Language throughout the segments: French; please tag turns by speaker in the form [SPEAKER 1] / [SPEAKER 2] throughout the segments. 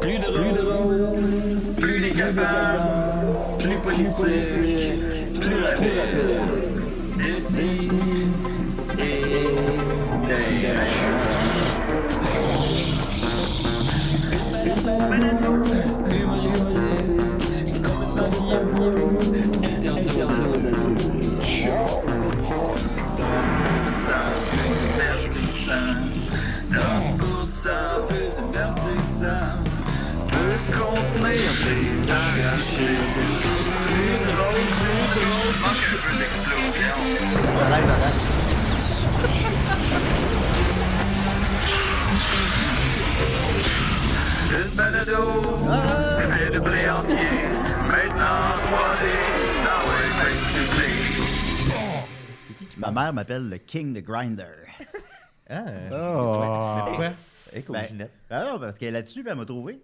[SPEAKER 1] Plus de rôle, plus les capables, plus politique, plus rapide. D'ici et d'ailleurs. Humoristique, complètement interdit aux adultes. Ça peut divertissant, donc pour ça peut divertissant, peut contenir des arrachés. Plus drôle, plus drôle, manque un peu d'explosion. Une balado, fait de blé entier, maintenant 3D, dans le texte
[SPEAKER 2] Ma mère m'appelle le King de Grinder.
[SPEAKER 3] Ah,
[SPEAKER 4] Oh.
[SPEAKER 3] quoi? Avec
[SPEAKER 2] Ben,
[SPEAKER 3] Ginette.
[SPEAKER 2] ah non, parce qu'elle est là-dessus, puis elle m'a trouvé.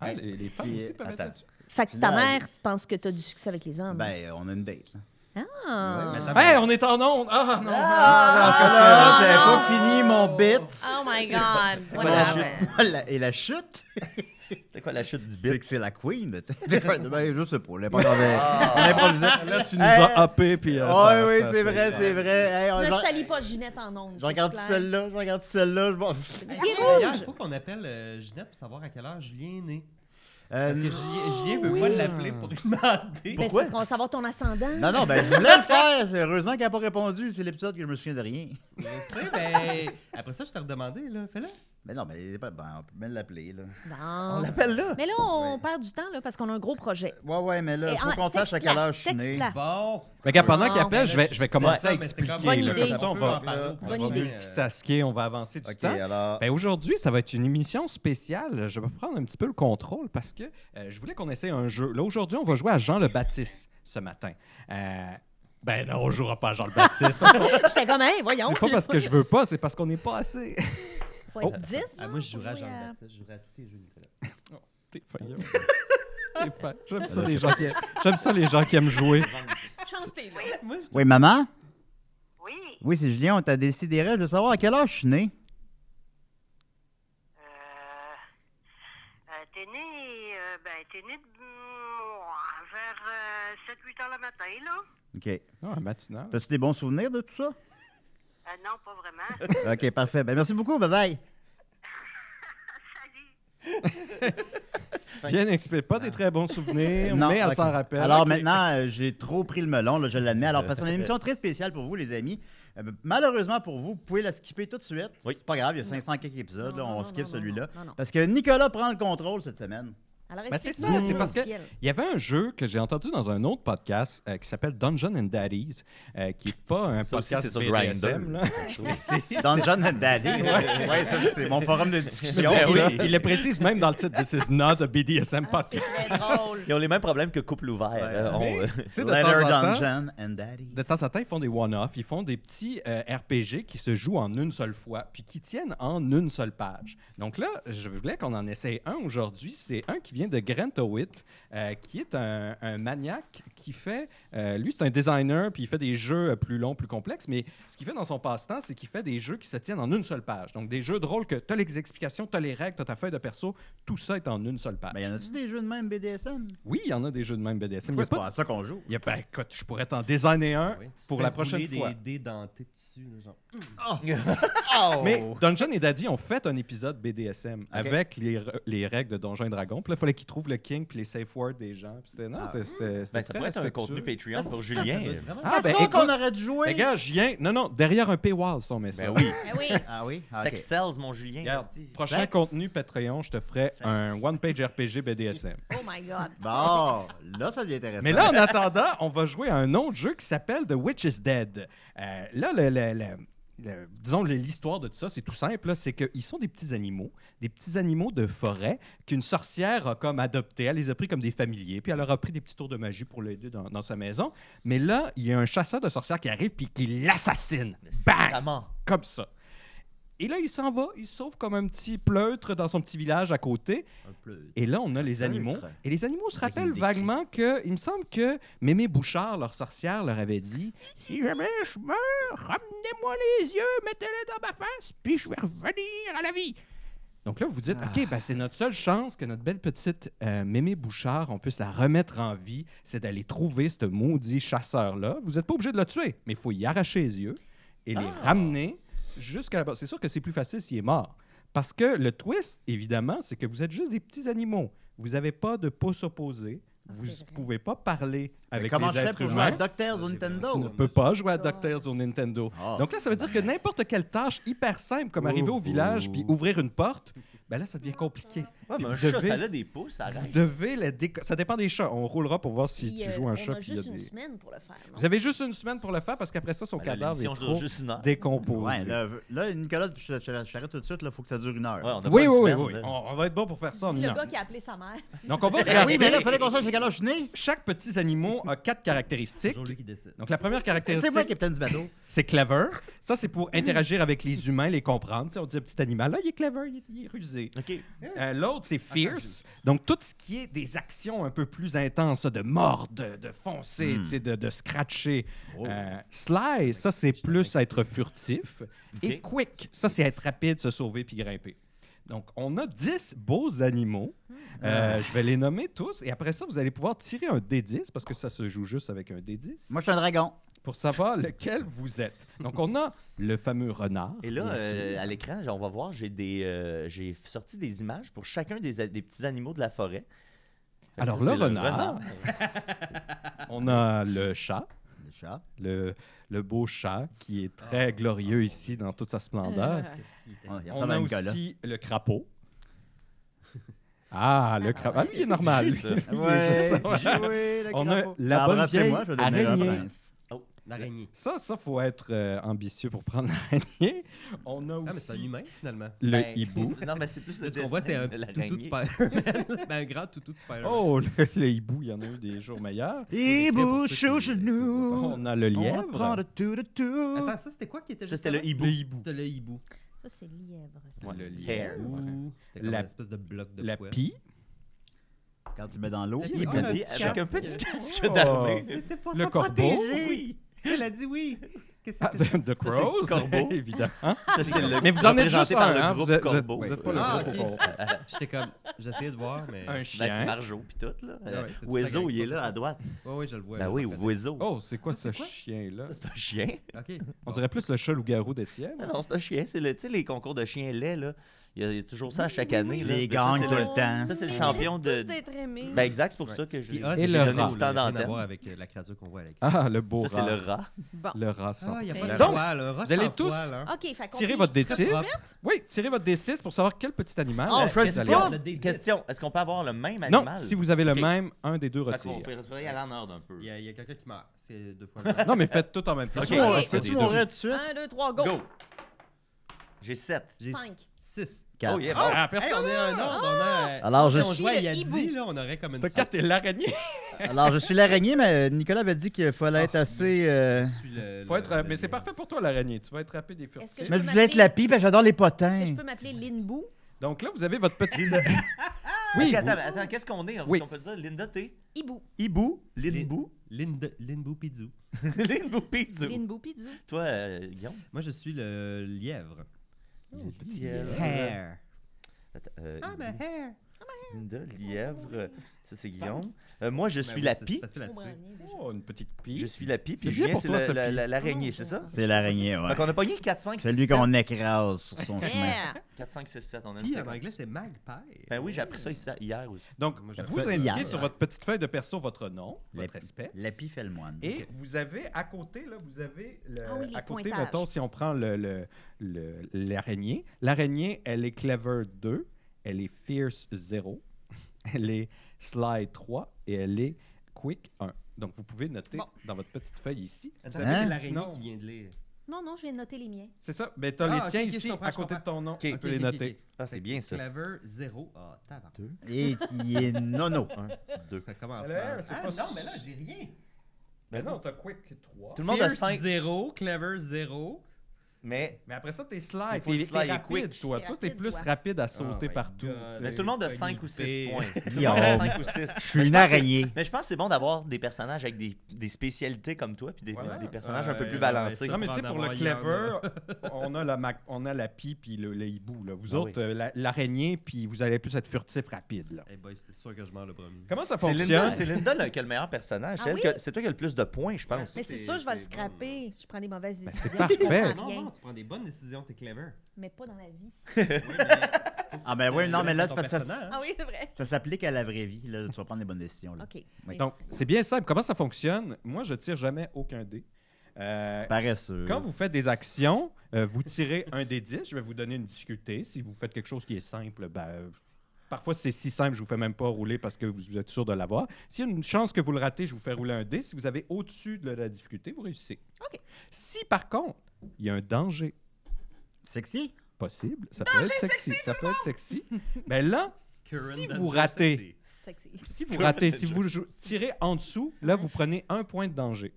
[SPEAKER 3] Ah, les, les femmes
[SPEAKER 2] Puis,
[SPEAKER 3] aussi peuvent être
[SPEAKER 2] attends.
[SPEAKER 3] là-dessus.
[SPEAKER 5] Fait que ta
[SPEAKER 2] Là,
[SPEAKER 5] mère, tu penses que t'as du succès avec les hommes.
[SPEAKER 2] Ben, on a une date. là.
[SPEAKER 5] Ah.
[SPEAKER 3] Mais ta
[SPEAKER 4] Hey,
[SPEAKER 3] mère-
[SPEAKER 4] on est en onde! Ah, non!
[SPEAKER 2] Ah, ça, ça, j'avais pas fini mon Ah, bit.
[SPEAKER 5] Oh my God. What
[SPEAKER 2] Moi, la
[SPEAKER 5] happened?
[SPEAKER 2] chute- moi, la- Et la chute,
[SPEAKER 3] C'est quoi la chute du
[SPEAKER 2] c'est
[SPEAKER 3] bit?
[SPEAKER 2] que c'est la queen. de- de- ben, je sais pas. L'important, ben, on improvisait.
[SPEAKER 4] Là, tu
[SPEAKER 2] nous as
[SPEAKER 4] happé,
[SPEAKER 3] hein,
[SPEAKER 4] puis...
[SPEAKER 2] Ouais, oui, c'est vrai, c'est vrai. Hey,
[SPEAKER 5] Tu
[SPEAKER 2] on-
[SPEAKER 5] ne
[SPEAKER 2] j'en-
[SPEAKER 5] salis pas Ginette en ondes.
[SPEAKER 2] Je regarde Ah, celle-là, je regarde celle-là. je m'en-
[SPEAKER 5] Dis
[SPEAKER 4] D'ailleurs,
[SPEAKER 5] rouge.
[SPEAKER 4] il faut qu'on appelle euh, Ginette pour savoir à quelle heure Julien est né.
[SPEAKER 2] Euh,
[SPEAKER 4] Parce que Julien, Julien veut pas l'appeler pour lui demander.
[SPEAKER 5] Ben, c'est
[SPEAKER 2] Pourquoi?
[SPEAKER 5] parce qu'on veut savoir ton ascendant.
[SPEAKER 2] Non, non, ben, je voulais le faire. c'est- Heureusement qu'elle n'a pas répondu. C'est l'épisode que je me souviens de rien.
[SPEAKER 4] Je sais, mais après ça, je t'ai redemandé, là. Fais-le.
[SPEAKER 2] Mais non, mais elle est pas- ben, on peut même l'appeler, là.
[SPEAKER 5] Bon.
[SPEAKER 2] L'appelle là.
[SPEAKER 5] Mais là, on
[SPEAKER 2] Ouais.
[SPEAKER 5] perd du temps là, parce qu'on a un gros projet.
[SPEAKER 2] Ouais, ouais, mais là,
[SPEAKER 5] Et
[SPEAKER 2] il faut
[SPEAKER 5] en-
[SPEAKER 2] qu'on sache à quelle
[SPEAKER 5] texte-la,
[SPEAKER 2] heure je suis né.
[SPEAKER 5] texte-la.
[SPEAKER 4] Bon.
[SPEAKER 6] Regarde, pendant
[SPEAKER 5] Non,
[SPEAKER 6] qu'il
[SPEAKER 3] Ah,
[SPEAKER 6] appelle, je vais, je vais commencer à
[SPEAKER 4] Non, mais c'est
[SPEAKER 6] expliquer.
[SPEAKER 4] comme-
[SPEAKER 5] Bonne
[SPEAKER 6] là.
[SPEAKER 5] idée.
[SPEAKER 6] Comme ça, on
[SPEAKER 4] peut en
[SPEAKER 6] va
[SPEAKER 4] parler au
[SPEAKER 5] Bonne
[SPEAKER 4] prochain,
[SPEAKER 5] idée.
[SPEAKER 4] euh,
[SPEAKER 6] multitasquer, on va avancer du
[SPEAKER 2] Ok, euh,
[SPEAKER 6] temps.
[SPEAKER 2] alors.
[SPEAKER 6] Ben, Aujourd'hui, ça va être une émission spéciale. Je vais prendre un petit peu le contrôle parce que euh, je voulais qu'on essaie un jeu. Là, aujourd'hui, on va jouer à Jean le Baptiste ce matin. Euh, ben non, on jouera pas à Jean le Baptiste. parce qu'on-
[SPEAKER 5] J'étais comme, hey, voyons.
[SPEAKER 6] c'est pas parce Oh. que je veux pas, c'est parce qu'on n'est pas assez.
[SPEAKER 5] Faut être 10.
[SPEAKER 4] Ah,
[SPEAKER 5] genre,
[SPEAKER 4] moi, je
[SPEAKER 5] pour
[SPEAKER 4] jouerais à
[SPEAKER 5] jouer à-
[SPEAKER 4] Jean-Baptiste. Je jouerais à tous les jeux, Nicolas.
[SPEAKER 6] T'es fin, yo. T'es fin. J'aime ça, les gens qui... J'aime ça les gens qui aiment jouer.
[SPEAKER 5] Chance, t'es là.
[SPEAKER 4] Moi, je
[SPEAKER 2] Oui, maman?
[SPEAKER 7] Oui,
[SPEAKER 2] Oui, c'est Julien. On t'a décidé de savoir à quelle heure je suis né.
[SPEAKER 7] euh, euh, t'es né, euh, ben, t'es né de- mm, vers 7-8 heures le matin, là.
[SPEAKER 2] OK.
[SPEAKER 6] Non, Ah, un matinal.
[SPEAKER 2] T'as-tu des bons souvenirs de tout ça?
[SPEAKER 7] Euh, non, pas vraiment.
[SPEAKER 2] OK, parfait. Ben, merci beaucoup. Bye-bye.
[SPEAKER 7] Salut.
[SPEAKER 6] Bien expliqué. Pas des très bons souvenirs,
[SPEAKER 2] Non,
[SPEAKER 6] mais elle
[SPEAKER 2] ok.
[SPEAKER 6] s'en rappelle.
[SPEAKER 2] Alors
[SPEAKER 6] Ok. Euh,
[SPEAKER 2] maintenant, euh, j'ai trop pris le melon, là, je l'admets. Alors, parce qu'on a une émission très spéciale pour vous, les amis. Euh, malheureusement pour vous, vous pouvez la skipper tout de suite.
[SPEAKER 3] Oui.
[SPEAKER 2] C'est pas grave, il y a 500 quelques épisodes,
[SPEAKER 5] Non,
[SPEAKER 2] là,
[SPEAKER 5] non,
[SPEAKER 2] on
[SPEAKER 5] non,
[SPEAKER 2] skip
[SPEAKER 5] non,
[SPEAKER 2] celui-là.
[SPEAKER 5] non, non, non.
[SPEAKER 2] Parce que Nicolas prend le contrôle cette semaine.
[SPEAKER 5] Alors,
[SPEAKER 6] Ben, c'est
[SPEAKER 5] explique-nous
[SPEAKER 6] ça, c'est parce que-
[SPEAKER 5] officiel.
[SPEAKER 6] Il y avait un jeu que j'ai entendu dans un autre podcast euh, qui s'appelle Dungeon and Daddies, euh, qui n'est pas un
[SPEAKER 3] Ça aussi,
[SPEAKER 6] podcast
[SPEAKER 3] c'est sur
[SPEAKER 6] BDSM,
[SPEAKER 3] Grindr.
[SPEAKER 6] là.
[SPEAKER 2] Dungeon and Daddy. ouais. ouais, ça, c'est mon forum de discussion.
[SPEAKER 3] Ben
[SPEAKER 2] ça.
[SPEAKER 3] oui.
[SPEAKER 6] Il le précise même dans le titre This is not a BDSM
[SPEAKER 5] Ah, c'est
[SPEAKER 6] podcast.
[SPEAKER 5] très drôle.
[SPEAKER 3] Ils ont les mêmes problèmes que couple ouvert. euh, on,
[SPEAKER 6] Mais,
[SPEAKER 3] euh,
[SPEAKER 6] tu sais, de
[SPEAKER 2] Leather
[SPEAKER 6] temps en temps,
[SPEAKER 2] Dungeon and Daddy.
[SPEAKER 6] de temps en temps, ils font des one-off, ils font des petits euh, RPG qui se jouent en une seule fois, puis qui tiennent en une seule page. Donc là, je voulais qu'on en essaye un aujourd'hui. C'est un qui vient de Grantowit, euh, qui est un, un maniaque qui fait. euh, lui, c'est un designer, puis il fait des jeux euh, plus longs, plus complexes, mais ce qu'il fait dans son passe-temps, c'est qu'il fait des jeux qui se tiennent en une seule page. Donc des jeux drôles que tu as les explications, tu as les règles, tu as ta feuille de perso, tout ça est en une seule page.
[SPEAKER 2] Ben, y en a-tu des jeux de même BDSM?
[SPEAKER 6] Oui, il y en a des jeux de même BDSM. Il y
[SPEAKER 2] Pourquoi
[SPEAKER 6] a
[SPEAKER 2] c'est
[SPEAKER 6] pas
[SPEAKER 2] pas à ça qu'on joue?
[SPEAKER 6] il y a, ben, écoute, je pourrais t'en designer un
[SPEAKER 4] Oui, tu
[SPEAKER 6] pour
[SPEAKER 4] fais
[SPEAKER 6] la prochaine
[SPEAKER 4] rouler
[SPEAKER 6] fois.
[SPEAKER 4] des dés dentés dessus, là, genre.
[SPEAKER 2] Oh!
[SPEAKER 6] Mais Dungeon et Daddy ont fait un épisode BDSM avec les, re- les règles de Donjons et Dragons. Puis là, il fallait qu'ils trouvent le king puis les safe words des gens. Puis c'était non,
[SPEAKER 2] Ah.
[SPEAKER 6] c'est- c'est- c'était
[SPEAKER 3] ben,
[SPEAKER 6] très
[SPEAKER 3] ça pourrait être un
[SPEAKER 6] respectueux.
[SPEAKER 3] contenu
[SPEAKER 2] Ah,
[SPEAKER 3] Patreon
[SPEAKER 2] c'est
[SPEAKER 3] pour
[SPEAKER 2] ça,
[SPEAKER 3] Julien.
[SPEAKER 4] c'est vraiment-
[SPEAKER 6] Ah,
[SPEAKER 2] C'est
[SPEAKER 6] ben
[SPEAKER 2] ça qu'on
[SPEAKER 6] écoute,
[SPEAKER 2] aurait dû jouer.
[SPEAKER 6] les gars, je viens. Non, non, derrière un paywall, si on met ça.
[SPEAKER 3] Ben oui.
[SPEAKER 5] Ben oui.
[SPEAKER 2] Ah oui? Ah, ok.
[SPEAKER 3] Sex sells, mon Julien.
[SPEAKER 6] Regarde,
[SPEAKER 3] esti.
[SPEAKER 6] prochain
[SPEAKER 2] Sexe.
[SPEAKER 6] contenu Patreon, je te ferai
[SPEAKER 3] Sexe.
[SPEAKER 6] un one-page RPG BDSM.
[SPEAKER 5] Oh my God.
[SPEAKER 2] Bon, là, ça devient intéressant.
[SPEAKER 6] Mais là, en attendant, on va jouer à un autre jeu qui s'appelle The Witch is Dead. Euh, là, le, le- le- le- disons, le- l'histoire de tout ça, c'est tout simple. là. C'est qu'ils sont des petits animaux, des petits animaux de forêt qu'une sorcière a comme adoptés. Elle les a pris comme des familiers, puis elle leur a pris des petits tours de magie pour l'aider dans, dans sa maison. Mais là, il y a un chasseur de sorcières qui arrive puis qui l'assassine. Bang!
[SPEAKER 3] Vraiment.
[SPEAKER 6] Comme ça. Et là, il s'en va, il se sauve comme un petit pleutre dans son petit village à côté. Et là, on a les animaux.
[SPEAKER 2] Peut-être.
[SPEAKER 6] Et les animaux se
[SPEAKER 2] Avec
[SPEAKER 6] rappellent
[SPEAKER 2] une décrue.
[SPEAKER 6] vaguement que, il me semble que Mémé Bouchard, leur sorcière, leur avait dit Si jamais je meurs, ramenez-moi les yeux, mettez-les dans ma face, puis je vais revenir à la vie. Donc là, vous dites,
[SPEAKER 5] Ah.
[SPEAKER 6] OK, ben, c'est notre seule chance que notre belle petite euh, Mémé Bouchard, on puisse la remettre en vie, c'est d'aller trouver ce maudit chasseur-là. Vous n'êtes pas obligé de le tuer, mais il faut y arracher les yeux et les
[SPEAKER 5] Ah.
[SPEAKER 6] ramener jusqu'à la base. C'est sûr que c'est plus facile s'il est mort. Parce que le twist, évidemment, c'est que vous êtes juste des petits animaux. Vous n'avez pas de pouce opposé. Vous
[SPEAKER 5] Ah, c'est vrai.
[SPEAKER 6] ne pouvez pas parler avec
[SPEAKER 2] Comment
[SPEAKER 6] les
[SPEAKER 2] je fais
[SPEAKER 6] êtres
[SPEAKER 2] pour jouer à
[SPEAKER 6] humains.
[SPEAKER 2] Doctors on
[SPEAKER 4] Tu
[SPEAKER 6] Tu
[SPEAKER 2] Nintendo?
[SPEAKER 6] ne peux pas jouer à DuckTales au Nintendo.
[SPEAKER 2] Ah. Oh,
[SPEAKER 6] Donc là, ça veut dire que n'importe quelle tâche hyper simple, comme arriver au
[SPEAKER 2] Ouh.
[SPEAKER 6] village puis ouvrir une porte, ben là, ça devient compliqué.
[SPEAKER 3] Ouais,
[SPEAKER 6] Puis
[SPEAKER 3] mais un
[SPEAKER 6] vous
[SPEAKER 3] chat,
[SPEAKER 6] devez-
[SPEAKER 3] ça a des pouces, ça
[SPEAKER 6] Vous
[SPEAKER 3] arrête.
[SPEAKER 6] devez la déco- Ça dépend des chats. On roulera pour voir si
[SPEAKER 5] Puis,
[SPEAKER 6] tu
[SPEAKER 5] euh,
[SPEAKER 6] joues un chat.
[SPEAKER 5] On a
[SPEAKER 6] puis il y a
[SPEAKER 5] juste une
[SPEAKER 6] des-
[SPEAKER 5] semaine pour le faire. non?
[SPEAKER 6] Vous avez juste une semaine pour le faire parce qu'après ça, son
[SPEAKER 3] Ben là,
[SPEAKER 6] cadavre est
[SPEAKER 3] l'émission dure
[SPEAKER 6] trop
[SPEAKER 3] juste une heure.
[SPEAKER 6] décomposé.
[SPEAKER 2] Ouais, là, là, Nicolas, je, je- je t'arrête tout de suite, il faut que ça dure une heure.
[SPEAKER 3] Ouais, on
[SPEAKER 6] Oui,
[SPEAKER 3] a pas
[SPEAKER 6] oui,
[SPEAKER 3] une
[SPEAKER 6] oui,
[SPEAKER 3] semaine,
[SPEAKER 6] oui.
[SPEAKER 3] là.
[SPEAKER 6] On, on va être bon pour faire ça en
[SPEAKER 5] Dis
[SPEAKER 6] une
[SPEAKER 5] le
[SPEAKER 6] heure.
[SPEAKER 5] gars qui a appelé sa mère.
[SPEAKER 6] Donc, on va
[SPEAKER 2] Ah oui,
[SPEAKER 6] regarder.
[SPEAKER 2] mais là, il fallait qu'on sache à quelle heure je suis né.
[SPEAKER 6] Chaque petit animal a quatre caractéristiques.
[SPEAKER 4] Toujours lui qui décide.
[SPEAKER 6] Donc, la première
[SPEAKER 2] C'est
[SPEAKER 6] caractéristique,
[SPEAKER 2] moi, capitaine du bateau.
[SPEAKER 6] c'est clever. Ça, c'est pour interagir avec les humains, les comprendre. Tu sais, on dit un petit animal, là, il est clever, il est, il est rusé.
[SPEAKER 3] OK.
[SPEAKER 6] Euh, L'autre, c'est fierce. Donc, tout ce qui est des actions un peu plus intenses, ça, de mordre, de foncer,
[SPEAKER 3] Hmm.
[SPEAKER 6] tu sais, de, de scratcher.
[SPEAKER 3] Oh.
[SPEAKER 6] Euh, sly, ça, c'est plus être furtif. Et
[SPEAKER 3] Ok.
[SPEAKER 6] quick, ça, c'est être rapide, se sauver puis grimper. Donc, on a 10 beaux animaux.
[SPEAKER 3] Ah.
[SPEAKER 6] Euh, je vais les nommer tous. Et après ça, vous allez pouvoir tirer un D10 parce que ça se joue juste avec un D10
[SPEAKER 2] Moi, je suis un dragon.
[SPEAKER 6] pour savoir lequel vous êtes. Donc, on a le fameux renard.
[SPEAKER 3] Et là,
[SPEAKER 6] bien sûr.
[SPEAKER 3] euh, à l'écran, genre, on va voir, j'ai des, euh, j'ai sorti des images pour chacun des, a- des petits animaux de la forêt. Fait que
[SPEAKER 6] Alors,
[SPEAKER 3] ça,
[SPEAKER 6] le
[SPEAKER 3] c'est
[SPEAKER 6] renard. on a le chat.
[SPEAKER 2] Le chat.
[SPEAKER 6] le, le beau chat qui est très glorieux ici dans toute sa splendeur.
[SPEAKER 2] Ouais, il
[SPEAKER 6] On
[SPEAKER 2] ressemble à
[SPEAKER 6] a
[SPEAKER 2] Nicolas.
[SPEAKER 6] aussi le crapaud. Ah, le crapaud. Ah, lui, il est
[SPEAKER 3] C'est
[SPEAKER 6] normal.
[SPEAKER 3] juste, ça.
[SPEAKER 6] Lui, il est
[SPEAKER 2] Ouais,
[SPEAKER 6] juste ça.
[SPEAKER 2] oui, le
[SPEAKER 6] On a
[SPEAKER 2] crapaud.
[SPEAKER 6] la bonne
[SPEAKER 2] Embrassez-moi, je vais devenir un
[SPEAKER 6] vieille
[SPEAKER 2] prince.
[SPEAKER 4] L'araignée.
[SPEAKER 6] Ça, ça, faut être euh, ambitieux pour prendre l'araignée. On a
[SPEAKER 4] Ah, mais c'est un
[SPEAKER 6] aussi
[SPEAKER 4] humain, finalement.
[SPEAKER 6] le
[SPEAKER 3] Ben,
[SPEAKER 6] hibou.
[SPEAKER 3] Non, mais c'est plus le
[SPEAKER 4] Ce qu'on voit, c'est
[SPEAKER 3] dessin
[SPEAKER 4] un
[SPEAKER 3] de
[SPEAKER 4] petit toutou de
[SPEAKER 3] l'araignée.
[SPEAKER 4] Spider-Man. ben, un grand toutou de Spider-Man.
[SPEAKER 6] Oh, le, le hibou, il y en a eu des jours meilleurs.
[SPEAKER 2] Hibou,
[SPEAKER 4] ceux qui-
[SPEAKER 2] chouchou-nous.
[SPEAKER 6] On a le
[SPEAKER 2] On va
[SPEAKER 6] lièvre.
[SPEAKER 2] prendre tout de tout.
[SPEAKER 4] Attends, ça, c'était quoi qui était
[SPEAKER 3] Ça,
[SPEAKER 4] juste
[SPEAKER 3] c'était le
[SPEAKER 4] avant?
[SPEAKER 3] hibou. Le hibou.
[SPEAKER 4] C'était le hibou.
[SPEAKER 5] Ça, c'est lièvre. ça.
[SPEAKER 6] Ouais, le
[SPEAKER 3] Hare.
[SPEAKER 6] lièvre.
[SPEAKER 4] Ouh, C'était comme
[SPEAKER 6] La-
[SPEAKER 4] une espèce de bloc de
[SPEAKER 6] La
[SPEAKER 4] poêle.
[SPEAKER 6] pie.
[SPEAKER 2] Quand tu mets dans l'eau, Ah,
[SPEAKER 4] Il
[SPEAKER 2] il
[SPEAKER 4] prend
[SPEAKER 2] prend-
[SPEAKER 4] la-
[SPEAKER 3] Habillé
[SPEAKER 4] petit
[SPEAKER 3] Avec un
[SPEAKER 4] casque.
[SPEAKER 3] petit casque
[SPEAKER 6] Oh.
[SPEAKER 3] d'armée.
[SPEAKER 4] C'était pour
[SPEAKER 6] Le
[SPEAKER 4] se
[SPEAKER 6] corbeau.
[SPEAKER 3] Oh!
[SPEAKER 4] protéger. Elle a dit oui. Que
[SPEAKER 6] Ah,
[SPEAKER 4] c'était-
[SPEAKER 6] The Crows,
[SPEAKER 3] corbeau.
[SPEAKER 6] évidemment.
[SPEAKER 3] Ça, c'est le-
[SPEAKER 6] Mais vous en êtes
[SPEAKER 3] représenté
[SPEAKER 6] juste
[SPEAKER 3] par
[SPEAKER 6] un,
[SPEAKER 3] le
[SPEAKER 6] hein?
[SPEAKER 3] groupe
[SPEAKER 6] Vous êtes- vous êtes-
[SPEAKER 3] Corbeau.
[SPEAKER 6] vous êtes pas le
[SPEAKER 4] Ah,
[SPEAKER 6] groupe
[SPEAKER 4] ok.
[SPEAKER 6] corbeau.
[SPEAKER 4] J'étais comme, j'essayais de voir, mais.
[SPEAKER 6] Un
[SPEAKER 3] Ben, c'est
[SPEAKER 6] chien.
[SPEAKER 3] Marjo puis tout, là. Euh,
[SPEAKER 4] Ouais, c'est tout
[SPEAKER 3] Oiseau,
[SPEAKER 4] la
[SPEAKER 3] il est
[SPEAKER 4] gang,
[SPEAKER 3] là
[SPEAKER 4] ça.
[SPEAKER 3] à droite.
[SPEAKER 4] Ouais, ouais, je le vois.
[SPEAKER 3] Ben
[SPEAKER 4] je
[SPEAKER 3] oui,
[SPEAKER 4] le reconnais.
[SPEAKER 3] Oiseau.
[SPEAKER 6] Oh, c'est quoi
[SPEAKER 4] Ça,
[SPEAKER 6] ce
[SPEAKER 4] c'est quoi?
[SPEAKER 6] chien-là?
[SPEAKER 3] Ça, C'est un chien.
[SPEAKER 4] Ok.
[SPEAKER 6] On dirait plus le chat loup-garou d'Étienne.
[SPEAKER 3] Ah non, c'est un chien. C'est le, tu sais, les concours de chiens laits, là. Il y, a, il y a toujours ça à chaque année. là.
[SPEAKER 2] les
[SPEAKER 3] Mais ça,
[SPEAKER 2] gangs
[SPEAKER 3] c'est
[SPEAKER 2] tout
[SPEAKER 3] le-
[SPEAKER 2] le temps.
[SPEAKER 3] Ça, c'est le
[SPEAKER 5] Ils
[SPEAKER 3] champion
[SPEAKER 5] méritent
[SPEAKER 3] de.
[SPEAKER 5] tous d'être aimés.
[SPEAKER 3] Ben, exact, c'est pour ça que je
[SPEAKER 4] Puis,
[SPEAKER 3] l'ai
[SPEAKER 4] ah,
[SPEAKER 6] Et
[SPEAKER 4] c'est
[SPEAKER 6] le
[SPEAKER 4] chez
[SPEAKER 6] rat.
[SPEAKER 4] nous,
[SPEAKER 3] du
[SPEAKER 4] là,
[SPEAKER 3] temps
[SPEAKER 4] rien à
[SPEAKER 3] d'antenne.
[SPEAKER 4] voir avec euh, la créature qu'on voit à l'écran.
[SPEAKER 6] Ah, le beau
[SPEAKER 3] Ça, c'est
[SPEAKER 6] rat.
[SPEAKER 3] le rat.
[SPEAKER 5] Bon.
[SPEAKER 6] Le rat sans
[SPEAKER 4] Ah, il n'y a
[SPEAKER 5] Le
[SPEAKER 4] pas de
[SPEAKER 6] rat.
[SPEAKER 4] poil. Un rat
[SPEAKER 6] Vous allez
[SPEAKER 4] sans
[SPEAKER 6] tous-
[SPEAKER 4] poil, hein.
[SPEAKER 5] OK, fait qu'on
[SPEAKER 6] Tirez
[SPEAKER 5] pige
[SPEAKER 6] votre
[SPEAKER 4] Très
[SPEAKER 6] D6.
[SPEAKER 4] propre.
[SPEAKER 6] Oui, tirez votre D6 pour savoir quel petit animal.
[SPEAKER 2] Ah, on
[SPEAKER 6] est-
[SPEAKER 2] choisit
[SPEAKER 6] vous allez
[SPEAKER 2] pas?
[SPEAKER 6] avoir.
[SPEAKER 4] On a des dix.
[SPEAKER 3] Question est-ce qu'on peut avoir le même
[SPEAKER 6] Non,
[SPEAKER 3] animal
[SPEAKER 6] si vous avez le
[SPEAKER 3] Ok.
[SPEAKER 6] même, un des deux
[SPEAKER 3] Fait qu'on
[SPEAKER 6] retire.
[SPEAKER 3] fait retirer à l'honneur d'un peu.
[SPEAKER 4] Il y a, il y a quelqu'un qui meurt. C'est deux fois. le même.
[SPEAKER 6] Non, mais faites tout en même temps.
[SPEAKER 3] Ok.
[SPEAKER 2] Tu
[SPEAKER 3] on
[SPEAKER 2] mourrais-
[SPEAKER 3] fait
[SPEAKER 2] Tu
[SPEAKER 3] des
[SPEAKER 2] mourrais tout de suite.
[SPEAKER 5] 1, 2, 3, go!
[SPEAKER 3] Go J'ai 7.
[SPEAKER 4] J'ai
[SPEAKER 5] 5.
[SPEAKER 4] six.
[SPEAKER 2] Quatre.
[SPEAKER 3] Oh, yeah, bon.
[SPEAKER 4] Ah, personne. on est un ordre. On a.
[SPEAKER 2] Ah! Alors, je
[SPEAKER 4] si on
[SPEAKER 2] suis
[SPEAKER 4] jouait à
[SPEAKER 5] le
[SPEAKER 4] Yadi,
[SPEAKER 5] hibou.
[SPEAKER 4] là, on aurait comme une.
[SPEAKER 6] T'as quatre et l'araignée.
[SPEAKER 2] Alors, je suis l'araignée, mais Nicolas avait dit qu'il fallait être
[SPEAKER 4] Ah,
[SPEAKER 2] assez. euh,
[SPEAKER 4] Je suis le-
[SPEAKER 6] Faut
[SPEAKER 4] le-
[SPEAKER 6] être,
[SPEAKER 4] le-
[SPEAKER 6] mais c'est parfait pour toi, l'araignée. Tu vas être rapide et
[SPEAKER 5] Est-ce que
[SPEAKER 6] furtif.
[SPEAKER 5] je-
[SPEAKER 2] Mais je
[SPEAKER 5] peux
[SPEAKER 2] voulais être
[SPEAKER 5] m'appeler-
[SPEAKER 2] la pie, parce que j'adore les
[SPEAKER 5] Est-ce que
[SPEAKER 2] potins.
[SPEAKER 5] je peux m'appeler Lynn Boo?
[SPEAKER 6] Donc là, vous avez votre petit. oui,
[SPEAKER 3] Ok,
[SPEAKER 6] vous-
[SPEAKER 3] attends, attends, qu'est-ce qu'on est
[SPEAKER 6] Oui.
[SPEAKER 3] On peut dire Linda, t'es
[SPEAKER 5] Hibou.
[SPEAKER 3] Hibou,
[SPEAKER 4] Lin-
[SPEAKER 3] Linbou,
[SPEAKER 4] Linde- Linbou Pidzou.
[SPEAKER 3] Linbou Pidzou.
[SPEAKER 5] Lynn Boo Pidzou.
[SPEAKER 3] Toi, euh, Guillaume
[SPEAKER 4] Moi, je suis le lièvre.
[SPEAKER 3] Petit lièvre.
[SPEAKER 4] Hair.
[SPEAKER 3] Attends, euh,
[SPEAKER 4] I'm a Ah, hair.
[SPEAKER 3] Linda, lièvre. euh, Ça, c'est Guillaume. Euh, moi, je suis la pie.
[SPEAKER 4] Ben C'est facile à tuer.
[SPEAKER 6] Oh, une petite pie.
[SPEAKER 3] Je suis la pie,
[SPEAKER 6] C'est
[SPEAKER 3] puis
[SPEAKER 6] bien
[SPEAKER 3] Julien,
[SPEAKER 6] pour
[SPEAKER 3] c'est
[SPEAKER 6] toi,
[SPEAKER 3] la-
[SPEAKER 6] ce
[SPEAKER 3] la-
[SPEAKER 6] pie.
[SPEAKER 3] la- l'araignée,
[SPEAKER 5] Oh,
[SPEAKER 3] c'est
[SPEAKER 5] je-
[SPEAKER 3] ça?
[SPEAKER 2] C'est l'araignée, ouais.
[SPEAKER 3] Fait qu'on a pogné 4, 5, 6,
[SPEAKER 2] Celui
[SPEAKER 3] 7.
[SPEAKER 2] qu'on écrase sur son
[SPEAKER 5] Eh!
[SPEAKER 2] chemin.
[SPEAKER 5] Yeah!
[SPEAKER 3] 4, 5, 6, 7, on a une
[SPEAKER 4] Pie en
[SPEAKER 3] séquence.
[SPEAKER 4] anglais, c'est magpie.
[SPEAKER 3] Ben oui, j'ai appris ça ici- hier aussi.
[SPEAKER 6] Donc,
[SPEAKER 4] Moi, j'ai-
[SPEAKER 6] vous
[SPEAKER 2] Fait-
[SPEAKER 6] indiquez
[SPEAKER 2] hier.
[SPEAKER 6] sur votre petite feuille de perso votre nom,
[SPEAKER 2] La-
[SPEAKER 6] votre espèce.
[SPEAKER 2] La pie fait le moine.
[SPEAKER 6] Et vous avez à côté, là, vous avez le-
[SPEAKER 5] Ah oui, les
[SPEAKER 6] à côté,
[SPEAKER 5] pointages.
[SPEAKER 6] mettons, si on prend le- le- le- l'araignée. l'araignée, elle est clever 2, elle est fierce 0, elle est sly 3 et elle est quick 1. Donc vous pouvez noter
[SPEAKER 5] Bon.
[SPEAKER 6] dans votre petite feuille ici.
[SPEAKER 4] Attends,
[SPEAKER 2] Hein?
[SPEAKER 4] c'est
[SPEAKER 6] Sinon-
[SPEAKER 4] l'araignée qui vient de lire.
[SPEAKER 5] Non, non, je viens de noter les miens.
[SPEAKER 6] C'est ça. Mais t'as
[SPEAKER 4] Ah,
[SPEAKER 6] les
[SPEAKER 4] ok,
[SPEAKER 6] tiens
[SPEAKER 4] ok, je
[SPEAKER 6] ici
[SPEAKER 4] comprends,
[SPEAKER 6] à
[SPEAKER 4] je
[SPEAKER 6] côté de ton nom. Tu
[SPEAKER 4] Ok,
[SPEAKER 6] peux
[SPEAKER 4] ok,
[SPEAKER 6] les
[SPEAKER 4] ok,
[SPEAKER 6] noter.
[SPEAKER 4] ok.
[SPEAKER 3] Ah, c'est bien ça.
[SPEAKER 4] Clever 0. Ah, tabarnak.
[SPEAKER 2] Et qui est nono.
[SPEAKER 4] Ça commence
[SPEAKER 6] Le
[SPEAKER 4] mal.
[SPEAKER 6] R, c'est
[SPEAKER 4] Ah,
[SPEAKER 6] pas
[SPEAKER 4] non,
[SPEAKER 6] s-
[SPEAKER 4] mais là, j'ai rien. Ben
[SPEAKER 6] Mais non, t'as quick 3.
[SPEAKER 3] Tout le monde a
[SPEAKER 4] Fierce
[SPEAKER 3] 5.
[SPEAKER 4] 0, Clever 0.
[SPEAKER 3] Mais,
[SPEAKER 6] Mais après ça, t'es slide.
[SPEAKER 3] Il faut
[SPEAKER 6] T'es
[SPEAKER 3] slide,
[SPEAKER 6] t'es
[SPEAKER 3] il est
[SPEAKER 6] rapide,
[SPEAKER 3] quick.
[SPEAKER 6] toi.
[SPEAKER 5] T'es
[SPEAKER 6] Toi, t'es
[SPEAKER 5] rapide,
[SPEAKER 6] plus
[SPEAKER 5] toi.
[SPEAKER 6] rapide à sauter
[SPEAKER 4] Oh my
[SPEAKER 6] partout.
[SPEAKER 4] God.
[SPEAKER 6] tu sais.
[SPEAKER 3] mais tout le monde a 5 ou 6
[SPEAKER 4] Cognité.
[SPEAKER 3] points. Tout le
[SPEAKER 2] Yo.
[SPEAKER 3] monde a 5 ou 6.
[SPEAKER 2] Je suis une araignée.
[SPEAKER 3] Mais je pense que c'est bon d'avoir des personnages avec des, des spécialités comme toi, puis des,
[SPEAKER 6] Ouais.
[SPEAKER 3] des personnages un peu
[SPEAKER 4] Ouais,
[SPEAKER 3] plus
[SPEAKER 4] ouais,
[SPEAKER 3] balancés.
[SPEAKER 4] ouais,
[SPEAKER 6] Non, mais tu sais,
[SPEAKER 4] Pour en
[SPEAKER 6] pour le
[SPEAKER 4] avoir
[SPEAKER 6] clever,
[SPEAKER 4] hier,
[SPEAKER 6] on a, la ma- on a la pie puis le, le hibou. Là. Vous
[SPEAKER 3] Ah
[SPEAKER 6] autres, euh, la- l'araignée, puis vous allez plus être furtif rapide. Là.
[SPEAKER 4] Eh boy, c'est sûr que je meurs le premier.
[SPEAKER 6] Comment ça
[SPEAKER 3] C'est Linda,
[SPEAKER 6] fonctionne?
[SPEAKER 3] c'est Linda le- qui a le meilleur personnage.
[SPEAKER 5] Ah
[SPEAKER 3] C'est elle
[SPEAKER 5] oui?
[SPEAKER 3] que- C'est toi qui as le plus de points, je pense.
[SPEAKER 5] Mais
[SPEAKER 4] Ça,
[SPEAKER 5] c'est
[SPEAKER 4] t'es-
[SPEAKER 5] sûr, je vais le
[SPEAKER 4] t'es
[SPEAKER 5] scraper. Je prends des mauvaises
[SPEAKER 6] Ben,
[SPEAKER 5] décisions.
[SPEAKER 6] c'est
[SPEAKER 5] je comprends
[SPEAKER 6] parfait.
[SPEAKER 4] Ah, Non,
[SPEAKER 5] rien,
[SPEAKER 4] non, tu prends des bonnes décisions, t'es clever.
[SPEAKER 5] mais pas dans la vie.
[SPEAKER 2] Ah, ben oui, non, mais là, c'est parce que ça,
[SPEAKER 4] personnage.
[SPEAKER 5] Ah oui, c'est vrai.
[SPEAKER 2] ça s'applique à la vraie vie. Là, tu vas prendre les bonnes décisions. Là.
[SPEAKER 5] OK.
[SPEAKER 2] Oui.
[SPEAKER 6] Donc, c'est bien simple. Comment ça fonctionne? Moi, je tire jamais aucun dé. Euh,
[SPEAKER 2] Paresseux.
[SPEAKER 6] Quand vous faites des actions, euh, vous tirez un des 10. Je vais vous donner une difficulté. Si vous faites quelque chose qui est simple, ben, euh, parfois c'est si simple, je vous fais même pas rouler parce que vous, vous êtes sûr de l'avoir. S'il y a une chance que vous le ratez, je vous fais rouler un dé. Si vous avez au-dessus de la difficulté, vous réussissez.
[SPEAKER 5] OK.
[SPEAKER 6] Si par contre, il y a un danger
[SPEAKER 2] Sexy?
[SPEAKER 6] possible, ça peut être sexy. ça peut être sexy. Ben là, si
[SPEAKER 4] Current
[SPEAKER 6] vous
[SPEAKER 4] danger
[SPEAKER 6] ratez,
[SPEAKER 4] sexy.
[SPEAKER 5] Sexy.
[SPEAKER 6] si vous ratez, si vous jou- tirez en dessous, là, vous prenez un point de danger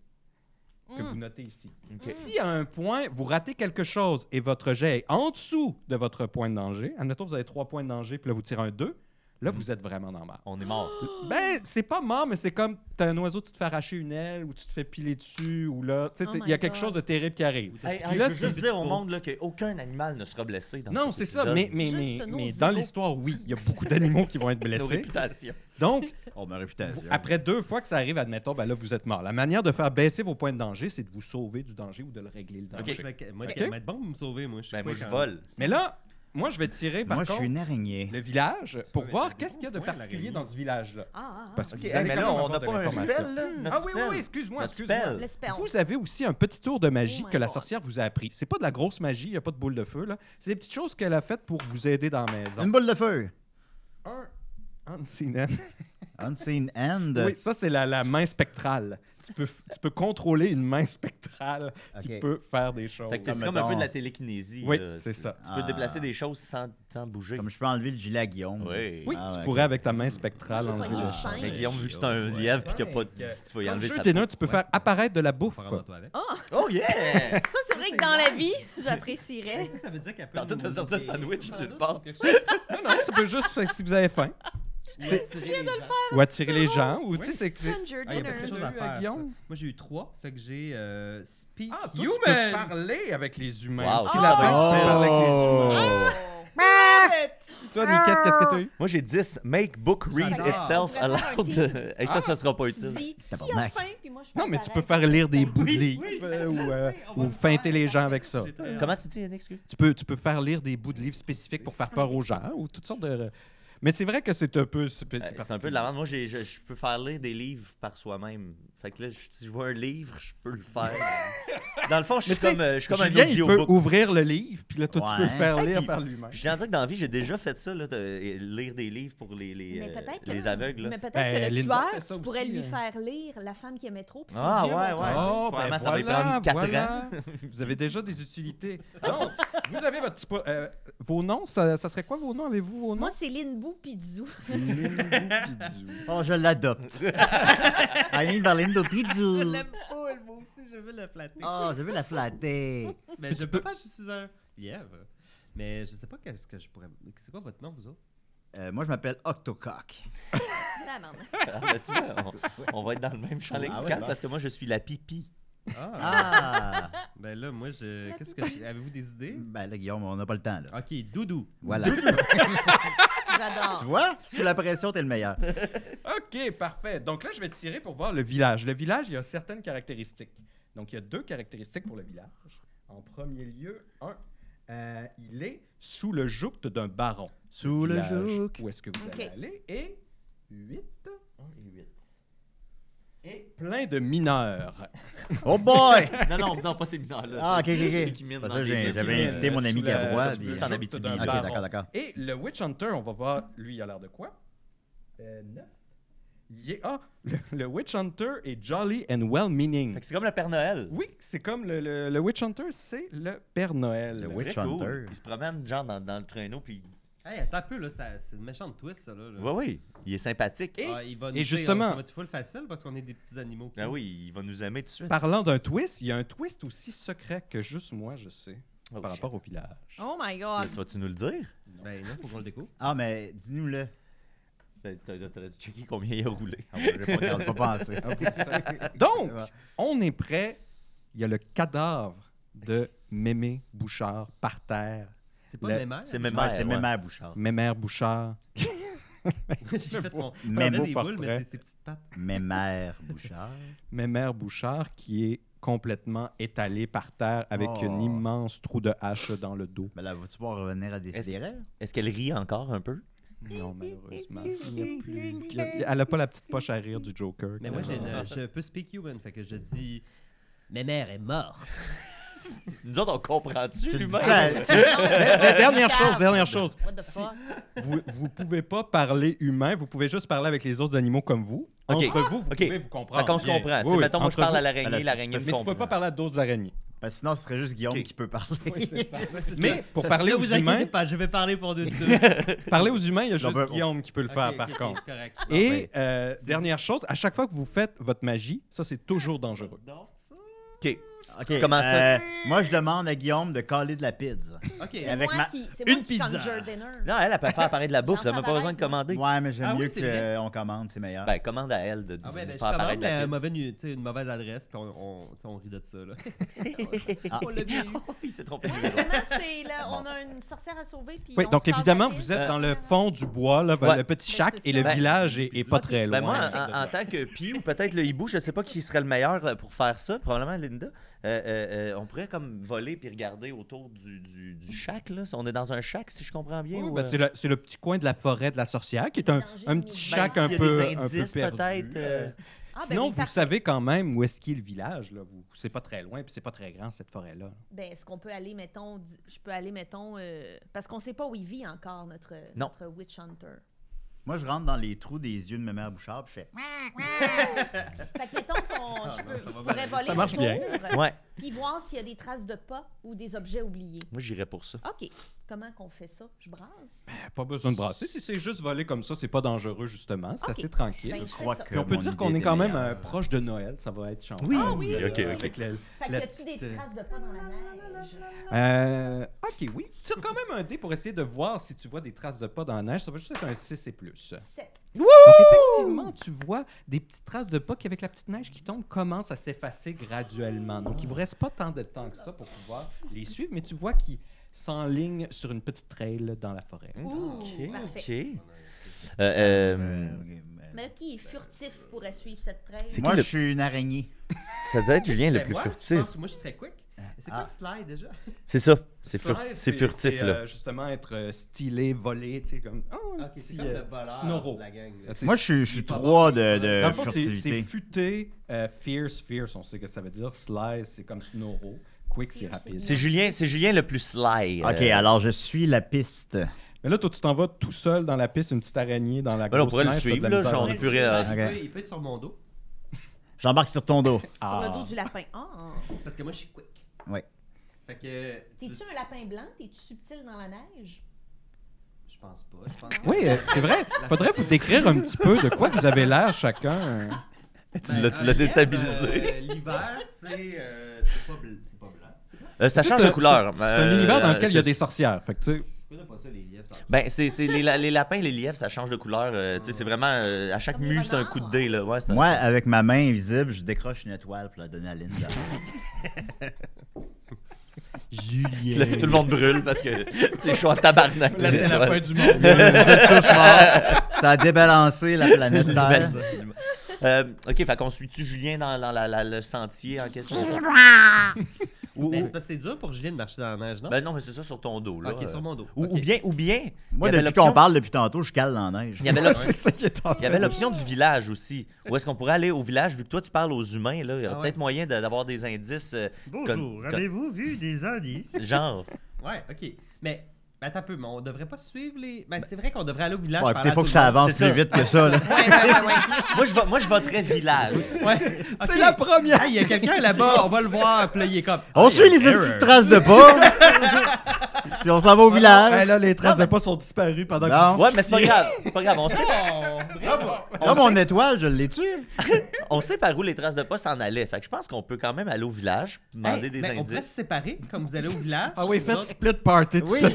[SPEAKER 6] que
[SPEAKER 5] Mm.
[SPEAKER 6] vous notez ici.
[SPEAKER 3] Ok.
[SPEAKER 6] Si à un point, vous ratez quelque chose et votre jet est en dessous de votre point de danger, admettons, vous avez trois points de danger, puis là, vous tirez un 2, là,
[SPEAKER 5] Mhm.
[SPEAKER 6] vous êtes vraiment dans la merde.
[SPEAKER 3] On est mort.
[SPEAKER 5] Oh!
[SPEAKER 6] Ben, c'est pas mort, mais c'est comme t'as un oiseau, tu te fais arracher une aile, ou tu te fais piler dessus, ou là, tu sais,
[SPEAKER 5] Oh
[SPEAKER 6] t'es- il
[SPEAKER 5] my
[SPEAKER 6] y a quelque
[SPEAKER 5] God.
[SPEAKER 6] chose de terrible qui arrive.
[SPEAKER 3] Hey,
[SPEAKER 6] Puis
[SPEAKER 3] hey,
[SPEAKER 6] là,
[SPEAKER 3] je veux juste
[SPEAKER 6] c'est-
[SPEAKER 3] dire au monde là, qu'aucun animal ne sera blessé dans
[SPEAKER 6] Non,
[SPEAKER 3] cet
[SPEAKER 6] c'est ça,
[SPEAKER 3] épisode.
[SPEAKER 6] mais, mais,
[SPEAKER 5] Juste
[SPEAKER 6] mais,
[SPEAKER 5] nos
[SPEAKER 6] mais
[SPEAKER 5] zibos.
[SPEAKER 6] dans l'histoire, oui, il y a beaucoup d'animaux qui vont être
[SPEAKER 3] Nos Ben,
[SPEAKER 6] blessés.
[SPEAKER 3] réputations.
[SPEAKER 6] Donc,
[SPEAKER 2] Oh, ma réputation.
[SPEAKER 6] Vous- Après deux fois que ça arrive, admettons, ben là, vous êtes mort. La manière de faire baisser vos points de danger, c'est de vous sauver du danger ou de le régler le danger.
[SPEAKER 4] Je vais ca- Moi,
[SPEAKER 6] Ok.
[SPEAKER 4] je vais être bon pour me sauver, moi. Je suis
[SPEAKER 3] Ben, moi,
[SPEAKER 4] quick
[SPEAKER 3] je
[SPEAKER 4] en-
[SPEAKER 3] vole.
[SPEAKER 6] Mais là, moi, je vais tirer, par
[SPEAKER 2] Moi, je
[SPEAKER 6] contre,
[SPEAKER 2] suis une araignée.
[SPEAKER 6] le village pour
[SPEAKER 4] vas
[SPEAKER 6] voir
[SPEAKER 4] mettre
[SPEAKER 6] qu'est-ce qu'il y a de
[SPEAKER 4] beaucoup de points de
[SPEAKER 6] particulier
[SPEAKER 4] l'araignée.
[SPEAKER 6] dans ce village-là.
[SPEAKER 5] Ah, ah, ah.
[SPEAKER 6] Parce que
[SPEAKER 3] Ok,
[SPEAKER 6] vous
[SPEAKER 3] hey,
[SPEAKER 6] allez
[SPEAKER 3] mais
[SPEAKER 6] quand
[SPEAKER 3] là,
[SPEAKER 6] même
[SPEAKER 3] on n'a
[SPEAKER 6] avoir de
[SPEAKER 3] pas un
[SPEAKER 6] l'information.
[SPEAKER 3] spell, là.
[SPEAKER 6] Ah
[SPEAKER 3] Notre
[SPEAKER 6] oui, oui,
[SPEAKER 3] spell.
[SPEAKER 6] oui, excuse-moi,
[SPEAKER 3] Notre
[SPEAKER 6] excuse-moi.
[SPEAKER 3] spell.
[SPEAKER 5] Le spell.
[SPEAKER 6] Vous avez aussi un petit tour de magie
[SPEAKER 5] Oh my
[SPEAKER 6] que la
[SPEAKER 5] God.
[SPEAKER 6] sorcière vous a appris. C'est pas de la grosse magie, il n'y a pas de boule de feu. là. C'est des petites choses qu'elle a faites pour vous aider dans la maison.
[SPEAKER 2] Une boule de feu.
[SPEAKER 6] Un unseen hand.
[SPEAKER 2] Unseen End.
[SPEAKER 6] Oui, ça, c'est la, la main spectrale. Tu peux, f- tu peux contrôler une main spectrale qui
[SPEAKER 2] Ok.
[SPEAKER 6] peut faire des choses.
[SPEAKER 3] Fait que c'est
[SPEAKER 2] Comme
[SPEAKER 3] comme un peu
[SPEAKER 2] mettons-
[SPEAKER 3] de la télékinésie.
[SPEAKER 6] Oui,
[SPEAKER 3] là.
[SPEAKER 6] c'est ça.
[SPEAKER 3] Tu peux
[SPEAKER 2] Ah.
[SPEAKER 3] déplacer des choses sans, sans bouger.
[SPEAKER 2] Comme je peux enlever le gilet à Guillaume.
[SPEAKER 3] Oui.
[SPEAKER 6] Oui,
[SPEAKER 2] Ah
[SPEAKER 6] tu
[SPEAKER 2] ouais,
[SPEAKER 6] pourrais avec ta main spectrale
[SPEAKER 5] J'ai
[SPEAKER 6] enlever
[SPEAKER 5] pas
[SPEAKER 6] le
[SPEAKER 5] eu
[SPEAKER 6] chat.
[SPEAKER 5] cinq.
[SPEAKER 3] Mais Guillaume, vu que c'est un lièvre et qu'il n'y a pas de. Tu vas y
[SPEAKER 6] Dans le
[SPEAKER 3] enlever
[SPEAKER 6] jeu
[SPEAKER 3] sa
[SPEAKER 6] Ténor, tu peux
[SPEAKER 4] Ouais.
[SPEAKER 6] faire apparaître de la bouffe.
[SPEAKER 4] Faut rendre toi avec.
[SPEAKER 3] Oh yeah!
[SPEAKER 5] Ça, c'est vrai que dans la vie, j'apprécierais.
[SPEAKER 4] Hey, Ça, ça veut dire qu'elle peut.
[SPEAKER 3] Tantôt,
[SPEAKER 4] nous
[SPEAKER 3] t'as sorti un
[SPEAKER 4] noter
[SPEAKER 3] sandwich
[SPEAKER 4] pendant
[SPEAKER 3] d'une part.
[SPEAKER 4] quelque chose.
[SPEAKER 6] Non, non, tu peux juste faire si vous avez faim. C'est-
[SPEAKER 4] Tu viens de le faire.
[SPEAKER 6] Ou attirer les gens. Ou tu sais,
[SPEAKER 4] Oui.
[SPEAKER 6] c'est que c'est.
[SPEAKER 5] Conjure
[SPEAKER 4] Ah, il y a
[SPEAKER 5] dinner.
[SPEAKER 4] pas quelque chose
[SPEAKER 6] Dinner.
[SPEAKER 4] à faire. ça.
[SPEAKER 6] Guillaume.
[SPEAKER 4] Moi, j'ai eu trois, fait que j'ai euh, Speak
[SPEAKER 6] toi, tu peux
[SPEAKER 4] Human.
[SPEAKER 6] parler avec les
[SPEAKER 3] Wow.
[SPEAKER 6] Un petit
[SPEAKER 3] Oh!
[SPEAKER 6] lapin, tu parles avec les humains.
[SPEAKER 2] Oh.
[SPEAKER 6] Toi, Niquette, qu'est-ce que t'as eu?
[SPEAKER 3] Moi, j'ai 10. Make book read
[SPEAKER 4] J'adore.
[SPEAKER 3] itself
[SPEAKER 5] On pourrait faire un
[SPEAKER 3] aloud. Et ça,
[SPEAKER 6] Ah,
[SPEAKER 3] ça sera pas
[SPEAKER 5] Tu
[SPEAKER 3] utile.
[SPEAKER 5] dis, qui a
[SPEAKER 2] Tabarnak.
[SPEAKER 5] faim, puis moi, je fais
[SPEAKER 6] Non, mais tu peux
[SPEAKER 5] pareil.
[SPEAKER 6] faire lire des bouts de
[SPEAKER 4] Oui,
[SPEAKER 6] livres
[SPEAKER 4] oui,
[SPEAKER 6] euh,
[SPEAKER 4] je
[SPEAKER 6] ou, euh,
[SPEAKER 4] sais, on va
[SPEAKER 6] ou
[SPEAKER 4] le
[SPEAKER 6] feinter
[SPEAKER 4] faire.
[SPEAKER 6] les gens avec ça.
[SPEAKER 4] J'étais en-
[SPEAKER 3] Comment tu dis, Yannick? excuse?
[SPEAKER 6] Tu peux, tu peux faire lire des bouts de livres spécifiques pour faire peur aux gens ou toutes sortes de. Mais c'est vrai que c'est un peu. C'est
[SPEAKER 3] Euh, C'est un peu de la merde. Moi, j'ai- je, je peux faire lire des livres par soi-même. Fait que là, je- si je vois un livre, je peux le faire. Dans le fond, je
[SPEAKER 6] Mais
[SPEAKER 3] suis
[SPEAKER 6] tu sais,
[SPEAKER 3] comme, euh, je suis comme un
[SPEAKER 6] Julien, il peut
[SPEAKER 3] audiobook.
[SPEAKER 6] ouvrir le livre, puis là, toi, tu peux le
[SPEAKER 2] Ouais.
[SPEAKER 6] faire
[SPEAKER 3] Hey,
[SPEAKER 6] lire
[SPEAKER 3] puis-
[SPEAKER 6] par lui-même.
[SPEAKER 3] Je viens dire que dans la vie, j'ai déjà fait ça, là, de euh, lire des livres pour les, les,
[SPEAKER 5] Mais
[SPEAKER 3] euh,
[SPEAKER 5] peut-être que-
[SPEAKER 3] les aveugles. là.
[SPEAKER 5] Mais peut-être
[SPEAKER 6] Ben,
[SPEAKER 5] que le
[SPEAKER 6] Linda fait
[SPEAKER 5] tueur,
[SPEAKER 6] ça
[SPEAKER 5] tu pourrais
[SPEAKER 6] aussi,
[SPEAKER 5] lui
[SPEAKER 6] hein.
[SPEAKER 5] faire lire la femme qui aimait trop, puis ses
[SPEAKER 3] Ah,
[SPEAKER 5] yeux
[SPEAKER 3] ouais,
[SPEAKER 5] vont tomber.
[SPEAKER 3] ouais.
[SPEAKER 6] Oh, ben
[SPEAKER 3] Probablement, ça va lui
[SPEAKER 6] voilà,
[SPEAKER 3] prendre quatre
[SPEAKER 6] voilà. Vous avez déjà des utilités. Donc, vous avez votre petit... po- euh, vos noms, ça, ça serait quoi vos noms? Avez-vous vos noms?
[SPEAKER 5] Moi, c'est Linbou Pidzou.
[SPEAKER 6] Limbou Pidzou.
[SPEAKER 2] Oh, je l'adopte. I need Berlindo Pizzu.
[SPEAKER 4] foule, moi aussi, je veux le flatter.
[SPEAKER 2] Oh, je veux la flatter.
[SPEAKER 4] Mais Ben, je peux pas, je suis un lièvre. Mais je sais pas qu'est-ce que je pourrais. C'est quoi votre nom, vous autres
[SPEAKER 2] Euh, moi, je m'appelle Octocock.
[SPEAKER 5] Tabarnak.
[SPEAKER 3] Ah, ben, tu vois, on, on va être dans le même
[SPEAKER 6] Ah,
[SPEAKER 3] champ lexical
[SPEAKER 6] bah.
[SPEAKER 2] ouais.
[SPEAKER 3] parce que moi, je suis la pipi.
[SPEAKER 4] Ah,
[SPEAKER 2] Ah!
[SPEAKER 4] Ben là, moi, je. Qu'est-ce que. je- Avez-vous des idées
[SPEAKER 2] ben là, Guillaume, on n'a pas le temps, là.
[SPEAKER 4] Ok, Doudou.
[SPEAKER 2] Voilà.
[SPEAKER 5] J'adore.
[SPEAKER 2] tu vois? Sous la pression, t'es le meilleur.
[SPEAKER 6] OK, parfait. Donc là, je vais tirer pour voir le village. Le village, il y a certaines caractéristiques. Donc, il y a deux caractéristiques pour le village. En premier lieu, un, euh, il est sous le joug d'un baron.
[SPEAKER 2] Sous le
[SPEAKER 6] village
[SPEAKER 2] joug.
[SPEAKER 6] Où est-ce que vous
[SPEAKER 5] Ok.
[SPEAKER 6] allez aller? Et 8. Et plein de mineurs.
[SPEAKER 2] Oh boy!
[SPEAKER 3] Non, non, non, pas ces mineurs-là.
[SPEAKER 2] Ah, ok, ok,
[SPEAKER 3] Ceux
[SPEAKER 2] ok.
[SPEAKER 3] qui minent
[SPEAKER 2] Parce
[SPEAKER 3] dans
[SPEAKER 2] que j'ai-
[SPEAKER 3] des-
[SPEAKER 2] J'avais
[SPEAKER 6] mines,
[SPEAKER 2] invité mon
[SPEAKER 6] euh,
[SPEAKER 2] ami
[SPEAKER 6] sous la-
[SPEAKER 2] Gabrois.
[SPEAKER 6] sous
[SPEAKER 2] puis-
[SPEAKER 6] le
[SPEAKER 2] Ok,
[SPEAKER 3] joug
[SPEAKER 6] joug
[SPEAKER 3] Abitibi.
[SPEAKER 6] d'un
[SPEAKER 3] Ok,
[SPEAKER 6] baron.
[SPEAKER 2] d'accord, d'accord.
[SPEAKER 6] Et le Witch Hunter, on va voir, lui, il a l'air de quoi? Euh, 9. Il est... Ah! Le, le Witch Hunter est jolly and well-meaning.
[SPEAKER 3] Fait que c'est comme le Père Noël.
[SPEAKER 6] Oui, c'est comme le, le- le Witch Hunter, c'est le Père Noël.
[SPEAKER 2] Le
[SPEAKER 3] Très
[SPEAKER 2] Witch
[SPEAKER 3] cool.
[SPEAKER 2] Hunter.
[SPEAKER 3] Il se promène, genre, dans, dans le traîneau, puis...
[SPEAKER 4] Hey, attends un peu, là, ça- c'est une méchante twist, ça, là. là.
[SPEAKER 3] Ouais, oui, il est sympathique.
[SPEAKER 6] Et-
[SPEAKER 4] Ah, il va nous
[SPEAKER 6] et
[SPEAKER 4] dire,
[SPEAKER 6] justement-
[SPEAKER 4] Ça va être full facile parce qu'on est des petits animaux.
[SPEAKER 3] Ah oui, il va nous aimer tout de suite.
[SPEAKER 6] Parlant d'un twist, il y a un twist aussi secret que juste moi je sais.
[SPEAKER 3] Oh,
[SPEAKER 6] par
[SPEAKER 3] shit.
[SPEAKER 6] rapport au village.
[SPEAKER 5] Oh my
[SPEAKER 3] Là,
[SPEAKER 5] god.
[SPEAKER 3] tu vas-tu nous le dire?
[SPEAKER 4] Ben non, faut qu'on le découvre.
[SPEAKER 2] Ah, mais dis-nous-le.
[SPEAKER 3] Ben, T'as t'aurais dû checker combien il a roulé.
[SPEAKER 2] Ah, ouais, j'ai pas, j'ai pas pensé.
[SPEAKER 3] Ah,
[SPEAKER 6] Donc,
[SPEAKER 2] Ah, Ouais.
[SPEAKER 6] on est prêt. Il y a le cadavre de Mémé Bouchard par terre.
[SPEAKER 4] C'est pas
[SPEAKER 6] Le-
[SPEAKER 4] mes mères.
[SPEAKER 3] C'est
[SPEAKER 2] Ouais,
[SPEAKER 3] mes mères.
[SPEAKER 2] c'est
[SPEAKER 3] ouais.
[SPEAKER 2] même à Bouchard.
[SPEAKER 6] Mémère Bouchard.
[SPEAKER 4] J'ai fait mon.
[SPEAKER 2] Même
[SPEAKER 4] Même
[SPEAKER 6] beau
[SPEAKER 4] des boules, mais
[SPEAKER 6] portrait.
[SPEAKER 4] c'est ses petites pattes.
[SPEAKER 2] Mémère Bouchard.
[SPEAKER 6] Mémère Bouchard qui est complètement étalée par terre avec
[SPEAKER 2] Oh.
[SPEAKER 6] un immense trou de hache dans le dos.
[SPEAKER 2] Mais Ben là, vas-tu pouvoir revenir à Décideret?
[SPEAKER 3] Est-ce qu'elle rit encore un peu?
[SPEAKER 6] Non, malheureusement. Il n'y a plus- il y a- Elle n'a pas la petite poche à rire du Joker.
[SPEAKER 4] Mais moi, j'ai
[SPEAKER 6] clairement.
[SPEAKER 4] une- je peux speak human, fait que je dis. Ma mère est morte.
[SPEAKER 3] Nous autres, on comprend-tu
[SPEAKER 2] le
[SPEAKER 3] l'humain?
[SPEAKER 2] dis-
[SPEAKER 6] Dernière chose, dernière chose.
[SPEAKER 5] What the
[SPEAKER 6] Si-
[SPEAKER 5] fuck?
[SPEAKER 6] Vous ne pouvez pas parler humain, vous pouvez juste parler avec les autres animaux comme vous.
[SPEAKER 3] Ok.
[SPEAKER 6] Entre vous, vous
[SPEAKER 3] Ok.
[SPEAKER 6] pouvez vous comprendre.
[SPEAKER 3] Fait qu'on se
[SPEAKER 6] bien.
[SPEAKER 3] comprend. Tu
[SPEAKER 6] Oui,
[SPEAKER 3] sais,
[SPEAKER 6] oui,
[SPEAKER 3] mettons, moi, je
[SPEAKER 6] entre
[SPEAKER 3] parle
[SPEAKER 6] vous.
[SPEAKER 3] à
[SPEAKER 2] à la
[SPEAKER 3] l'araignée, l'araignée me
[SPEAKER 2] fistule.
[SPEAKER 6] Mais tu peux pas
[SPEAKER 3] comprend.
[SPEAKER 6] parler à d'autres araignées.
[SPEAKER 2] Parce que sinon, ce serait juste Guillaume
[SPEAKER 3] Ok.
[SPEAKER 2] qui peut parler.
[SPEAKER 6] Mais pour parler
[SPEAKER 4] Ne
[SPEAKER 6] aux
[SPEAKER 4] vous
[SPEAKER 6] humains,
[SPEAKER 4] inquiétez pas, je vais parler pour deux tous. Ok,
[SPEAKER 6] parler aux humains, il y a
[SPEAKER 2] Non,
[SPEAKER 6] juste
[SPEAKER 2] ben, on-
[SPEAKER 6] Guillaume qui peut le faire,
[SPEAKER 4] ok,
[SPEAKER 6] par
[SPEAKER 4] ok,
[SPEAKER 6] contre.
[SPEAKER 4] c'est correct.
[SPEAKER 6] Et euh, dernière chose, à chaque fois que vous faites votre magie, ça c'est toujours dangereux.
[SPEAKER 3] Ok.
[SPEAKER 2] Ok,
[SPEAKER 3] Comment ça?
[SPEAKER 2] euh, moi, je demande à Guillaume de coller de la pizza.
[SPEAKER 4] Ok.
[SPEAKER 5] C'est
[SPEAKER 2] Avec
[SPEAKER 5] moi
[SPEAKER 2] ma-
[SPEAKER 5] qui. C'est
[SPEAKER 4] une
[SPEAKER 5] moi qui
[SPEAKER 4] pizza.
[SPEAKER 5] conjure dinner.
[SPEAKER 3] Non, elle, elle peut faire apparaître de la bouffe.
[SPEAKER 5] Non,
[SPEAKER 3] T'as
[SPEAKER 5] ça
[SPEAKER 3] même pas besoin de
[SPEAKER 5] apparaît, moi.
[SPEAKER 3] commander.
[SPEAKER 2] Ouais, mais j'aime
[SPEAKER 4] Ah oui,
[SPEAKER 2] mieux
[SPEAKER 4] c'est vrai.
[SPEAKER 2] qu'on commande, c'est meilleur.
[SPEAKER 3] Ben, commande à elle de, de
[SPEAKER 4] Ah ouais, ben, je
[SPEAKER 3] faire apparaître
[SPEAKER 4] commande
[SPEAKER 3] de la
[SPEAKER 4] euh,
[SPEAKER 3] pizza.
[SPEAKER 4] mauvaise nu- tu sais, une mauvaise adresse, puis on, on, tu sais, on rit de ça. Là.
[SPEAKER 2] Ah.
[SPEAKER 4] on l'a bien eu.
[SPEAKER 3] Oh, il s'est trompé. de
[SPEAKER 5] Ouais,
[SPEAKER 3] numéro.
[SPEAKER 5] vraiment, c'est là, on a une sorcière à sauver. Puis
[SPEAKER 6] Oui,
[SPEAKER 5] on
[SPEAKER 6] donc
[SPEAKER 5] se casse
[SPEAKER 6] évidemment,
[SPEAKER 5] la
[SPEAKER 6] vous
[SPEAKER 5] piste.
[SPEAKER 6] êtes dans le
[SPEAKER 5] Euh,
[SPEAKER 6] fond du bois, là,
[SPEAKER 3] Ouais.
[SPEAKER 6] le petit
[SPEAKER 5] Mais
[SPEAKER 6] shack,
[SPEAKER 5] c'est
[SPEAKER 6] et le
[SPEAKER 5] ça.
[SPEAKER 6] village est, est pas très loin.
[SPEAKER 3] Ben moi, en, en- en tant que Pi ou peut-être le hibou, je sais pas qui serait le meilleur euh, pour faire ça, probablement Linda. Euh, euh, euh, on pourrait comme voler puis regarder autour du, du, du shack. Là. On est dans un shack, si je comprends bien.
[SPEAKER 6] Oui,
[SPEAKER 3] ou,
[SPEAKER 6] ben,
[SPEAKER 3] euh,
[SPEAKER 6] c'est le, c'est le petit coin de la forêt de la sorcière qui est un,
[SPEAKER 5] Mélangé
[SPEAKER 6] un
[SPEAKER 5] au
[SPEAKER 6] petit
[SPEAKER 5] milieu.
[SPEAKER 3] ben,
[SPEAKER 6] shack un
[SPEAKER 3] s'il y a
[SPEAKER 6] peu,
[SPEAKER 3] des
[SPEAKER 6] un peu
[SPEAKER 3] indices,
[SPEAKER 6] perdu.
[SPEAKER 3] peut-être. euh,
[SPEAKER 5] Ah, ben,
[SPEAKER 6] Sinon,
[SPEAKER 5] mais
[SPEAKER 6] vous
[SPEAKER 5] parfait.
[SPEAKER 6] savez quand même où est-ce qu'est le village. Là. Vous, c'est pas très loin, puis c'est pas très grand, cette forêt-là.
[SPEAKER 5] Ben, est-ce qu'on peut aller, mettons, di- je peux aller, mettons, euh, parce qu'on sait pas où il vit encore, notre, euh,
[SPEAKER 3] Non.
[SPEAKER 5] notre Witch Hunter.
[SPEAKER 2] Moi, je rentre dans les trous des yeux de ma mère Bouchard, puis je fais.
[SPEAKER 5] Fait que, mettons, qu'on- je
[SPEAKER 4] non,
[SPEAKER 5] peux,
[SPEAKER 4] ça va
[SPEAKER 5] je
[SPEAKER 4] mal
[SPEAKER 5] pourrais
[SPEAKER 4] aller.
[SPEAKER 5] voler
[SPEAKER 6] Ça marche
[SPEAKER 5] autour,
[SPEAKER 6] bien.
[SPEAKER 3] Ouais,
[SPEAKER 5] Puis voir s'il y a des traces de pas ou des objets oubliés.
[SPEAKER 3] moi j'irais pour ça.
[SPEAKER 5] OK. Comment qu'on fait ça? Je brasse?
[SPEAKER 6] Euh, Pas besoin de brasser. Si c'est juste voler comme ça, c'est pas dangereux, justement. C'est
[SPEAKER 5] Ok.
[SPEAKER 6] assez tranquille.
[SPEAKER 5] Ben, je
[SPEAKER 2] Je crois
[SPEAKER 5] fais ça.
[SPEAKER 2] que
[SPEAKER 6] Puis on peut
[SPEAKER 2] mon
[SPEAKER 6] dire
[SPEAKER 2] idée
[SPEAKER 6] qu'on est
[SPEAKER 2] était
[SPEAKER 6] quand même
[SPEAKER 2] meilleure.
[SPEAKER 6] euh, proche de Noël, ça va être chantant.
[SPEAKER 2] Oui, Ah oui,
[SPEAKER 5] oui, ok, oui. ok.
[SPEAKER 6] Avec le-
[SPEAKER 5] Fait que
[SPEAKER 6] la
[SPEAKER 5] y a-tu
[SPEAKER 6] petite,
[SPEAKER 5] des
[SPEAKER 6] euh,
[SPEAKER 5] traces de pas dans la neige?
[SPEAKER 6] Euh, ok, oui. Tire quand même un dé pour essayer de voir si tu vois des traces de pas dans la neige. Ça va juste être un 6 et plus.
[SPEAKER 5] Sept.
[SPEAKER 6] Donc, effectivement, tu vois des petites traces de pas qui, avec la petite neige qui tombe, commencent à s'effacer graduellement. Donc, il vous reste pas tant de temps que ça pour pouvoir les suivre, mais tu vois qu'ils s'enlignent sur une petite trail dans la forêt.
[SPEAKER 5] Ouh,
[SPEAKER 3] Ok,
[SPEAKER 5] parfait.
[SPEAKER 3] ok. Euh, euh,
[SPEAKER 2] Euh, ok, mais-
[SPEAKER 5] Mais là, qui est
[SPEAKER 6] Ben,
[SPEAKER 5] furtif
[SPEAKER 6] euh,
[SPEAKER 5] pourrait suivre cette traîne?
[SPEAKER 3] C'est qui
[SPEAKER 2] Moi,
[SPEAKER 3] le-
[SPEAKER 2] je suis une araignée.
[SPEAKER 3] ça doit être Julien le
[SPEAKER 4] Ben,
[SPEAKER 3] plus
[SPEAKER 4] moi, je
[SPEAKER 3] furtif.
[SPEAKER 4] pense que moi, je suis très quick. C'est quoi
[SPEAKER 2] Ah.
[SPEAKER 4] le slide déjà?
[SPEAKER 3] C'est ça, c'est fur-
[SPEAKER 6] Slide,
[SPEAKER 3] c'est furtif
[SPEAKER 6] c'est,
[SPEAKER 3] là.
[SPEAKER 6] euh, justement, être euh, stylé, volé, tu sais, comme. Oh, un
[SPEAKER 4] Ok, c'est
[SPEAKER 6] petit,
[SPEAKER 4] comme le
[SPEAKER 6] euh,
[SPEAKER 4] voleur
[SPEAKER 6] snoro.
[SPEAKER 4] de la gang. là.
[SPEAKER 6] Là, c'est-
[SPEAKER 2] Moi, je suis, je suis
[SPEAKER 4] pas
[SPEAKER 2] trois
[SPEAKER 4] bon.
[SPEAKER 2] de, de
[SPEAKER 3] euh,
[SPEAKER 6] Dans le fond, c'est- c'est
[SPEAKER 2] furtivité.
[SPEAKER 6] futé, euh, fierce, fierce, on sait que ça veut dire. Slice, c'est comme snoro. Quick, c'est
[SPEAKER 5] Fierce,
[SPEAKER 6] rapide.
[SPEAKER 5] c'est
[SPEAKER 3] C'est Julien, c'est Julien le plus sly. euh.
[SPEAKER 2] Ok, alors je suis la piste.
[SPEAKER 6] Mais là, toi, tu t'en vas tout seul dans la piste, une petite araignée dans la
[SPEAKER 3] Ben là, on
[SPEAKER 6] grosse
[SPEAKER 3] pourrait le
[SPEAKER 6] neige, t'as de
[SPEAKER 3] suivre,
[SPEAKER 6] la
[SPEAKER 3] là,
[SPEAKER 6] misère.
[SPEAKER 3] genre, on
[SPEAKER 5] Ouais,
[SPEAKER 3] est plus
[SPEAKER 5] je-
[SPEAKER 6] euh,
[SPEAKER 3] réel.
[SPEAKER 4] Il,
[SPEAKER 2] Ok.
[SPEAKER 4] peut, il peut être sur mon dos
[SPEAKER 2] J'embarque sur ton dos.
[SPEAKER 5] Sur le
[SPEAKER 6] Ah.
[SPEAKER 5] dos du lapin. Ah!
[SPEAKER 4] parce que moi, je suis quick.
[SPEAKER 2] Ouais.
[SPEAKER 4] Fait que.
[SPEAKER 5] T'es-tu un lapin blanc? T'es-tu subtil dans la neige?
[SPEAKER 4] Je pense pas. Je pense
[SPEAKER 6] Oui, euh, c'est vrai. Faudrait vous décrire un petit peu de quoi vous avez l'air chacun.
[SPEAKER 3] Tu l'as- tu l'as déstabilisé.
[SPEAKER 4] euh, L'hiver, c'est euh, c'est pas, bl- c'est pas blanc. C'est pas-
[SPEAKER 3] Euh, ça
[SPEAKER 6] Tu sais,
[SPEAKER 3] change
[SPEAKER 6] c'est
[SPEAKER 3] de
[SPEAKER 6] un-
[SPEAKER 3] couleur. euh,
[SPEAKER 6] C'est un univers dans lequel il y a des
[SPEAKER 3] sorciers.
[SPEAKER 6] sorcières. Fait que tu sais,
[SPEAKER 4] Je connais pas ça, les lièvres. tant pis.
[SPEAKER 3] Ben, c'est c'est les, la- les lapins, les lièvres, ça change de couleur. euh, tu sais, c'est vraiment. euh, à chaque
[SPEAKER 5] Comme les
[SPEAKER 3] mue, c'est un coup de dé, là. Ouais, c'est un-
[SPEAKER 2] Moi, avec ma main invisible, je décroche une étoile pour la donner à Linda.
[SPEAKER 3] Puis là, tout le monde brûle parce que c'est chaud en tabarnak. les étoiles.
[SPEAKER 6] du monde.
[SPEAKER 2] Ça a débalancé la planète Terre.
[SPEAKER 4] Ben,
[SPEAKER 3] Euh, ok, fait qu'on suit-tu Julien dans, dans la- la- le sentier en question?
[SPEAKER 4] Mais
[SPEAKER 3] ou,
[SPEAKER 6] Ben,
[SPEAKER 3] ou-
[SPEAKER 4] c'est parce que c'est dur pour Julien de marcher dans la neige, non? Ah,
[SPEAKER 3] ben non, mais c'est ça sur ton dos, là. euh.
[SPEAKER 4] ok, sur mon dos.
[SPEAKER 3] ou,
[SPEAKER 4] Ok.
[SPEAKER 3] ou bien, ou bien.
[SPEAKER 2] Moi,
[SPEAKER 3] il y avait
[SPEAKER 2] depuis qu'on
[SPEAKER 3] l'option-
[SPEAKER 2] parle depuis tantôt, je cale dans la neige.
[SPEAKER 3] Il y avait
[SPEAKER 4] hein.
[SPEAKER 3] l'option-
[SPEAKER 6] C'est ça qui est en
[SPEAKER 3] Il y avait l'option du village aussi. Où est-ce qu'on pourrait aller au village, vu que toi tu parles aux humains, là, il y aurait
[SPEAKER 4] Ah ouais.
[SPEAKER 3] peut-être moyen de- d'avoir des indices. euh, Bonjour, Con- con-
[SPEAKER 8] avez-vous vu des indices?
[SPEAKER 3] genre,
[SPEAKER 4] Ouais, ok. Mais, ben, attends un peu, mais on devrait pas suivre les. Ben, c'est vrai qu'on devrait aller au village.
[SPEAKER 2] Ouais,
[SPEAKER 4] parler
[SPEAKER 2] écoutez,
[SPEAKER 4] à
[SPEAKER 2] faut
[SPEAKER 4] tout
[SPEAKER 2] que
[SPEAKER 4] le
[SPEAKER 2] ça
[SPEAKER 4] monde.
[SPEAKER 2] avance
[SPEAKER 3] C'est
[SPEAKER 2] plus
[SPEAKER 3] ça.
[SPEAKER 2] vite que ça. Là.
[SPEAKER 5] Ouais, ouais, ouais, ouais.
[SPEAKER 3] moi je, vo- moi je voterais village.
[SPEAKER 4] Ouais.
[SPEAKER 6] C'est
[SPEAKER 4] ok.
[SPEAKER 6] la première.
[SPEAKER 4] Ah, il y a quelqu'un là-bas, on va le voir. Puis là, il est comme.
[SPEAKER 2] On suit les
[SPEAKER 4] error.
[SPEAKER 2] petites traces de pas. Puis on s'en va au village.
[SPEAKER 6] Ben là, les traces de pas sont disparues pendant
[SPEAKER 2] Bon.
[SPEAKER 6] que vous
[SPEAKER 3] Ouais, mais c'est pas
[SPEAKER 6] discutiez.
[SPEAKER 3] grave. C'est pas grave. On
[SPEAKER 4] oh,
[SPEAKER 3] sait,
[SPEAKER 2] Là, mon étoile, je l'ai tu
[SPEAKER 3] on sait par où les traces de pas s'en allaient. Fait que je pense qu'on peut quand même aller au village, demander
[SPEAKER 4] Hey,
[SPEAKER 3] des
[SPEAKER 4] ben, On pourrait se
[SPEAKER 3] indices.
[SPEAKER 4] séparer, comme vous allez au village.
[SPEAKER 6] Ah oui,
[SPEAKER 4] vous
[SPEAKER 6] faites
[SPEAKER 4] autres.
[SPEAKER 6] split party tout
[SPEAKER 2] Oui.
[SPEAKER 6] ça.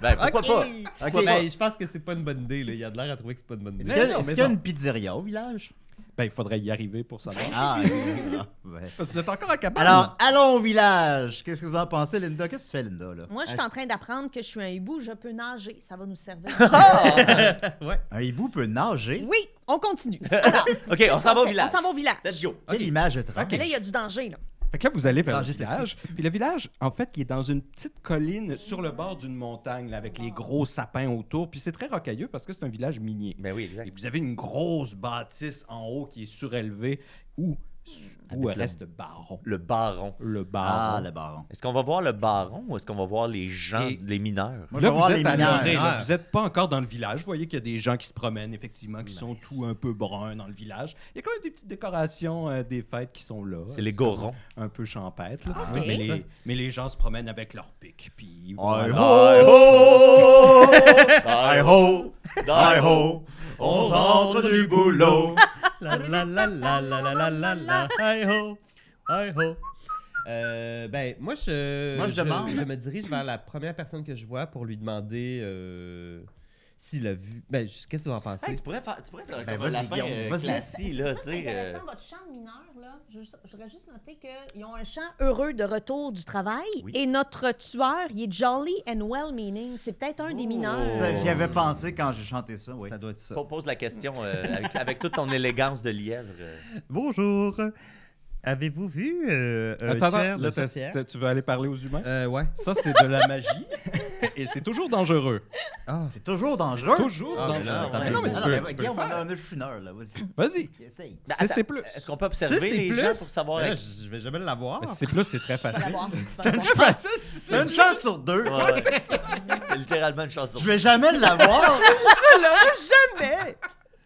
[SPEAKER 3] Ben, pourquoi pas?
[SPEAKER 2] Ok.
[SPEAKER 4] Ouais, ben, je pense que c'est pas une bonne idée. Là. Il y a de l'air à trouver que c'est pas une bonne
[SPEAKER 2] Est-ce
[SPEAKER 4] idée.
[SPEAKER 2] qu'il y a-
[SPEAKER 6] Mais non,
[SPEAKER 2] est-ce
[SPEAKER 6] mais
[SPEAKER 2] qu'il y a
[SPEAKER 6] non.
[SPEAKER 2] une pizzeria au village?
[SPEAKER 6] Ben, il faudrait y arriver pour savoir.
[SPEAKER 2] Ah, oui. Ah, ouais.
[SPEAKER 6] Parce que vous êtes encore à cabane.
[SPEAKER 2] Alors, allons au village. Qu'est-ce que vous en pensez, Linda? Qu'est-ce que tu fais, Linda? Là?
[SPEAKER 5] Moi, je suis en train d'apprendre que je suis un hibou, je peux nager. Ça va nous servir.
[SPEAKER 2] Un hibou peut nager.
[SPEAKER 5] oui, on continue. Alors,
[SPEAKER 3] OK, on s'en va au
[SPEAKER 5] parfait,
[SPEAKER 3] village.
[SPEAKER 5] On s'en va au village.
[SPEAKER 3] Let's go.
[SPEAKER 2] Quelle image étrange.
[SPEAKER 5] Mais là, il y a du danger. Là.
[SPEAKER 6] Fait que là, vous allez vers
[SPEAKER 4] Non,
[SPEAKER 6] le
[SPEAKER 4] j'ai cette
[SPEAKER 6] village. Puis le village, en fait, qui est dans une petite colline sur le bord d'une montagne, là, avec les gros sapins autour. Puis c'est très rocailleux parce que c'est un village minier.
[SPEAKER 3] Ben oui, exact.
[SPEAKER 6] Et vous avez une grosse bâtisse en haut qui est surélevée où, où
[SPEAKER 3] Avec le-
[SPEAKER 6] reste le baron.
[SPEAKER 3] Le baron.
[SPEAKER 6] Le baron.
[SPEAKER 2] Ah, le baron.
[SPEAKER 3] Est-ce qu'on va voir le baron ou est-ce qu'on va voir les gens,
[SPEAKER 6] Et-
[SPEAKER 3] les mineurs?
[SPEAKER 2] Moi, je
[SPEAKER 6] là,
[SPEAKER 2] vais voir
[SPEAKER 6] vous
[SPEAKER 2] les
[SPEAKER 6] êtes à
[SPEAKER 2] mineurs.
[SPEAKER 6] l'orée, là.
[SPEAKER 4] Ah.
[SPEAKER 6] Vous n'êtes pas encore dans le village. Vous voyez qu'il y a des gens qui se promènent, effectivement, qui sont tout un peu bruns dans le village. Il y a quand même des petites décorations euh, des fêtes qui sont là.
[SPEAKER 3] C'est les
[SPEAKER 6] comme
[SPEAKER 3] gorons.
[SPEAKER 6] Un peu champêtre. là.
[SPEAKER 5] ok.
[SPEAKER 6] mais, les, mais les gens se promènent avec leurs pics. Puis Euh, ils vont
[SPEAKER 2] Ah,
[SPEAKER 6] à leur-
[SPEAKER 2] ah,
[SPEAKER 3] Hi
[SPEAKER 2] ho,
[SPEAKER 3] Hi
[SPEAKER 2] ho,
[SPEAKER 3] on rentre
[SPEAKER 2] du boulot.
[SPEAKER 4] La la la la la la la la la. Hi ho, hi ho. Euh, ben, moi, je,
[SPEAKER 2] Moi, je demande.
[SPEAKER 4] je me dirige vers la première personne que je vois pour lui demander euh, s'il a vu. Ben, je- qu'est-ce que vous en pensez?
[SPEAKER 3] Hey, tu pourrais faire, tu pourrais
[SPEAKER 2] Ben,
[SPEAKER 3] être comme un
[SPEAKER 2] vas-y,
[SPEAKER 3] lapin
[SPEAKER 2] Guillaume,
[SPEAKER 3] euh,
[SPEAKER 2] vas-y.
[SPEAKER 3] classique, là,
[SPEAKER 5] Ça,
[SPEAKER 3] tu
[SPEAKER 5] c'est
[SPEAKER 3] sais. euh,
[SPEAKER 5] intéressant, votre chant de mineur, là. Je je voudrais juste noter qu'ils ont un chant heureux de retour du travail
[SPEAKER 3] Oui.
[SPEAKER 5] et notre tueur, il est jolly and well-meaning. C'est peut-être un des mineurs. euh,
[SPEAKER 2] Ça, J'y avais pensé quand j'ai chanté ça, oui.
[SPEAKER 4] Ça doit être ça.
[SPEAKER 3] po- Pose la question euh, avec, avec toute ton élégance de lièvre. euh.
[SPEAKER 8] Bonjour. Avez-vous vu euh, un
[SPEAKER 6] Attends,
[SPEAKER 8] tiers
[SPEAKER 6] attends,
[SPEAKER 8] de
[SPEAKER 6] là, t'as-
[SPEAKER 8] sorcière?
[SPEAKER 6] t'as- tu veux aller parler aux humains?
[SPEAKER 4] Euh, ouais.
[SPEAKER 6] Ça, c'est de la magie. Et c'est toujours dangereux.
[SPEAKER 4] Ah,
[SPEAKER 2] C'est toujours dangereux.
[SPEAKER 6] Toujours
[SPEAKER 4] Ah, mais
[SPEAKER 6] dangereux.
[SPEAKER 4] là, attends,
[SPEAKER 6] Mais
[SPEAKER 4] mais-
[SPEAKER 6] non, mais tu
[SPEAKER 2] Alors,
[SPEAKER 6] peux,
[SPEAKER 2] ben,
[SPEAKER 6] tu peux le
[SPEAKER 2] Guillaume, on
[SPEAKER 6] faire.
[SPEAKER 2] a un funeur, là. Vas-y,
[SPEAKER 6] Vas-y.
[SPEAKER 2] essaye.
[SPEAKER 3] Ben,
[SPEAKER 6] C'est-
[SPEAKER 3] attends,
[SPEAKER 6] c'est plus.
[SPEAKER 3] Est-ce qu'on peut observer
[SPEAKER 4] Ça, c'est
[SPEAKER 3] les
[SPEAKER 4] plus.
[SPEAKER 3] gens pour savoir.
[SPEAKER 4] Là, je, je vais jamais l'avoir.
[SPEAKER 8] Oh.
[SPEAKER 6] Ben, C'est plus, c'est très
[SPEAKER 5] Tu vas
[SPEAKER 6] facile.
[SPEAKER 5] voir.
[SPEAKER 6] C'est très facile. c'est- c'est-
[SPEAKER 2] C'est une chance sur deux.
[SPEAKER 3] Ouais, ouais. Littéralement une chanson.
[SPEAKER 2] Je vais jamais l'avoir.